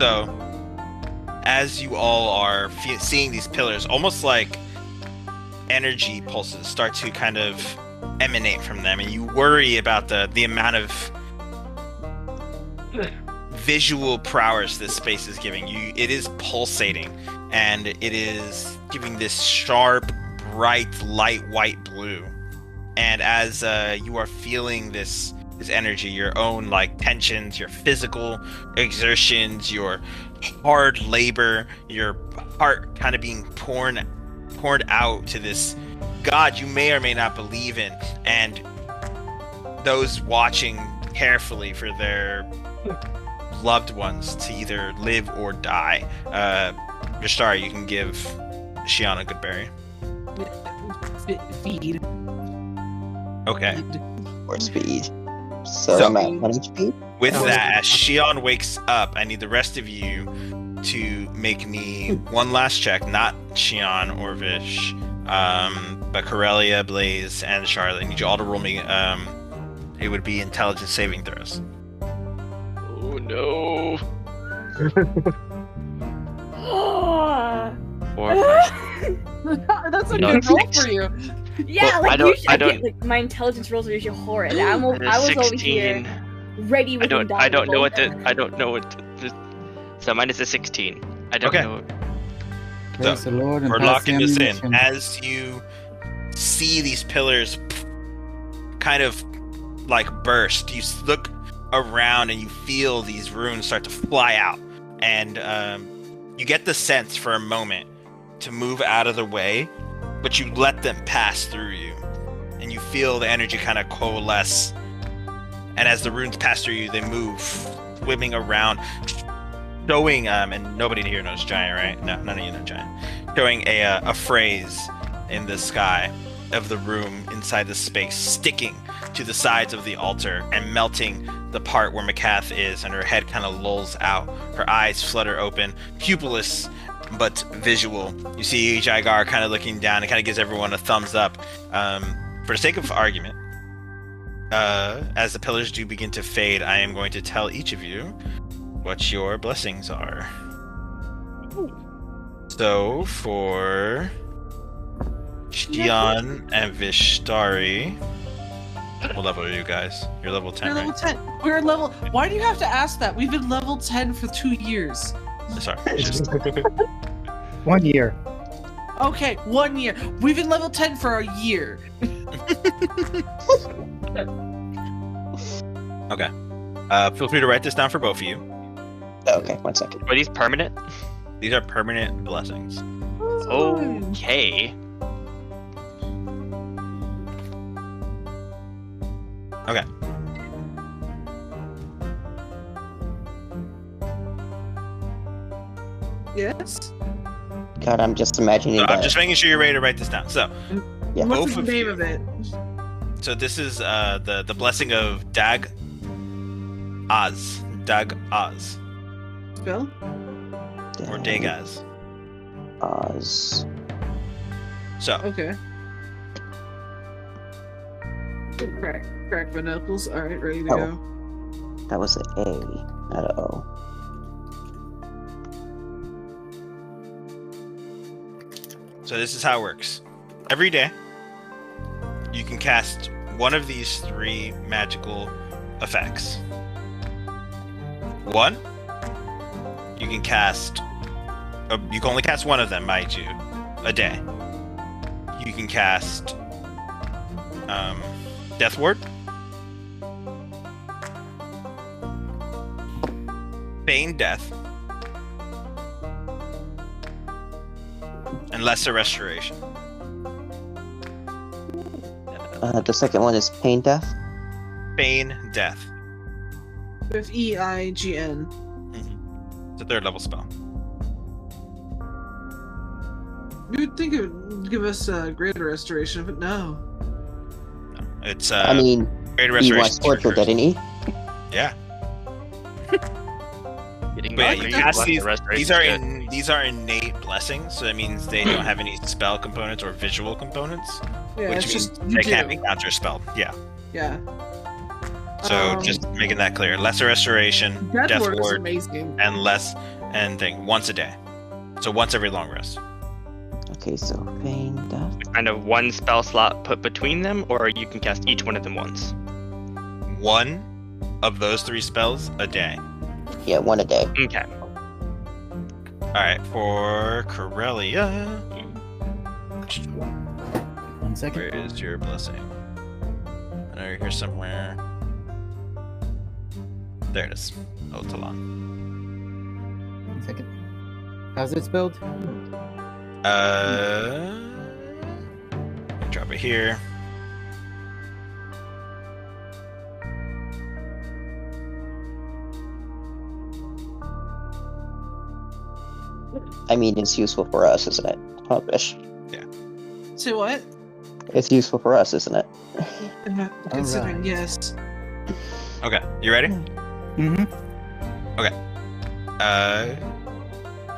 Speaker 2: So, as you all are fe- seeing these pillars, almost like energy pulses start to kind of emanate from them, and you worry about the the amount of visual prowess this space is giving you. It is pulsating, and it is giving this sharp, bright, light white blue. And as uh, you are feeling this this energy, your own like tensions, your physical exertions, your hard labor, your heart kind of being poured poured out to this god you may or may not believe in, and those watching carefully for their loved ones to either live or die. Uh, Rashtar, you can give Shiana Goodberry.
Speaker 3: F- feed.
Speaker 2: Okay.
Speaker 1: Or speed. So,
Speaker 2: So-
Speaker 1: I'm at 1 HP.
Speaker 2: With
Speaker 1: Oh.
Speaker 2: that, as Shion wakes up, I need the rest of you to make me one last check, not Shion or Vish, um, but Corellia, Blaze, and Charlotte. I need you all to roll me. Um, it would be intelligence saving throws.
Speaker 6: Oh no. Four, five,
Speaker 3: That's a
Speaker 6: No,
Speaker 3: good roll
Speaker 6: six.
Speaker 3: for you.
Speaker 9: yeah,
Speaker 6: Well,
Speaker 9: like
Speaker 6: I don't-
Speaker 9: usually I,
Speaker 6: I don't-
Speaker 9: get like my intelligence rolls are usually horrid. I'm, o-
Speaker 6: and a
Speaker 9: I was over
Speaker 6: sixteen.
Speaker 9: here ready
Speaker 6: I
Speaker 9: with
Speaker 6: don't. I don't know what the.
Speaker 9: Indomitable.
Speaker 6: I don't know what. The, so mine is a sixteen. I don't
Speaker 2: Okay.
Speaker 6: know.
Speaker 4: Praise the Lord and
Speaker 2: We're
Speaker 4: pass the
Speaker 2: locking this in.
Speaker 4: ammunition.
Speaker 2: As you see these pillars kind of like burst, you s- look around and you feel these runes start to fly out. And um, you get the sense for a moment to move out of the way, but you let them pass through you. And you feel the energy kind of coalesce. And as the runes pass through you, they move, swimming around, showing, um, and nobody here knows Giant, right? No, none of you know Giant showing a, uh, a phrase in the sky of the room inside the space, sticking to the sides of the altar and melting the part where Macath is, and her head kind of lolls out. Her eyes flutter open, pupilless but visual. You see Jaigar kind of looking down and kind of gives everyone a thumbs up. Um, for the sake of argument, uh, as the pillars do begin to fade, I am going to tell each of you what your blessings are. So for Shion and Vishtari, what level are you guys? You're level
Speaker 3: We're
Speaker 2: ten,
Speaker 3: level
Speaker 2: right?
Speaker 3: ten. We're level. Why do you have to ask that? We've been level ten for two years.
Speaker 2: Sorry, it's just
Speaker 4: One year.
Speaker 3: Okay, one year. We've been level ten for a year.
Speaker 2: uh, feel free to write this down for both of you.
Speaker 1: Okay, one second.
Speaker 6: Are these permanent?
Speaker 2: These are permanent blessings.
Speaker 6: Okay.
Speaker 3: Yes.
Speaker 1: God, I'm just imagining
Speaker 2: So I'm
Speaker 1: that.
Speaker 2: just making sure you're ready to write this down. So,
Speaker 1: Yeah.
Speaker 2: Both
Speaker 3: What's the
Speaker 2: of
Speaker 3: name
Speaker 2: you.
Speaker 3: of it?
Speaker 2: so this is uh, the the blessing of Dag Oz, Dag Oz,
Speaker 3: Spell.
Speaker 2: or Dagaz.
Speaker 1: Oz.
Speaker 2: So
Speaker 3: Okay. Crack, crack my knuckles. All right, ready to
Speaker 1: Oh.
Speaker 3: go.
Speaker 1: That was an A, uh, not an O.
Speaker 2: so this is how it works. Every day, you can cast one of these three magical effects. One, you can cast. Uh, you can only cast one of them, mind you, a day. You can cast um, Death Ward, Bane Death, and Lesser Restoration.
Speaker 1: Uh, the second one is pain death.
Speaker 2: Bane Death.
Speaker 3: With E I G N.
Speaker 2: It's a third level spell.
Speaker 3: You would think it would give us a greater restoration, but no.
Speaker 2: It's uh,
Speaker 1: I mean,
Speaker 2: Greater
Speaker 1: he
Speaker 2: Restoration.
Speaker 1: was tortured, didn't he?
Speaker 2: Yeah.
Speaker 6: Getting
Speaker 2: But yeah,
Speaker 6: lucky.
Speaker 2: you cast
Speaker 6: Lots of
Speaker 2: these-
Speaker 6: restoration
Speaker 2: These are
Speaker 6: good.
Speaker 2: in these are innate blessings, so that means they don't have any spell components or visual components,
Speaker 3: Yeah,
Speaker 2: which
Speaker 3: it's
Speaker 2: means
Speaker 3: just you
Speaker 2: they can't
Speaker 3: do.
Speaker 2: be counter spelled. Yeah.
Speaker 3: Yeah.
Speaker 2: So
Speaker 3: Um,
Speaker 2: just making that clear. Lesser restoration,
Speaker 3: Death,
Speaker 2: death,
Speaker 3: Ward is
Speaker 2: ward,
Speaker 3: amazing.
Speaker 2: and less and thing once a day. So once every long rest.
Speaker 1: Okay, so pain, death.
Speaker 6: Kind of one spell slot put between them, or you can cast each one of them once.
Speaker 2: One of those three spells a day.
Speaker 1: Yeah, one a day.
Speaker 6: Okay.
Speaker 2: All right, for Corellia,
Speaker 4: One second.
Speaker 2: where is your blessing? I know you're here somewhere. There it is. Oh, Talon.
Speaker 4: One second. How's it spelled?
Speaker 2: Uh, drop it here.
Speaker 1: I mean, it's useful for us, isn't it? Hubbish.
Speaker 3: Say what?
Speaker 1: It's useful for us, isn't it?
Speaker 3: Considering, yes.
Speaker 2: Okay, you ready?
Speaker 4: Mm-hmm.
Speaker 2: Uh,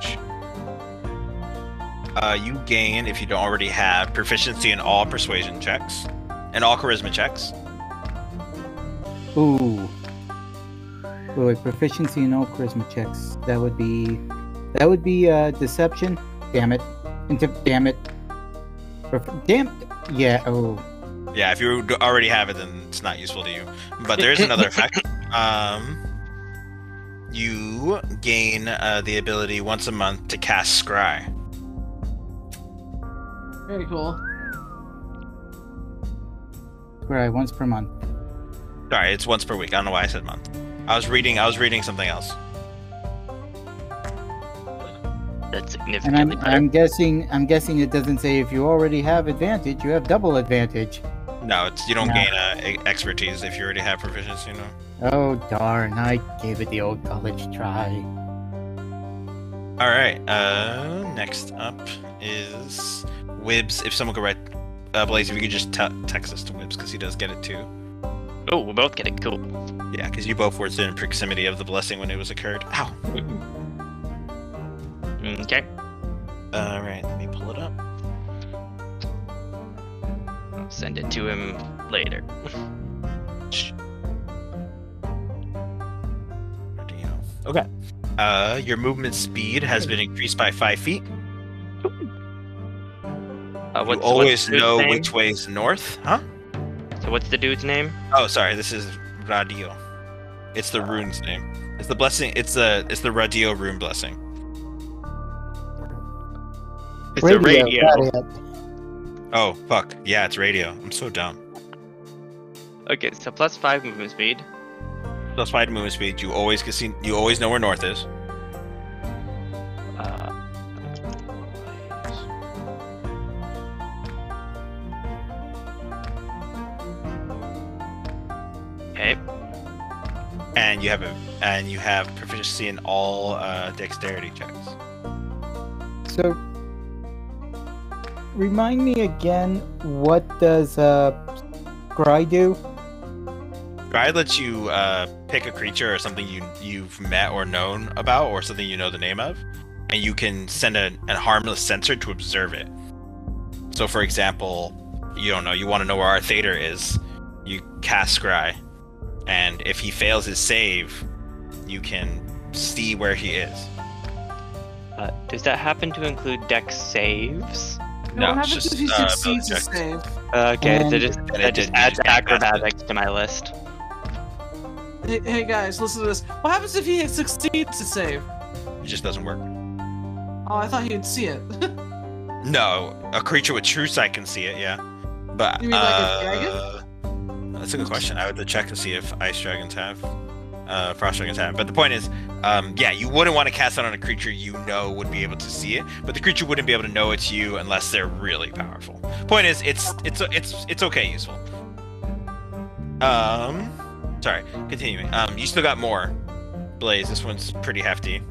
Speaker 2: sh- uh, you gain if you don't already have proficiency in all persuasion checks and all charisma checks.
Speaker 4: Ooh. Wait, wait, proficiency in all charisma checks. That would be, that would be uh, deception. Damn it. Into damn it. Prof- damn. Yeah. Oh.
Speaker 2: Yeah, if you d- already have it, then it's not useful to you. But there is another effect. Um, you gain uh, the ability once a month to cast Scry.
Speaker 3: Very cool.
Speaker 4: Right. uh, Once per month.
Speaker 2: Sorry, it's once per week. I don't know why I said month. I was reading. I was reading something else.
Speaker 6: That's
Speaker 4: And
Speaker 6: significantly
Speaker 4: I'm,
Speaker 6: better.
Speaker 4: I'm guessing I'm guessing it doesn't say if you already have advantage, you have double advantage.
Speaker 2: No, it's you don't
Speaker 4: No.
Speaker 2: gain uh, e- expertise if you already have proficiency. You know.
Speaker 4: Oh darn! I gave it the old college try.
Speaker 2: All right. Uh, next up is Wibbs. If someone could write uh, Blaze, if you could just te- text us to Wibbs because he does get it too.
Speaker 6: Oh, we're both getting cool.
Speaker 2: Yeah, because you both were in proximity of the blessing when it was occurred. Ow.
Speaker 6: Mm, Okay.
Speaker 2: All right. Let me pull it up.
Speaker 6: I'll send it to him later.
Speaker 2: Okay. Uh, your movement speed has been increased by five feet.
Speaker 6: Uh,
Speaker 2: You
Speaker 6: what's, what's
Speaker 2: always
Speaker 6: the dude's
Speaker 2: know
Speaker 6: name?
Speaker 2: which way's north, huh?
Speaker 6: So what's the dude's name? Uh,
Speaker 2: Oh, sorry. This is Radio. It's the rune's name. It's the blessing. It's the it's the Radio rune blessing.
Speaker 6: It's a radio.
Speaker 2: Oh fuck. Yeah, it's radio. I'm so dumb.
Speaker 6: Okay, so plus five movement speed.
Speaker 2: plus five movement speed. You always can see. You always know where north is.
Speaker 6: Uh, okay.
Speaker 2: and you have a, and you have proficiency in all uh, dexterity checks.
Speaker 4: So, remind me again, what does uh, Scry do?
Speaker 2: Guide lets you uh, pick a creature or something you you've met or known about, or something you know the name of, and you can send a, a harmless sensor to observe it. So, for example, you don't know. You want to know where our Theater is. You cast Scry, and if he fails his save, you can see where he is.
Speaker 6: Uh, does that happen to include dex saves?
Speaker 2: No,
Speaker 3: what
Speaker 2: it's
Speaker 3: happens
Speaker 2: just,
Speaker 3: if he
Speaker 2: uh, ability
Speaker 3: succeeds to
Speaker 2: checks.
Speaker 3: save?
Speaker 6: Okay,
Speaker 4: Um,
Speaker 6: that just
Speaker 2: it
Speaker 6: that just
Speaker 2: did-
Speaker 6: adds
Speaker 2: you just can't pass it.
Speaker 6: acrobatics to my list.
Speaker 3: Hey, hey guys, listen to this. What happens if he succeeds to save?
Speaker 2: It just doesn't work.
Speaker 3: Oh, I thought he'd see it.
Speaker 2: No, a creature with true sight can see it. Yeah, but
Speaker 3: You mean like a
Speaker 2: uh, that's a good question. I would have to check to see if ice dragons have, uh, frost dragons have. But the point is, um, yeah, you wouldn't want to cast that on a creature you know would be able to see it, but the creature wouldn't be able to know it's you unless they're really powerful. Point is, it's it's it's it's okay, useful. Um, sorry, continuing. Um, you still got more, Blaze. This one's pretty hefty.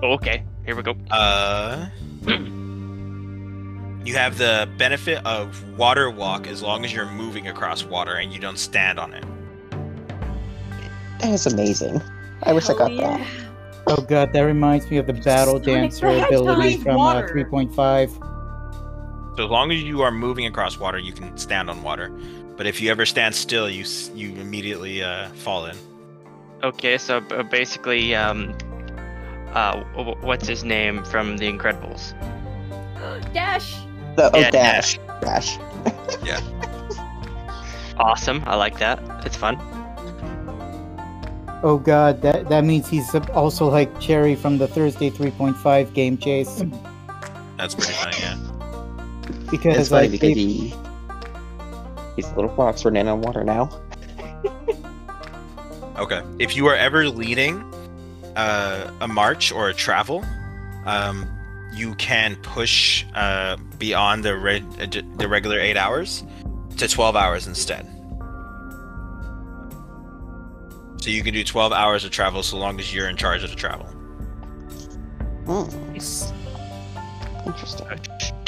Speaker 6: Oh, Okay, here we go.
Speaker 2: Uh, you have the benefit of water walk as long as you're moving across water and you don't stand on it.
Speaker 1: That is amazing. I wish I
Speaker 9: Hell
Speaker 1: got
Speaker 9: yeah.
Speaker 4: Oh god, that reminds me of the battle dancer
Speaker 3: Sonic the
Speaker 4: ability
Speaker 3: Hedgehog.
Speaker 4: from uh,
Speaker 3: Water.
Speaker 4: 3.5.
Speaker 2: So as long as you are moving across water, you can stand on water. But if you ever stand still, you s- you immediately uh, fall in.
Speaker 6: Okay, so b- basically, um, uh, wh- wh- what's his name from The Incredibles?
Speaker 9: Dash.
Speaker 1: The, oh,
Speaker 6: Yeah,
Speaker 1: dash. Dash.
Speaker 6: Awesome, I like that. It's fun.
Speaker 4: Oh god, that that means he's also like Cherry from the Thursday 3.5 game chase
Speaker 2: That's pretty funny, yeah.
Speaker 4: because
Speaker 1: It's funny
Speaker 4: like
Speaker 1: because
Speaker 4: they-
Speaker 1: he, he's a little fox running on water now.
Speaker 2: Okay. If you are ever leading uh, a march or a travel, um, you can push uh, beyond the reg- uh, d- the regular eight hours to twelve hours instead. So you can do twelve hours of travel so long as you're in charge of the travel.
Speaker 1: Hmm. Interesting.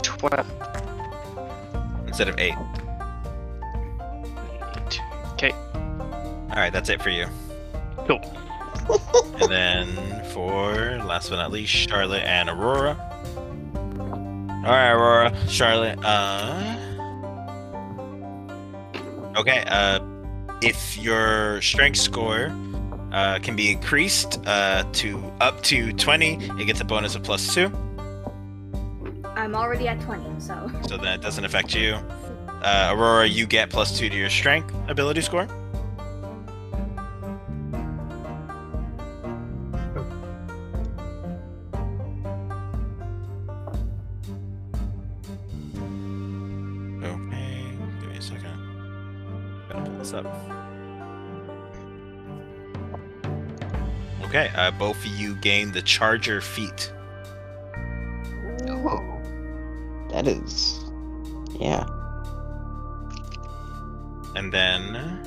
Speaker 6: Twelve.
Speaker 2: instead of eight.
Speaker 6: Okay.
Speaker 2: All right, that's it for you.
Speaker 6: Cool.
Speaker 2: and then for last but not least, Charlotte and Aurora. All right, Aurora, Charlotte. Uh. Okay. Uh, if your strength score. Uh, can be increased uh, to up to 20. It gets a bonus of plus two.
Speaker 9: I'm already at 20, so.
Speaker 2: so that it doesn't affect you. Uh, Aurora, you get plus two to your strength ability score. Okay, give me a second. Gotta pull this up. Okay, uh, both of you gain the charger feat.
Speaker 1: That is. Yeah.
Speaker 2: And then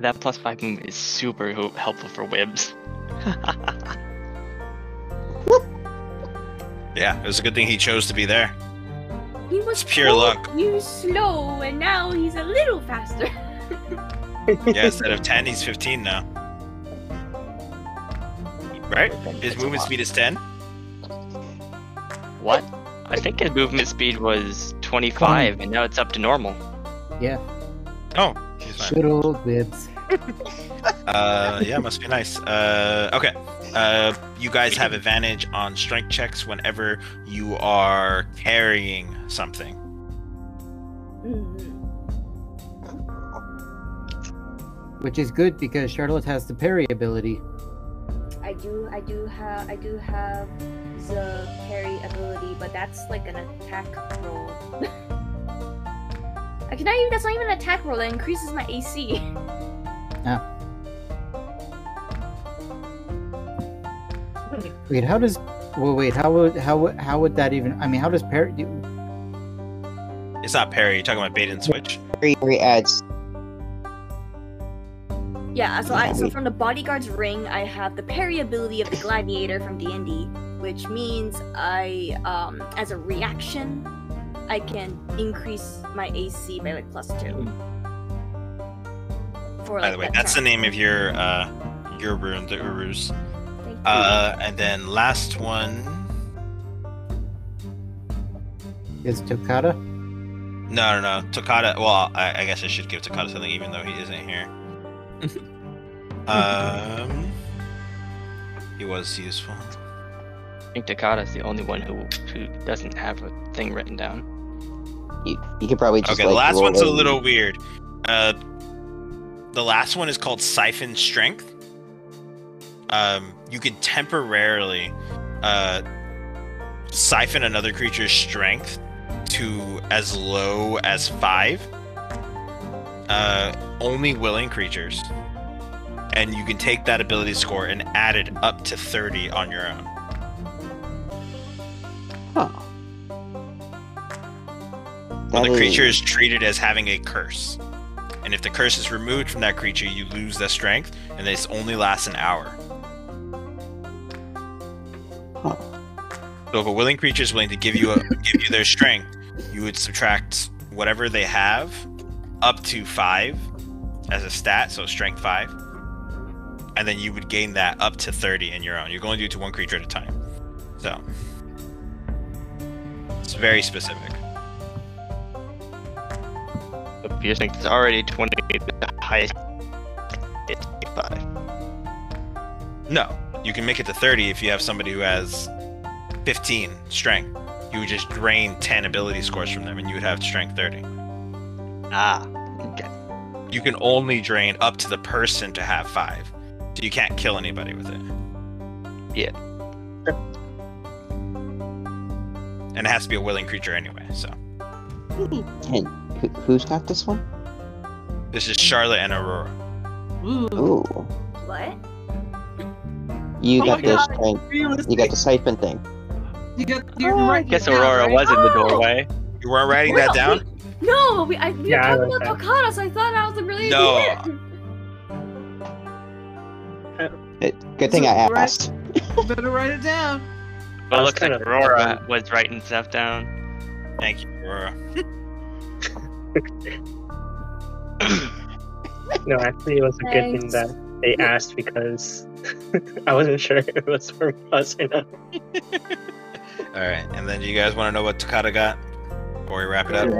Speaker 6: That plus five movement is super ho- helpful for webs.
Speaker 2: Yeah, it was a good thing he chose to be there.
Speaker 9: He was
Speaker 2: It's pure
Speaker 9: so
Speaker 2: luck.
Speaker 9: You slow, and now he's a little faster.
Speaker 2: Yeah, instead of 10, he's 15 now. Right? His movement speed is 10.
Speaker 6: What? I think his movement speed was 25, and now it's up to normal.
Speaker 2: Oh, he's fine.
Speaker 4: good old Bibs.
Speaker 2: Uh, yeah, must be nice. Uh, okay. Uh, you guys have advantage on strength checks whenever you are carrying something.
Speaker 9: Mm,
Speaker 4: Which is good because Charlotte has the parry ability.
Speaker 9: I do, I do have, I do have the parry ability, but that's like an attack roll. I cannot even. That's not even an attack roll. That increases my AC.
Speaker 4: Wait, how does? Well, wait, how would how would how would that even? I mean, how does parry?
Speaker 2: It's not parry. You're talking about bait and switch.
Speaker 1: Three, three adds.
Speaker 9: Yeah, so I so from the bodyguard's ring, I have the parry ability of the gladiator from D and D, which means I, um, as a reaction, I can increase my AC by like plus two. For,
Speaker 2: By
Speaker 9: like,
Speaker 2: the way,
Speaker 9: that
Speaker 2: that's the
Speaker 9: turn.
Speaker 2: name of your uh, your rune, the Urus.
Speaker 9: Thank you.
Speaker 2: Uh, and then last one.
Speaker 4: Is Tokata?
Speaker 2: No, no, no. Takata. Well, I, I guess I should give Takata something, even though he isn't here. um, he was useful.
Speaker 6: I think Takata's the only one who who doesn't have a thing written down.
Speaker 1: You, you could probably just.
Speaker 2: Okay, the
Speaker 1: like,
Speaker 2: last
Speaker 1: roll
Speaker 2: one's a little weird. Uh, the last one is called Siphon Strength. Um, you can temporarily uh, siphon another creature's strength to as low as five. Uh, only willing creatures, and you can take that ability score and add it up to thirty on your own.
Speaker 1: Huh.
Speaker 2: Well,
Speaker 1: That
Speaker 2: the creature
Speaker 1: is-
Speaker 2: is treated as having a curse. And if the curse is removed from that creature, you lose their strength, and this only lasts an hour.
Speaker 1: Huh.
Speaker 2: So if a willing creature is willing to give you a, give you their strength, you would subtract whatever they have up to five as a stat, so strength five, and then you would gain that up to 30 in your own. You can only do it to one creature at a time. So it's very specific.
Speaker 6: The piercing is already 20, the highest is 25.
Speaker 2: No, you can make it to 30 if you have somebody who has 15 strength. You would just drain 10 ability scores from them, and you would have strength 30.
Speaker 6: Ah, okay.
Speaker 2: You can only drain up to the person to have five, so you can't kill anybody with it.
Speaker 6: Yeah.
Speaker 2: And it has to be a willing creature anyway. So
Speaker 1: And who, who's got this one?
Speaker 2: this is Charlotte and Aurora.
Speaker 3: Ooh.
Speaker 1: Ooh,
Speaker 9: What?
Speaker 1: you
Speaker 3: Oh
Speaker 1: got
Speaker 3: my
Speaker 1: the
Speaker 3: God.
Speaker 1: strength.
Speaker 3: Realistic.
Speaker 1: You got the siphon thing.
Speaker 3: You got. You're
Speaker 9: Oh, I
Speaker 3: right.
Speaker 6: Guess
Speaker 3: yeah,
Speaker 6: Aurora
Speaker 3: right?
Speaker 6: was in the
Speaker 9: Oh!
Speaker 6: doorway.
Speaker 2: You weren't writing that down?
Speaker 9: We, no, we, I, we
Speaker 5: Yeah, I
Speaker 9: were
Speaker 5: wrote
Speaker 9: talking about Takata, so I thought I was really
Speaker 2: No.
Speaker 1: It- Good thing I
Speaker 3: Right.
Speaker 1: asked.
Speaker 3: Better write it down.
Speaker 6: But
Speaker 5: I
Speaker 6: it
Speaker 5: was
Speaker 6: looks like
Speaker 5: kinda-
Speaker 6: Aurora was writing stuff down.
Speaker 2: Thank you, Aurora.
Speaker 5: No, actually, it was a good thing
Speaker 9: Thanks.
Speaker 5: that they asked because I wasn't sure if it was from us or not.
Speaker 2: All right, and then do you guys want to know what Takata got before we wrap it up?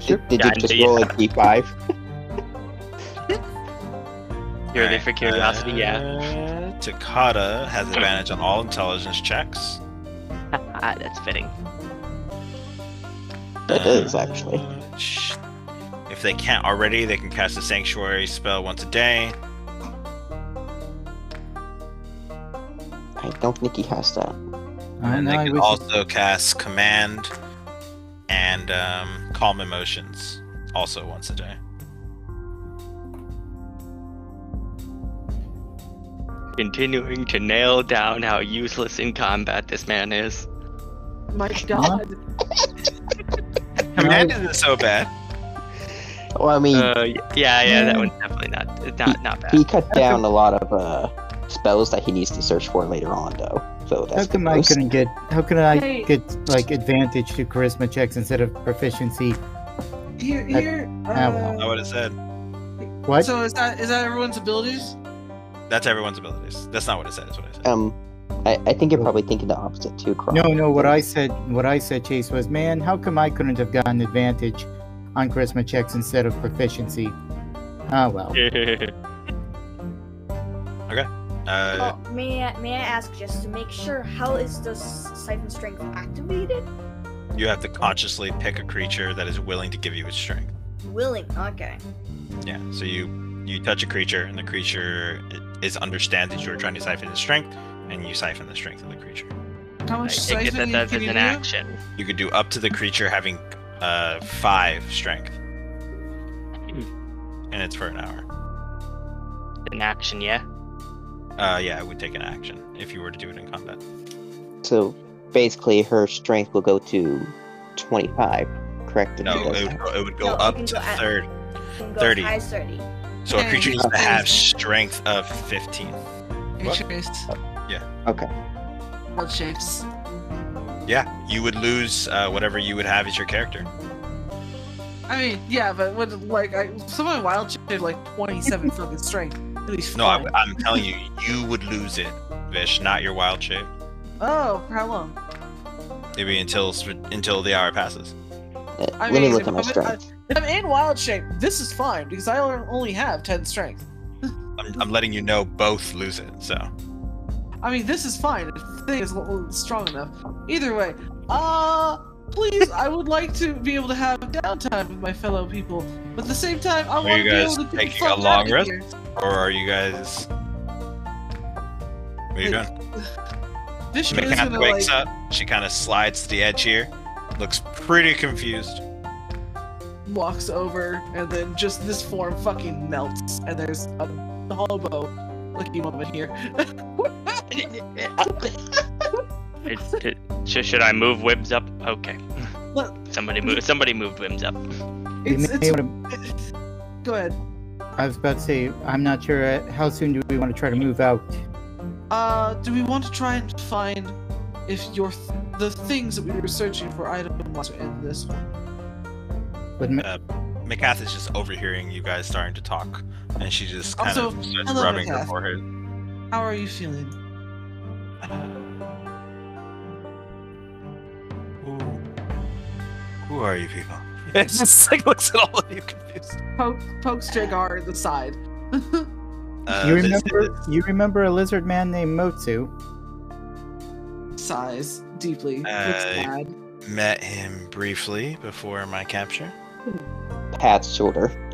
Speaker 1: Did, did
Speaker 6: Yeah,
Speaker 1: you just
Speaker 6: yeah.
Speaker 1: roll a d5?
Speaker 6: Purely for curiosity, yeah.
Speaker 2: Uh, Takata has advantage on all intelligence checks.
Speaker 6: Ah, that's fitting.
Speaker 1: That is, actually.
Speaker 2: Uh, sh- If they can't already, they can cast a sanctuary spell once a day.
Speaker 1: I don't think he has that.
Speaker 4: I
Speaker 2: and
Speaker 4: know.
Speaker 2: they
Speaker 4: I
Speaker 2: can
Speaker 4: wish-
Speaker 2: also cast command and um, calm emotions also once a day.
Speaker 6: Continuing to nail down how useless in combat this man is.
Speaker 3: My God.
Speaker 2: Command isn't so bad.
Speaker 1: Well, I mean,
Speaker 6: Uh, yeah, yeah, that one's definitely not not not bad.
Speaker 1: he cut down a lot of uh, spells that he needs to search for later on, though. So
Speaker 4: How
Speaker 1: that's
Speaker 4: come
Speaker 1: good
Speaker 4: I
Speaker 1: news.
Speaker 4: couldn't get? How can I
Speaker 9: Hey.
Speaker 4: get like advantage to charisma checks instead of proficiency?
Speaker 3: Here, here.
Speaker 4: Ah, well.
Speaker 2: I
Speaker 3: Uh,
Speaker 2: would have said
Speaker 4: What?
Speaker 3: so is that is that everyone's abilities?
Speaker 2: that's everyone's abilities. That's not what it said. Is what I said.
Speaker 1: Um, I, I think you're probably thinking the opposite too, Kron.
Speaker 4: no, no. What I said, what I said, Chase was, man, how come I couldn't have gotten advantage on charisma checks instead of proficiency? Ah, well.
Speaker 2: Uh,
Speaker 9: Oh, may I, may I ask just to make sure how is the s- siphon strength activated?
Speaker 2: You have to consciously pick a creature that is willing to give you its strength.
Speaker 9: Willing. Okay.
Speaker 2: Yeah. So you you touch a creature, and the creature i- is understands that you are trying to siphon its strength, and you siphon the strength of the creature.
Speaker 6: I
Speaker 3: How much
Speaker 6: take it
Speaker 3: siphoning
Speaker 6: that that
Speaker 3: can
Speaker 6: is
Speaker 3: you
Speaker 6: an
Speaker 3: do?
Speaker 6: action.
Speaker 2: You could do up to the creature having uh, five strength, and it's for an hour.
Speaker 6: Hmm. An action, yeah.
Speaker 2: Uh, yeah, it would take an action if you were to do it in combat.
Speaker 1: So basically, her strength will go to 25, correct? If she
Speaker 2: No,
Speaker 1: does
Speaker 2: it would
Speaker 1: that.
Speaker 2: go, it would
Speaker 9: No,
Speaker 2: go
Speaker 9: you
Speaker 2: up
Speaker 9: can
Speaker 2: to
Speaker 9: go at-
Speaker 2: third.
Speaker 9: Can go
Speaker 2: 30.
Speaker 9: as high as thirty.
Speaker 2: So a
Speaker 3: Yeah,
Speaker 2: creature
Speaker 3: you
Speaker 2: needs to
Speaker 3: can-
Speaker 2: have strength of 15.
Speaker 3: Hey,
Speaker 2: What?
Speaker 3: Chase.
Speaker 2: Yeah.
Speaker 1: Okay.
Speaker 3: Well, Chase.
Speaker 2: Yeah, you would lose uh, whatever you would have as your character.
Speaker 3: I mean, yeah, but when like I, someone wild shape had like twenty-seven fucking strength. At least
Speaker 2: No, I,
Speaker 3: fine.
Speaker 2: I'm telling you, you would lose it, Vish, not your wild shape.
Speaker 3: Oh, for how long?
Speaker 2: It'd be until until the hour passes.
Speaker 1: Uh,
Speaker 3: I
Speaker 1: Let me
Speaker 3: mean,
Speaker 1: look
Speaker 3: if
Speaker 1: at my
Speaker 3: I'm in- uh,
Speaker 1: strength.
Speaker 3: If I'm in wild shape, this is fine because I only have ten strength.
Speaker 2: I'm, I'm letting you know both lose it. So
Speaker 3: I mean, this is fine. If the thing is l- strong enough. Either way, uh, please, I would like to be able to have downtime with my fellow people, but at the same time, I
Speaker 2: Are
Speaker 3: want to
Speaker 2: you
Speaker 3: be
Speaker 2: guys
Speaker 3: able to get
Speaker 2: taking
Speaker 3: the fuck
Speaker 2: a long
Speaker 3: outta
Speaker 2: rest?
Speaker 3: here.
Speaker 2: or are you guys? What are you
Speaker 3: Like,
Speaker 2: doing?
Speaker 3: This shit is
Speaker 2: McNabb
Speaker 3: gonna,
Speaker 2: wakes
Speaker 3: like-
Speaker 2: up. She kind of slides to the edge here. Looks pretty confused.
Speaker 3: walks over, and then just this form fucking melts, and there's a hobo looking woman here.
Speaker 6: It's, it, should, should I move Wims up? Okay.
Speaker 3: Look.
Speaker 6: Somebody moved. Somebody moved Wims up.
Speaker 4: You
Speaker 3: It's,
Speaker 4: may
Speaker 3: it's,
Speaker 4: wanna-
Speaker 3: go ahead.
Speaker 4: I was about to say, I'm not sure. uh, How soon do we want to try to move out?
Speaker 3: Uh, do we want to try and find if your th- the things that we were searching for item was in this one?
Speaker 4: Would ma-
Speaker 2: Uh, McCath is just overhearing you guys starting to talk, and she just kind
Speaker 3: Also,
Speaker 2: of starts
Speaker 3: hello,
Speaker 2: rubbing her
Speaker 3: Macath.
Speaker 2: forehead.
Speaker 3: How are you feeling?
Speaker 2: Who, who are you people?
Speaker 10: It's just like looks at all of you confused.
Speaker 3: Poke, pokes Jagar in the side.
Speaker 2: Uh,
Speaker 4: you
Speaker 2: this-
Speaker 4: remember? You remember a lizard man named Motsu?
Speaker 3: Sighs deeply. Looks
Speaker 2: Uh,
Speaker 3: sad.
Speaker 2: met him briefly before my capture.
Speaker 1: Pat's shoulder.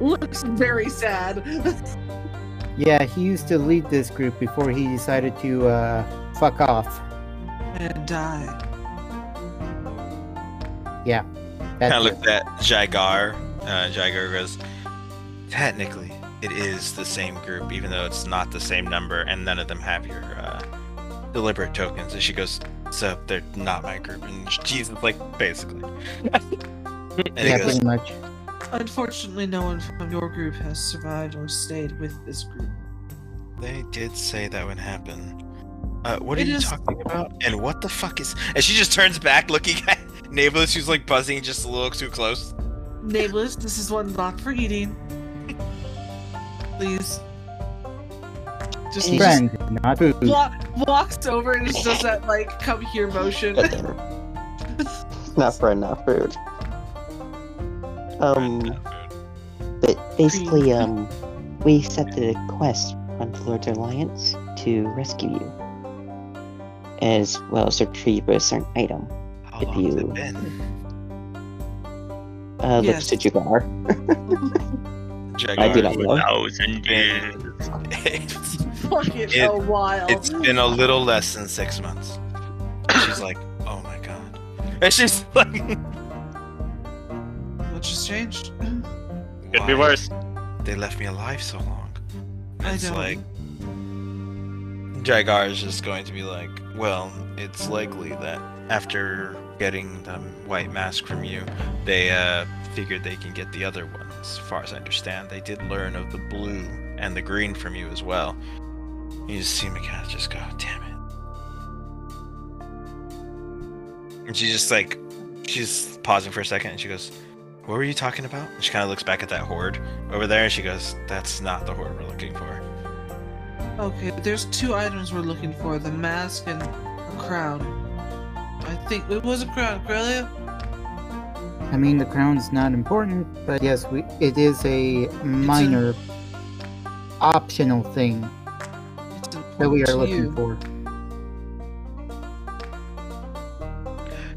Speaker 3: Looks very sad.
Speaker 4: Yeah, he used to lead this group before he decided to uh, fuck off.
Speaker 3: and die.
Speaker 4: That's
Speaker 2: Kind of looked at Jigar. Uh, Jigar goes, technically, it is the same group, even though it's not the same number, and none of them have your uh, deliberate tokens. And she goes, so they're not my group. And Jesus, like, basically. and
Speaker 4: yeah,
Speaker 2: he goes,
Speaker 4: pretty much.
Speaker 3: Unfortunately, no one from your group has survived or stayed with this group.
Speaker 2: they did say that would happen. Uh, what are
Speaker 3: It
Speaker 2: you
Speaker 3: is-
Speaker 2: talking about? And what the fuck is. And she just turns back looking at Naveless, who's like buzzing just a little too close.
Speaker 3: Nameless, this is one not for eating. Please. Just
Speaker 1: He's-
Speaker 4: Friend, not food.
Speaker 3: Walk, walks over and just does that like come here motion.
Speaker 1: God damn it. Not for enough food. Um, but basically, um, we accepted a quest from the Lord's Alliance to rescue you, as well as retrieve a certain item.
Speaker 2: How
Speaker 1: If
Speaker 2: long has
Speaker 1: you-
Speaker 2: it been?
Speaker 1: Uh,
Speaker 3: Yes.
Speaker 1: looks to Jagar. I do
Speaker 2: Jigar.
Speaker 1: not know.
Speaker 6: Thousand years.
Speaker 3: Fucking
Speaker 2: It-
Speaker 3: a while.
Speaker 2: It's been a little less than six months. She's like, oh my god.
Speaker 10: And she's like,
Speaker 3: Much has changed.
Speaker 6: Could be
Speaker 2: Why
Speaker 6: worse.
Speaker 2: They left me alive so long.
Speaker 3: I
Speaker 2: It's
Speaker 3: don't.
Speaker 2: like Jagar is just going to be like, well, it's likely that after getting the white mask from you, they uh, figured they can get the other one. As far as I understand, they did learn of the blue and the green from you as well. You just see Mikasa just go, damn it. And she's just like, she's pausing for a second and she goes, what were you talking about? And she kind of looks back at that horde over there and she goes, that's not the horde we're looking for.
Speaker 3: Okay, there's two items we're looking for: the mask and the crown. I think it was a crown, Corellia.
Speaker 4: I mean, the crown's not important, but yes, we, it is a minor, optional thing
Speaker 3: It's important
Speaker 4: that we
Speaker 3: to
Speaker 4: are looking
Speaker 3: you.
Speaker 4: for.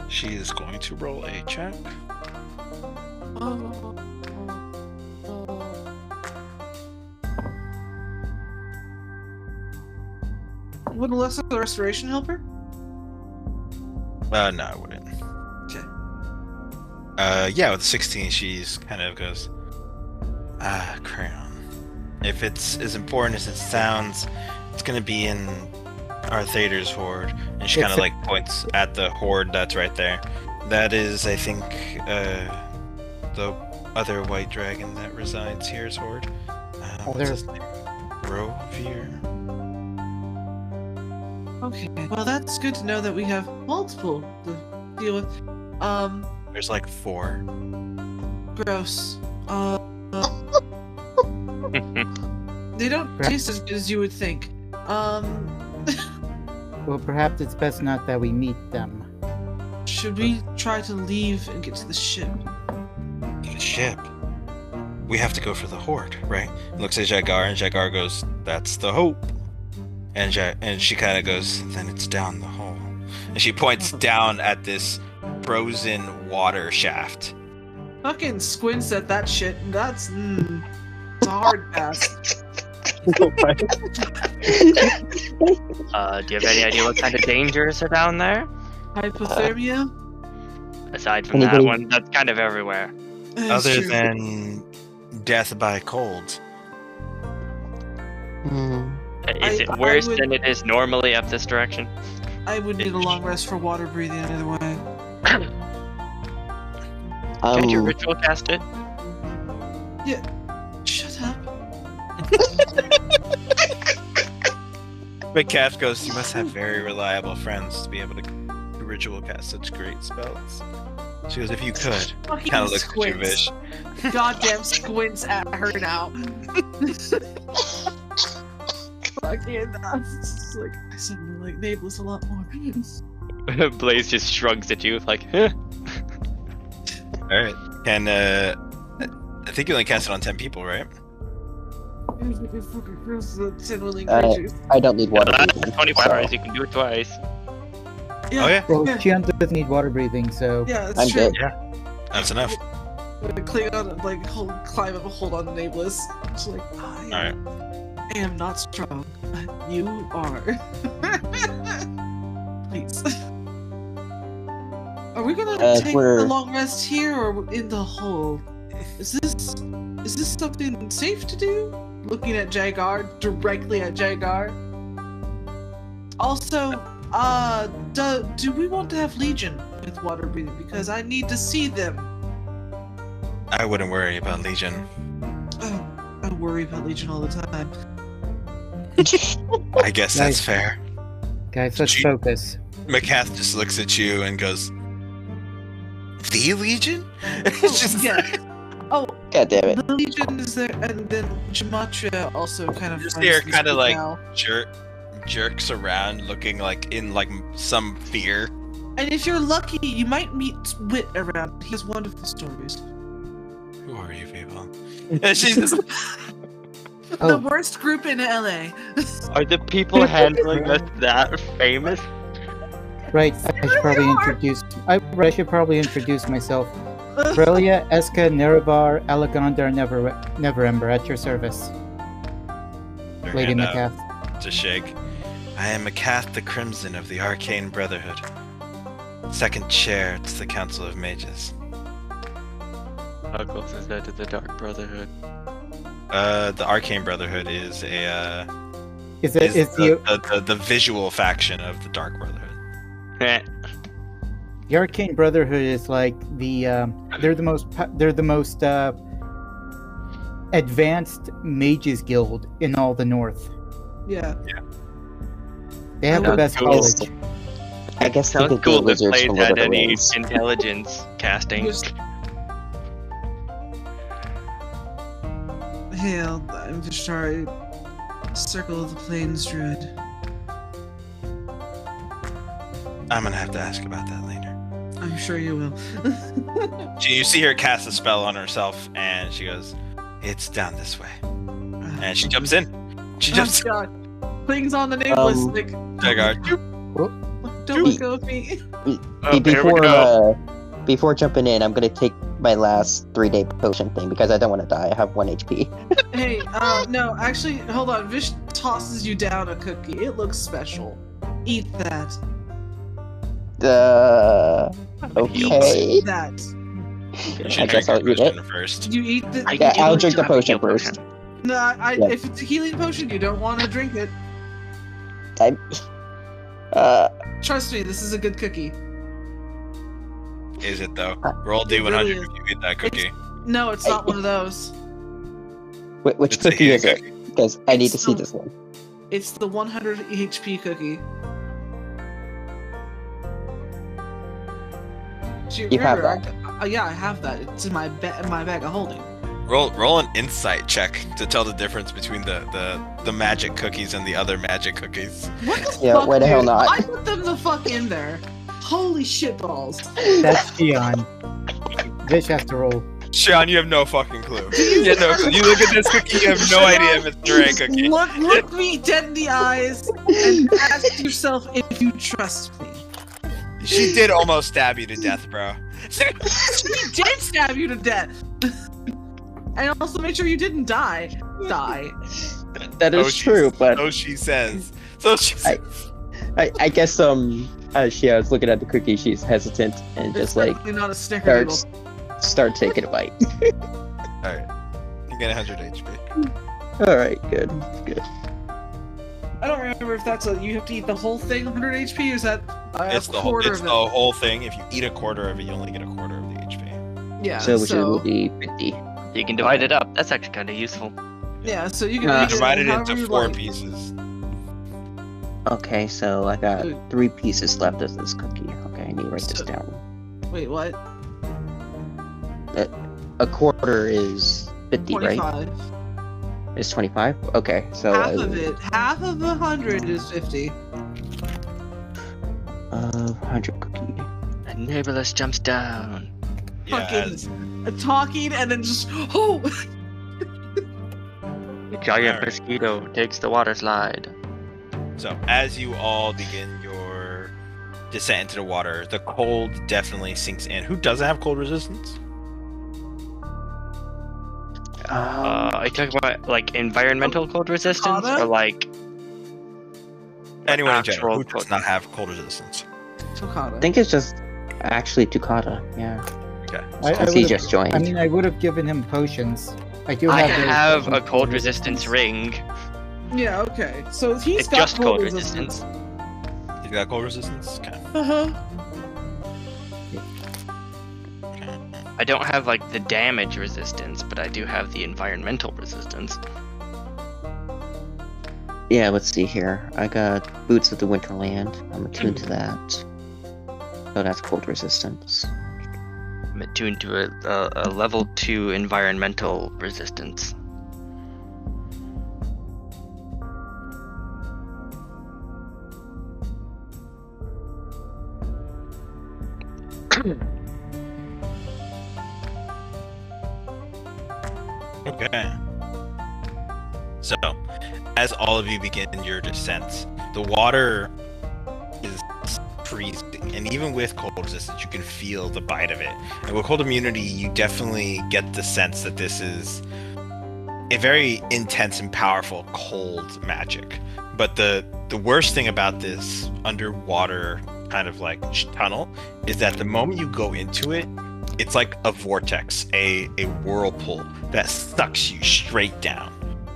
Speaker 2: She is going to roll a check.
Speaker 3: Would Alexa the restoration helper?
Speaker 2: Uh, no, I wouldn't.
Speaker 3: Okay.
Speaker 2: Uh, yeah, with 16, she's kind of goes, ah, crown. If it's as important as it sounds, it's gonna be in our theater's horde. And she kind
Speaker 4: It's
Speaker 2: of
Speaker 4: a-
Speaker 2: like points at the horde that's right there. That is, I think, uh, the other white dragon that resides here's horde. Uh, what's
Speaker 4: there-
Speaker 2: his name? Rovir.
Speaker 3: Okay. Well, that's good to know that we have multiple to deal with. Um,
Speaker 2: There's like four.
Speaker 3: gross. Uh, they don't
Speaker 4: Right.
Speaker 3: taste as good as you would think. Um,
Speaker 4: Well, perhaps it's best not that we meet them.
Speaker 3: should we try to leave and get to the ship?
Speaker 2: The ship. We have to go for the horde, right? Looks at Jagar, and Jagar goes, "That's the hope." And ja- and she kind of goes, "Then it's down the hole." And she points down at this frozen water shaft.
Speaker 3: Fucking squints at that shit. and That's mm, it's a hard pass.
Speaker 6: Uh, do you have any idea what kind of dangers are down there? Uh,
Speaker 3: Hypothermia.
Speaker 6: Aside from that
Speaker 1: Anybody-
Speaker 6: one, that's kind of everywhere.
Speaker 3: That's
Speaker 2: Other
Speaker 3: true.
Speaker 2: than death by cold,
Speaker 1: Hmm.
Speaker 6: Uh, Is
Speaker 3: I- I
Speaker 6: it worse
Speaker 3: would-
Speaker 6: than it is normally up this direction?
Speaker 3: I would need a long rest for water breathing either way.
Speaker 6: Did your
Speaker 1: Um,
Speaker 6: ritual cast it?
Speaker 3: Shut up.
Speaker 2: McCaff goes, "You must have very reliable friends to be able to ritual cast such great spells." She goes, "If you could."
Speaker 3: Fucking
Speaker 2: Kind of looks at you,
Speaker 3: squints.
Speaker 2: Vish.
Speaker 3: Goddamn squints at her now. fucking enough. It's just like I suddenly like Nameless a lot more.
Speaker 6: Blaze just shrugs at you, like,
Speaker 2: All right. Can uh, I think you only cast it on ten people, right?
Speaker 3: Here's what you fucking curse the ten willing
Speaker 1: Uh,
Speaker 3: creatures.
Speaker 1: I don't need water. breathing,
Speaker 6: 24
Speaker 1: so
Speaker 6: hours, you can do it twice.
Speaker 3: yeah,
Speaker 2: Oh yeah,
Speaker 4: Well,
Speaker 3: Yeah.
Speaker 4: Shion doesn't need water breathing, so
Speaker 3: yeah, it's
Speaker 1: I'm
Speaker 3: true.
Speaker 1: good.
Speaker 2: that's enough.
Speaker 3: Like, Klingon, like hold, climb up, hold on to Nameless. It's like I
Speaker 2: All right.
Speaker 3: am not strong. but You are. Please. Are we gonna
Speaker 1: Uh,
Speaker 3: take
Speaker 1: we're-
Speaker 3: a long rest here or in the hole? Is this is this something safe to do? Looking at Jagar directly at Jagar. Also, uh, do, do we want to have Legion with water breathing? Because I need to see them.
Speaker 2: I wouldn't worry about Legion.
Speaker 3: Oh, I worry about Legion all the time.
Speaker 2: I guess that's
Speaker 4: Nice.
Speaker 2: fair.
Speaker 4: guys, let's
Speaker 2: She-
Speaker 4: focus.
Speaker 2: Macath just looks at you and goes, "The Legion?" it's just
Speaker 3: Oh, yeah. Oh,
Speaker 1: God damn it.
Speaker 3: The Legion is there, and then Gematria also kind of.
Speaker 2: Just
Speaker 3: finds
Speaker 2: there,
Speaker 3: me
Speaker 2: kinda
Speaker 3: speak
Speaker 2: like-
Speaker 3: now.
Speaker 2: jerk jerks around, looking like in like some fear.
Speaker 3: And if you're lucky, you might meet Wit around. He has wonderful stories.
Speaker 2: Who are you people? And she's just
Speaker 3: The
Speaker 4: Oh,
Speaker 3: worst group in LA.
Speaker 6: Are the people handling us that famous?
Speaker 4: right. I should probably introduce. I, I should probably introduce myself. Aurelia Eska Nerevar Alagondar Never Neverember at your service,
Speaker 2: her
Speaker 4: Lady
Speaker 2: hand out
Speaker 4: Macath.
Speaker 2: to shake. I am Macath the Crimson of the Arcane Brotherhood, second chair to the Council of Mages.
Speaker 6: Huckles is that to the Dark Brotherhood.
Speaker 2: Uh, the Arcane Brotherhood is a uh,
Speaker 4: Is it
Speaker 2: is,
Speaker 4: is
Speaker 2: the,
Speaker 4: the
Speaker 2: the, the, the visual faction of the Dark Brotherhood.
Speaker 6: Eh.
Speaker 4: the Arcane Brotherhood is like the um, they're the most po- they're the most uh, advanced mages guild in all the North.
Speaker 3: Yeah.
Speaker 4: They have the
Speaker 6: Sounds
Speaker 4: best
Speaker 6: cool.
Speaker 4: college.
Speaker 1: I guess they
Speaker 6: Sounds
Speaker 1: could
Speaker 6: cool
Speaker 1: do
Speaker 6: to
Speaker 1: wizards
Speaker 6: play
Speaker 1: from Lord of
Speaker 6: that
Speaker 1: the
Speaker 6: any
Speaker 1: Rings.
Speaker 6: intelligence casting.
Speaker 3: Just- Hail, I'm Vishtari, Circle of the Plains Druid.
Speaker 2: I'm gonna have to ask about that later.
Speaker 3: I'm sure you will.
Speaker 2: She, you see her cast a spell on herself, and she goes, "It's down this way," and she jumps in. She
Speaker 3: Oh,
Speaker 2: jumps.
Speaker 3: God. Things on the nameless.
Speaker 1: Um,
Speaker 3: like,
Speaker 2: Jagar,
Speaker 3: don't let go of me.
Speaker 2: Oh,
Speaker 1: Be- before uh, before jumping in, I'm gonna take my last three day potion thing because I don't want to die. I have one HP.
Speaker 3: Hey, uh, no, actually, hold on. Vish tosses you down a cookie. It looks special. Eat that.
Speaker 1: Uh, okay.
Speaker 3: Eat that.
Speaker 2: you
Speaker 1: I
Speaker 2: should drink
Speaker 1: guess
Speaker 2: her
Speaker 1: I'll eat it.
Speaker 2: potion first.
Speaker 3: Did you eat the?
Speaker 6: I
Speaker 1: Yeah,
Speaker 6: can
Speaker 1: I'll
Speaker 6: do
Speaker 1: drink the
Speaker 6: a heal
Speaker 1: potion first.
Speaker 3: No, I,
Speaker 1: Yeah.
Speaker 3: if it's a healing potion, you don't want to drink it.
Speaker 1: I, uh,
Speaker 3: Trust me, this is a good cookie.
Speaker 2: Is it though?
Speaker 1: Uh,
Speaker 2: Roll
Speaker 3: it
Speaker 2: D100
Speaker 3: really
Speaker 2: if you eat that cookie.
Speaker 3: No, it's not one of those.
Speaker 1: wh- which
Speaker 2: It's a
Speaker 1: cookie
Speaker 2: hidden
Speaker 1: is it? Because I need to see
Speaker 3: Some-
Speaker 1: this one.
Speaker 3: It's the 100 HP cookie. Do
Speaker 1: You have
Speaker 3: remember, I- I- yeah, I have that. It's in my ba- in my bag of holding.
Speaker 2: Roll roll an insight check to tell the difference between the the, the magic cookies and the other magic cookies.
Speaker 3: What the
Speaker 1: Yeah,
Speaker 3: fuck?
Speaker 1: why the hell
Speaker 3: dude?
Speaker 1: not?
Speaker 3: I put them the fuck in there. Holy shit balls.
Speaker 4: That's Shion. Vish has to roll.
Speaker 2: Sean, you have no fucking clue.
Speaker 10: Yeah, no, you look at this cookie, you have no idea if it's the right cookie.
Speaker 3: Look, look me dead in the eyes and ask yourself if you trust me.
Speaker 2: She did almost stab you to death, bro.
Speaker 3: She did stab you to death. and also make sure you didn't die. Die.
Speaker 1: That is
Speaker 2: is Oh, geez. true,
Speaker 1: true, but
Speaker 2: So she says. So she
Speaker 1: I-
Speaker 2: says.
Speaker 1: I, I guess um, uh, she I was looking at the cookie. She's hesitant and
Speaker 3: It's
Speaker 1: just like
Speaker 3: definitely not a snickerdoodle.
Speaker 1: starts start taking a bite.
Speaker 2: You get 100 HP.
Speaker 1: All right, good, good.
Speaker 3: I don't remember if that's a you have to eat the whole thing 100 HP or is that a
Speaker 2: It's the whole.
Speaker 3: quarter
Speaker 2: It's
Speaker 3: of
Speaker 2: the
Speaker 3: it?
Speaker 2: whole thing. If you eat a quarter of it, you only get a quarter of the HP.
Speaker 3: yeah,
Speaker 1: so which
Speaker 3: so
Speaker 1: will be fifty.
Speaker 6: You can divide it up. That's actually kind of useful.
Speaker 3: yeah, so you can
Speaker 1: Uh,
Speaker 3: eat
Speaker 2: You
Speaker 3: it
Speaker 2: divide it
Speaker 3: however
Speaker 2: into
Speaker 3: you
Speaker 2: four
Speaker 3: like.
Speaker 2: pieces.
Speaker 1: Okay, so I got
Speaker 3: Good.
Speaker 1: three pieces left of this cookie. Okay, I need to write this
Speaker 3: So-
Speaker 1: down. Uh,
Speaker 3: Wait, what?
Speaker 1: A quarter is fifty, right?
Speaker 3: 25.
Speaker 1: is 25? Okay, so.
Speaker 3: half
Speaker 1: uh,
Speaker 3: of it, half of a hundred is fifty.
Speaker 1: Uh, 100 cookie.
Speaker 6: Neighborless jumps down.
Speaker 2: Yeah,
Speaker 3: Fucking talking and then just oh,
Speaker 6: The giant
Speaker 2: Alright.
Speaker 6: mosquito takes the water slide.
Speaker 2: So, as you all begin your descent into the water, the cold definitely sinks in. Who doesn't have cold resistance?
Speaker 6: Uh, are you talking about like
Speaker 3: Oh,
Speaker 6: environmental cold resistance
Speaker 3: Avocado?
Speaker 6: or like
Speaker 2: Anyone in general who
Speaker 6: Actual
Speaker 2: does
Speaker 6: cold-
Speaker 2: not have cold resistance?
Speaker 1: I
Speaker 3: Takata.
Speaker 1: think it's just actually Tukata, yeah.
Speaker 2: Okay.
Speaker 4: I, I
Speaker 1: Since he
Speaker 4: would've-
Speaker 1: just joined.
Speaker 4: I mean, I would have given him potions. I do
Speaker 6: I
Speaker 4: have.
Speaker 6: have
Speaker 4: those
Speaker 6: a
Speaker 4: potions.
Speaker 6: cold resistance ring.
Speaker 3: yeah, okay. So he's
Speaker 6: It's
Speaker 3: got
Speaker 6: just cold
Speaker 3: resistance.
Speaker 6: resistance.
Speaker 2: You got cold resistance? Okay.
Speaker 3: Uh huh.
Speaker 6: I don't have like the damage resistance, but I do have the environmental resistance.
Speaker 1: Yeah, let's see here. I got Boots of the Winterland. I'm attuned to that. Oh, that's cold resistance.
Speaker 6: I'm attuned to a, a, a level two environmental resistance.
Speaker 2: Okay. So, as all of you begin your descent, the water is freezing, and even with cold resistance, you can feel the bite of it. And with cold immunity, you definitely get the sense that this is a very intense and powerful cold magic. But the the worst thing about this underwater kind of like sh- tunnel is that the moment you go into it, it's like a vortex, a, a whirlpool that sucks you straight down.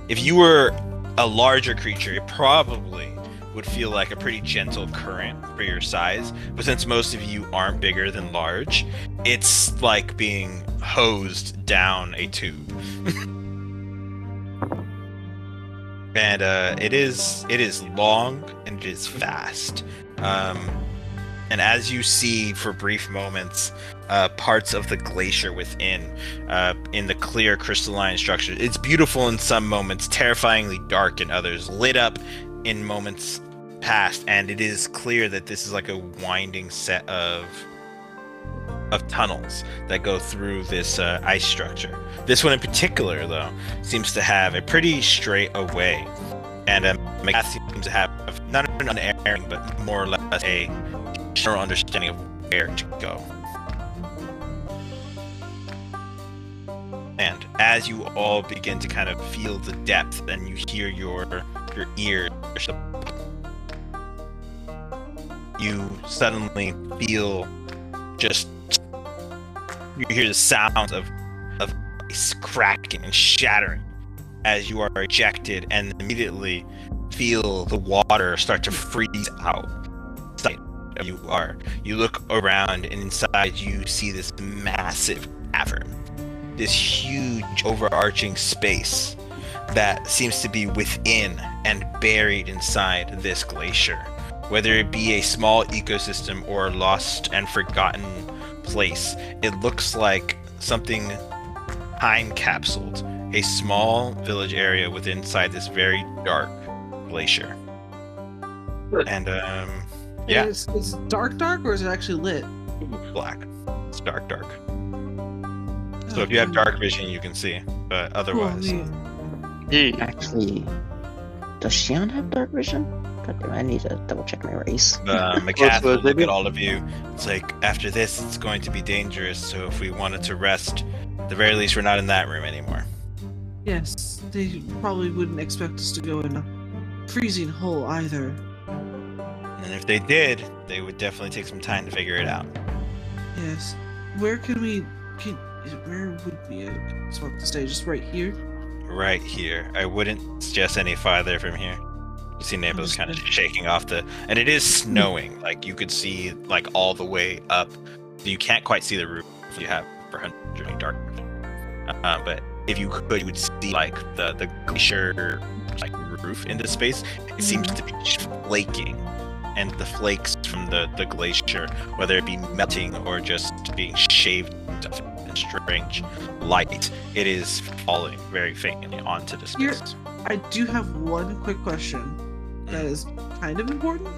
Speaker 2: If you were a larger creature, it probably would feel like a pretty gentle current for your size. But since most of you aren't bigger than large, it's like being hosed down a tube. and uh, it is it is long and it is fast. Um, and as you see for brief moments, uh, parts of the glacier within, uh, in the clear crystalline structure. It's beautiful in some moments, terrifyingly dark in others, lit up in moments past, and it is clear that this is like a winding set of of tunnels that go through this uh, ice structure. This one in particular, though, seems to have a pretty straight away, and um, Macbeth seems to have not an unerring, but more or less a general understanding of where to go. And as you all begin to kind of feel the depth and you hear your your ears you suddenly feel just you hear the sounds of of ice cracking and shattering as you are ejected and immediately feel the water start to freeze out sight of you are you look around and inside you see this massive cavern this huge overarching space that seems to be within and buried inside this glacier. Whether it be a small ecosystem or a lost and forgotten place, it looks like something time capsuled, a small village area within inside this very dark glacier. And um Yeah.
Speaker 3: It's, it's dark, dark, or is it actually lit?
Speaker 2: black. It's dark dark. So if you have dark vision you can see, but
Speaker 3: Cool,
Speaker 2: otherwise
Speaker 3: neat.
Speaker 1: Actually, does Shion have dark vision? God damn, I need to double check my race.
Speaker 2: uh, Macath
Speaker 8: so
Speaker 2: will
Speaker 8: they
Speaker 2: look
Speaker 8: did-
Speaker 2: at all of you. It's like after this, it's going to be dangerous. So if we wanted to rest, at the very least, we're not in that room anymore.
Speaker 3: Yes, they probably wouldn't expect us to go in a freezing hole either.
Speaker 2: And if they did, they would definitely take some time to figure it out.
Speaker 3: Yes. Where can we? Can, where would we? I just want to say, just right here.
Speaker 2: Right here, I wouldn't suggest any farther from here. You see Naples kind of
Speaker 3: Understood.
Speaker 2: shaking off the, and it is snowing. Like you could see, like all the way up. You can't quite see the roof. If you have for hundred dark, uh, but if you could, you would see like the the glacier like roof into space. It seems to be just flaking, and the flakes from the the glacier, whether it be melting or just being shaved off, and strange light. It is falling very faintly onto the
Speaker 3: Here-
Speaker 2: space.
Speaker 3: I do have one quick question that is kind of important.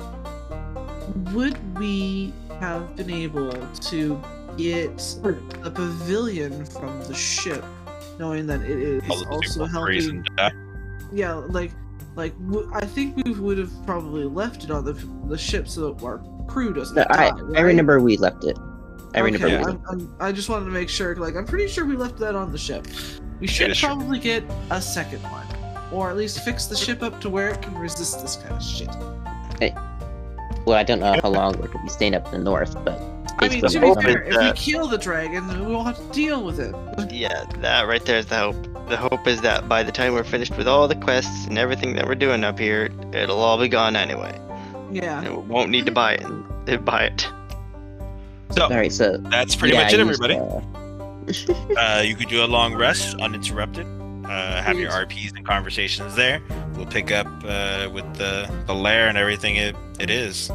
Speaker 3: Would we have been able to get the pavilion from the ship, knowing that it is
Speaker 2: All of the
Speaker 3: also
Speaker 2: people
Speaker 3: helping?
Speaker 2: reason that-
Speaker 3: Yeah, like, like w- I think we would have probably left it on the the ship so that our crew doesn't.
Speaker 1: No, I,
Speaker 3: die,
Speaker 1: I
Speaker 3: Oh, right?
Speaker 1: remember we left it. I remember
Speaker 3: Okay,
Speaker 1: we
Speaker 3: I'm, I'm, I just wanted to make sure. Like, I'm pretty sure we left that on the ship. We should
Speaker 2: is true.
Speaker 3: probably get a second one, or at least fix the ship up to where it can resist this kind of shit.
Speaker 1: Well, I don't know how long we're gonna be staying up in the north, but
Speaker 3: I
Speaker 1: it's
Speaker 3: mean,
Speaker 1: gonna
Speaker 3: to
Speaker 1: be
Speaker 3: be
Speaker 1: something.
Speaker 3: fair, if we
Speaker 6: that-
Speaker 3: kill the dragon, then we won't have to deal with it.
Speaker 6: Yeah, that right there is the hope. The hope is that by the time we're finished with all the quests and everything that we're doing up here, it'll all be gone anyway.
Speaker 3: Yeah.
Speaker 6: And we won't need to buy it. uh, Buy it.
Speaker 2: So
Speaker 1: all right, so
Speaker 2: that's pretty
Speaker 1: yeah,
Speaker 2: much
Speaker 1: I
Speaker 2: it,
Speaker 1: used, uh,
Speaker 2: everybody. Uh, you could do a long rest uninterrupted. Uh, have your
Speaker 3: Sweet.
Speaker 2: RPs and conversations there. We'll pick up uh, with the, the lair and everything it, it is.